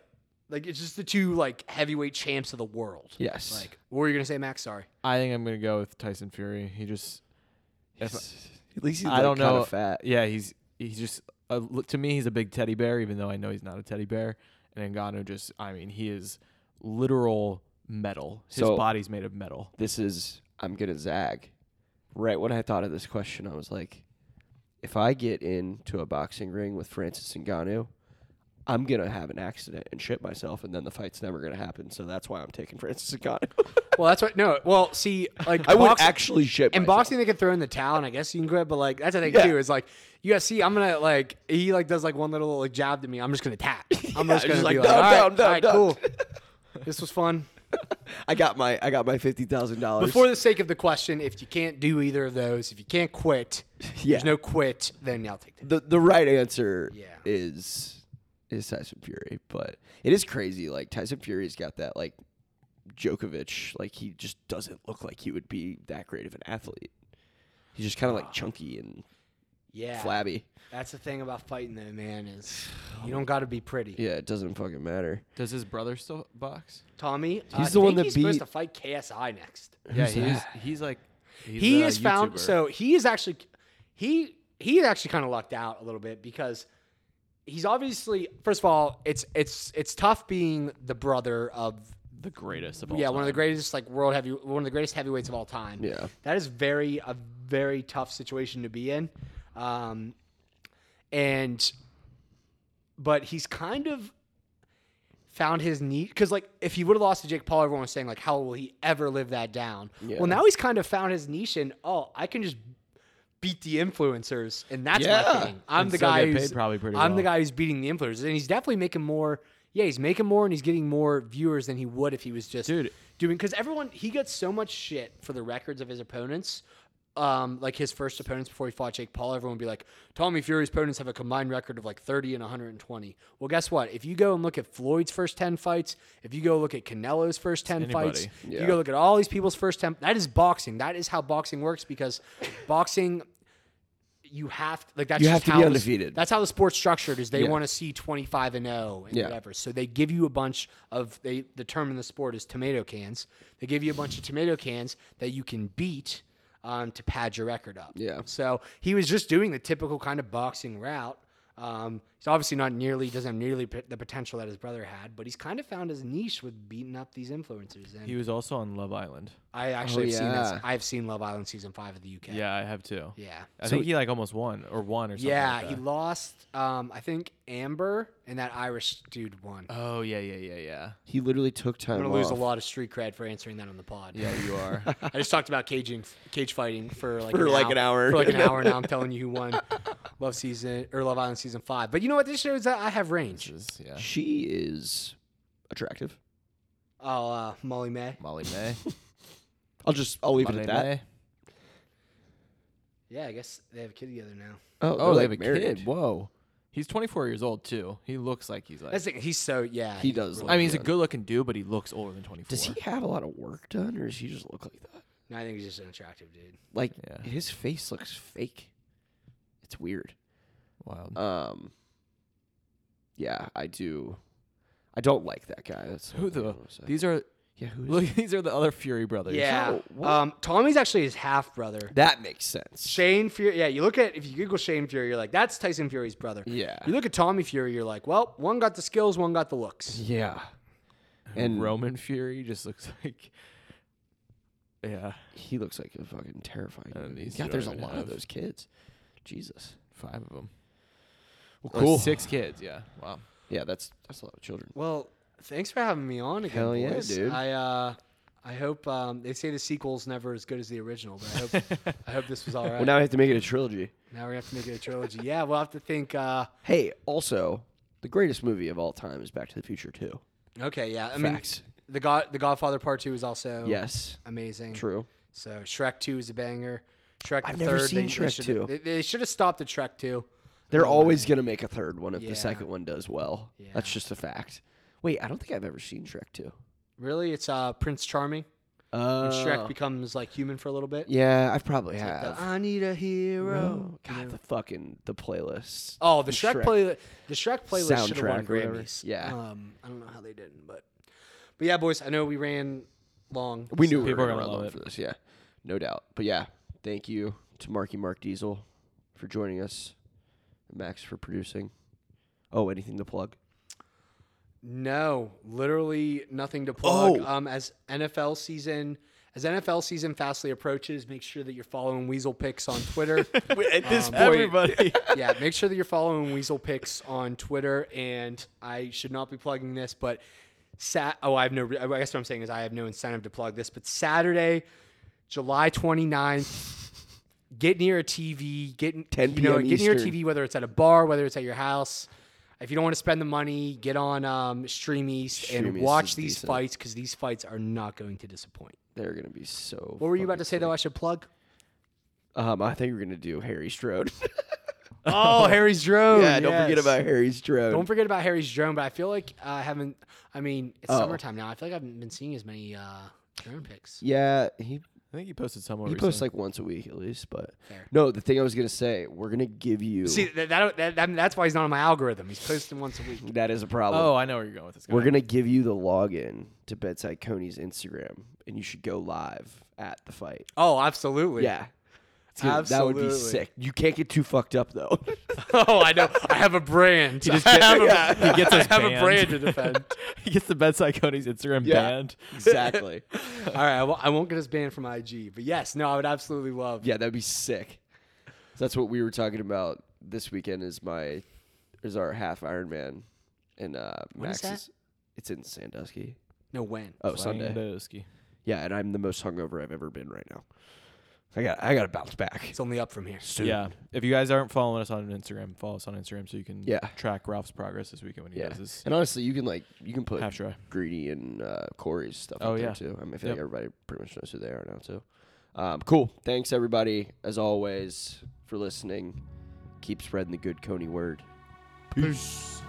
Speaker 1: like it's just the two like heavyweight champs of the world.
Speaker 3: Yes.
Speaker 1: Like what were you gonna say, Max? Sorry.
Speaker 2: I think I'm gonna go with Tyson Fury. He just if-
Speaker 3: at least he's
Speaker 2: I don't know.
Speaker 3: fat.
Speaker 2: Yeah, he's he's just a, li- to me he's a big teddy bear, even though I know he's not a teddy bear. And Ngannou just I mean he is literal metal. His
Speaker 3: So-
Speaker 2: body's made of metal.
Speaker 3: This is I'm gonna zag. Right when I thought of this question, I was like, if I get into a boxing ring with Francis Ngannou, I'm gonna have an accident and shit myself, and then the fight's never gonna happen. So that's why I'm taking Francis Ngannou.
Speaker 1: Well, that's what. No. Well, see, like
Speaker 3: I would
Speaker 1: boxing-
Speaker 3: actually shit.
Speaker 1: In
Speaker 3: myself.
Speaker 1: boxing, they can throw in the towel, and I guess you can quit. But like, that's the thing
Speaker 3: Yeah.
Speaker 1: too. Is like UFC. I'm gonna like he like does like one little like jab to me. I'm just gonna tap. I'm
Speaker 3: Yeah,
Speaker 1: just gonna
Speaker 3: just
Speaker 1: be
Speaker 3: like,
Speaker 1: like,
Speaker 3: "Dum,
Speaker 1: all right,
Speaker 3: dum, dum,
Speaker 1: all right,
Speaker 3: dum."
Speaker 1: cool. This was fun.
Speaker 3: I got my I got my fifty thousand dollars
Speaker 1: But for the sake of the question, if you can't do either of those, if you can't quit,
Speaker 3: Yeah.
Speaker 1: there's no quit. Then I'll take that.
Speaker 3: the the right answer
Speaker 1: Yeah.
Speaker 3: is is Tyson Fury, but it is crazy. Like Tyson Fury's got that like Djokovic, like he just doesn't look like he would be that great of an athlete. He's just kind of like chunky and
Speaker 1: Yeah,
Speaker 3: flabby.
Speaker 1: that's the thing about fighting, though, man. Is you don't got to be pretty.
Speaker 3: Yeah, it doesn't fucking matter.
Speaker 2: Does his brother still box?
Speaker 1: Tommy, uh, I
Speaker 3: He's the one
Speaker 1: think
Speaker 3: that
Speaker 1: he's supposed
Speaker 3: beat-
Speaker 1: to fight KSI next.
Speaker 2: yeah,
Speaker 3: Who's
Speaker 2: he's
Speaker 3: that?
Speaker 2: he's like he's
Speaker 1: he
Speaker 2: a
Speaker 1: is found
Speaker 2: YouTuber.
Speaker 1: so he is actually he he actually kind of lucked out a little bit because he's obviously first of all it's it's it's tough being the brother of
Speaker 2: the greatest of all.
Speaker 1: yeah one of the
Speaker 2: time.
Speaker 1: greatest like world heavy one of the greatest heavyweights of all time
Speaker 3: Yeah.
Speaker 1: that is very a very tough situation to be in um and but he's kind of found his niche because like if he would have lost to Jake Paul, everyone was saying like how will he ever live that down?
Speaker 3: Yeah.
Speaker 1: Well, now he's kind of found his niche and oh, I can just beat the influencers and that's my
Speaker 3: Yeah.
Speaker 1: thing. I'm
Speaker 2: And
Speaker 1: the
Speaker 2: still
Speaker 1: guy
Speaker 2: get
Speaker 1: who's
Speaker 2: paid probably pretty
Speaker 1: I'm the
Speaker 2: well.
Speaker 1: guy who's beating the influencers and he's definitely making more. Yeah, he's making more and he's getting more viewers than he would if he was just
Speaker 2: Dude.
Speaker 1: doing because everyone he gets so much shit for the records of his opponents. Um, like his first opponents before he fought Jake Paul, everyone would be like, Tommy Fury's opponents have a combined record of like 30 and 120. Well, guess what? If you go and look at Floyd's first 10 fights, if you go look at Canelo's first 10 fights,
Speaker 2: Anybody.
Speaker 1: if you go look at all these people's first 10, that is boxing. That is how boxing works because boxing, you have to, like, that's
Speaker 3: You
Speaker 1: just
Speaker 3: have to
Speaker 1: how
Speaker 3: be
Speaker 1: the s-
Speaker 3: undefeated.
Speaker 1: that's how the sport's structured is they
Speaker 3: Yeah.
Speaker 1: want to see 25 and 0 and
Speaker 3: Yeah.
Speaker 1: whatever so they give you a bunch of they the term in the sport is tomato cans they give you a bunch of tomato cans that you can beat um, to pad your record up
Speaker 3: Yeah.
Speaker 1: so he was just doing the typical kind of boxing route um, he's obviously not nearly doesn't have nearly p- the potential that his brother had but he's kind of found his niche with beating up these influencers and
Speaker 2: He was also on Love Island.
Speaker 1: i actually have seen
Speaker 3: Oh, yeah.
Speaker 1: this i've seen love island season 5 of the uk
Speaker 2: Yeah, I have too.
Speaker 1: yeah
Speaker 2: I think he like almost won or won or something.
Speaker 1: Yeah,
Speaker 2: like
Speaker 1: he
Speaker 2: that.
Speaker 1: lost. Um, I think Amber and that Irish dude won.
Speaker 2: Oh yeah, yeah, yeah, yeah.
Speaker 3: He literally took time
Speaker 1: I'm gonna lose a
Speaker 3: off.
Speaker 1: lot of street cred for answering that on the pod.
Speaker 2: Yeah, you are.
Speaker 1: I just talked about caging, cage fighting for like
Speaker 3: For like an hour.
Speaker 1: for like an hour. Now I'm telling you who won. Love Season or Love Island Season Five. But you know what? This shows that I have range.
Speaker 4: Just, yeah.
Speaker 3: She is attractive.
Speaker 1: Oh, uh, Molly May.
Speaker 4: Molly May.
Speaker 3: I'll just I'll leave
Speaker 4: Molly
Speaker 3: it at that.
Speaker 4: May.
Speaker 1: Yeah, I guess they have a kid together now.
Speaker 3: Oh,
Speaker 4: Oh,
Speaker 3: they're,
Speaker 4: they have a
Speaker 3: like, married.
Speaker 4: kid. Whoa. He's 24 years old too. He looks like he's like.
Speaker 1: That's it. He's so yeah.
Speaker 3: He does.
Speaker 1: really-
Speaker 4: I mean, he's a
Speaker 3: Yeah.
Speaker 4: good-looking dude, but he looks older than 24.
Speaker 3: Does he have a lot of work done, or does he just look like that?
Speaker 1: No, I think he's just an attractive dude.
Speaker 3: Like
Speaker 4: Yeah.
Speaker 3: his face looks fake. It's weird.
Speaker 2: Hmm.
Speaker 4: Wild.
Speaker 3: Um. Yeah, I do. I don't like that guy. That's
Speaker 4: Who
Speaker 3: the?
Speaker 4: the? These are
Speaker 3: yeah, who is
Speaker 2: Look, these are the other Fury brothers.
Speaker 1: Yeah.
Speaker 3: Oh, what?
Speaker 1: um, Tommy's actually his half brother.
Speaker 3: that makes sense.
Speaker 1: Shane Fury. Yeah, you look at if you Google Shane Fury, you're like, that's Tyson Fury's brother.
Speaker 3: Yeah.
Speaker 1: You look at Tommy Fury, you're like, well, one got the skills, one got the looks.
Speaker 3: Yeah. And
Speaker 2: Roman Fury just looks like. Yeah,
Speaker 3: he looks like a fucking terrifying.
Speaker 2: And
Speaker 3: dude.
Speaker 2: these
Speaker 3: God,
Speaker 2: don't
Speaker 3: there's a
Speaker 2: even
Speaker 3: lot
Speaker 2: have-
Speaker 3: of those kids. Jesus.
Speaker 2: five of them.
Speaker 3: Well,
Speaker 2: Cool. Six kids. Yeah. Wow.
Speaker 3: Yeah, that's that's a lot of children.
Speaker 1: Well, thanks for having me on again,
Speaker 3: Hell yeah,
Speaker 1: boys.
Speaker 3: dude.
Speaker 1: I uh, I hope um, they say the sequel's never as good as the original, but I hope I hope this was all right.
Speaker 3: Well, now we have to make it a trilogy.
Speaker 1: now we have to make it a trilogy. Yeah, we'll have to think. Uh,
Speaker 3: Hey, also, the greatest movie of all time is Back to the Future too.
Speaker 1: okay, yeah. I
Speaker 3: Facts.
Speaker 1: mean, oh. the God, the Godfather Part Two is also
Speaker 3: yes.
Speaker 1: amazing.
Speaker 3: True.
Speaker 1: So Shrek Two is a banger. Shrek the
Speaker 3: I've
Speaker 1: Third.
Speaker 3: never seen
Speaker 1: they, they
Speaker 3: Shrek
Speaker 1: should've-
Speaker 3: 2.
Speaker 1: They, they should have stopped at Shrek Two.
Speaker 3: They're always gonna make a third one if
Speaker 1: Yeah.
Speaker 3: the second one does well. That's
Speaker 1: Yeah.
Speaker 3: just a fact. Wait, I don't think I've ever seen Shrek two.
Speaker 1: Really, it's uh, Prince Charming.
Speaker 3: Uh,
Speaker 1: When Shrek becomes like human for a little bit.
Speaker 3: yeah, I probably
Speaker 1: It's like the,
Speaker 3: have.
Speaker 1: I need a hero.
Speaker 3: Bro, God, the fucking the playlist.
Speaker 1: Oh, the Shrek,
Speaker 3: Shrek
Speaker 1: play the Shrek playlist should have won
Speaker 3: soundtrack or whatever.
Speaker 1: Grammys.
Speaker 3: Yeah.
Speaker 1: um, I don't know how they didn't, but but yeah, boys, I know we ran long.
Speaker 3: We knew we
Speaker 2: People
Speaker 3: were
Speaker 2: are gonna
Speaker 3: gonna run
Speaker 2: love
Speaker 3: long
Speaker 2: it.
Speaker 3: for this, yeah, no doubt. But yeah, thank you to Marky Mark Diesel for joining us, and Max for producing. Oh, anything to plug?
Speaker 1: No, literally nothing to plug.
Speaker 3: Oh.
Speaker 1: Um, as NFL season. As NFL season fastly approaches, make sure that you're following Weasel Picks on Twitter.
Speaker 4: At this
Speaker 1: Um,
Speaker 4: point, everybody.
Speaker 1: yeah, make sure that you're following Weasel Picks on Twitter. And I should not be plugging this, but sat. Oh, I have no. re- I guess what I'm saying is I have no incentive to plug this. But Saturday, July 29th, get near a TV. Get
Speaker 3: 10
Speaker 1: You know,
Speaker 3: p.m.
Speaker 1: get near a
Speaker 3: Eastern.
Speaker 1: TV, whether it's at a bar, whether it's at your house. If you don't want to spend the money, get on um, Stream East
Speaker 3: Stream
Speaker 1: and
Speaker 3: East
Speaker 1: watch
Speaker 3: is
Speaker 1: these
Speaker 3: decent.
Speaker 1: fights because these fights are not going to disappoint.
Speaker 3: They're gonna be so.
Speaker 1: What were you about to say though? I should plug.
Speaker 3: Um, I think we're gonna do Harry Strode.
Speaker 1: Oh, Harry's drone.
Speaker 3: yeah, don't forget
Speaker 1: yes.
Speaker 3: about Harry Strode.
Speaker 1: Don't forget about Harry's drone, but I feel like uh, I haven't. I mean, it's
Speaker 3: Oh.
Speaker 1: summertime now. I feel like I haven't been seeing as many uh, drone pics.
Speaker 3: yeah, he
Speaker 2: I think he posted some.
Speaker 3: he posts like once a week at least. But
Speaker 1: Fair.
Speaker 3: no, the thing I was gonna say, we're gonna give you.
Speaker 1: See, that, that, that, that- that's why he's not on my algorithm. He's posting once a week.
Speaker 3: that is a problem.
Speaker 2: Oh, I know where you're going with this. Guy.
Speaker 3: We're gonna give you the login to Bedside Coney's Instagram, and you should go live at the fight.
Speaker 1: Oh, absolutely.
Speaker 3: Yeah, It's gonna- that would be
Speaker 1: Absolutely.
Speaker 3: sick. You can't get too fucked up though.
Speaker 1: Oh, I know. I have a brand. He just
Speaker 2: get-
Speaker 1: I have, a,
Speaker 2: He gets
Speaker 1: I
Speaker 2: us
Speaker 1: have a
Speaker 2: banned.
Speaker 1: brand to defend.
Speaker 2: he gets the bedside Cody's Instagram
Speaker 3: Yeah.
Speaker 2: banned.
Speaker 3: exactly.
Speaker 1: All right, I won't, I won't get us banned from IG, but yes, no, I would absolutely love.
Speaker 3: Yeah, that'd be sick. That's what we were talking about this weekend. Is my is our half Ironman and uh,
Speaker 1: When is
Speaker 3: Max
Speaker 1: that?
Speaker 3: is it's in Sandusky.
Speaker 1: No, when?
Speaker 3: Oh, Sunday.
Speaker 2: Sandusky.
Speaker 3: Yeah, and I'm the most hungover I've ever been right now. I got I got to bounce back.
Speaker 1: It's only up from here.
Speaker 3: Soon.
Speaker 2: Yeah. If you guys aren't following us on Instagram, follow us on Instagram so you can
Speaker 3: Yeah.
Speaker 2: track Ralph's progress this weekend when he
Speaker 3: Yeah.
Speaker 2: does his
Speaker 3: And honestly, you can like you can put
Speaker 2: half try.
Speaker 3: Greedy and uh, Corey's stuff
Speaker 2: Oh,
Speaker 3: out there
Speaker 2: yeah.
Speaker 3: too. I, mean, I feel like
Speaker 2: Yep.
Speaker 3: everybody pretty much knows who they are now too. Um, cool. Thanks everybody as always for listening. Keep spreading the good Coney word. Peace.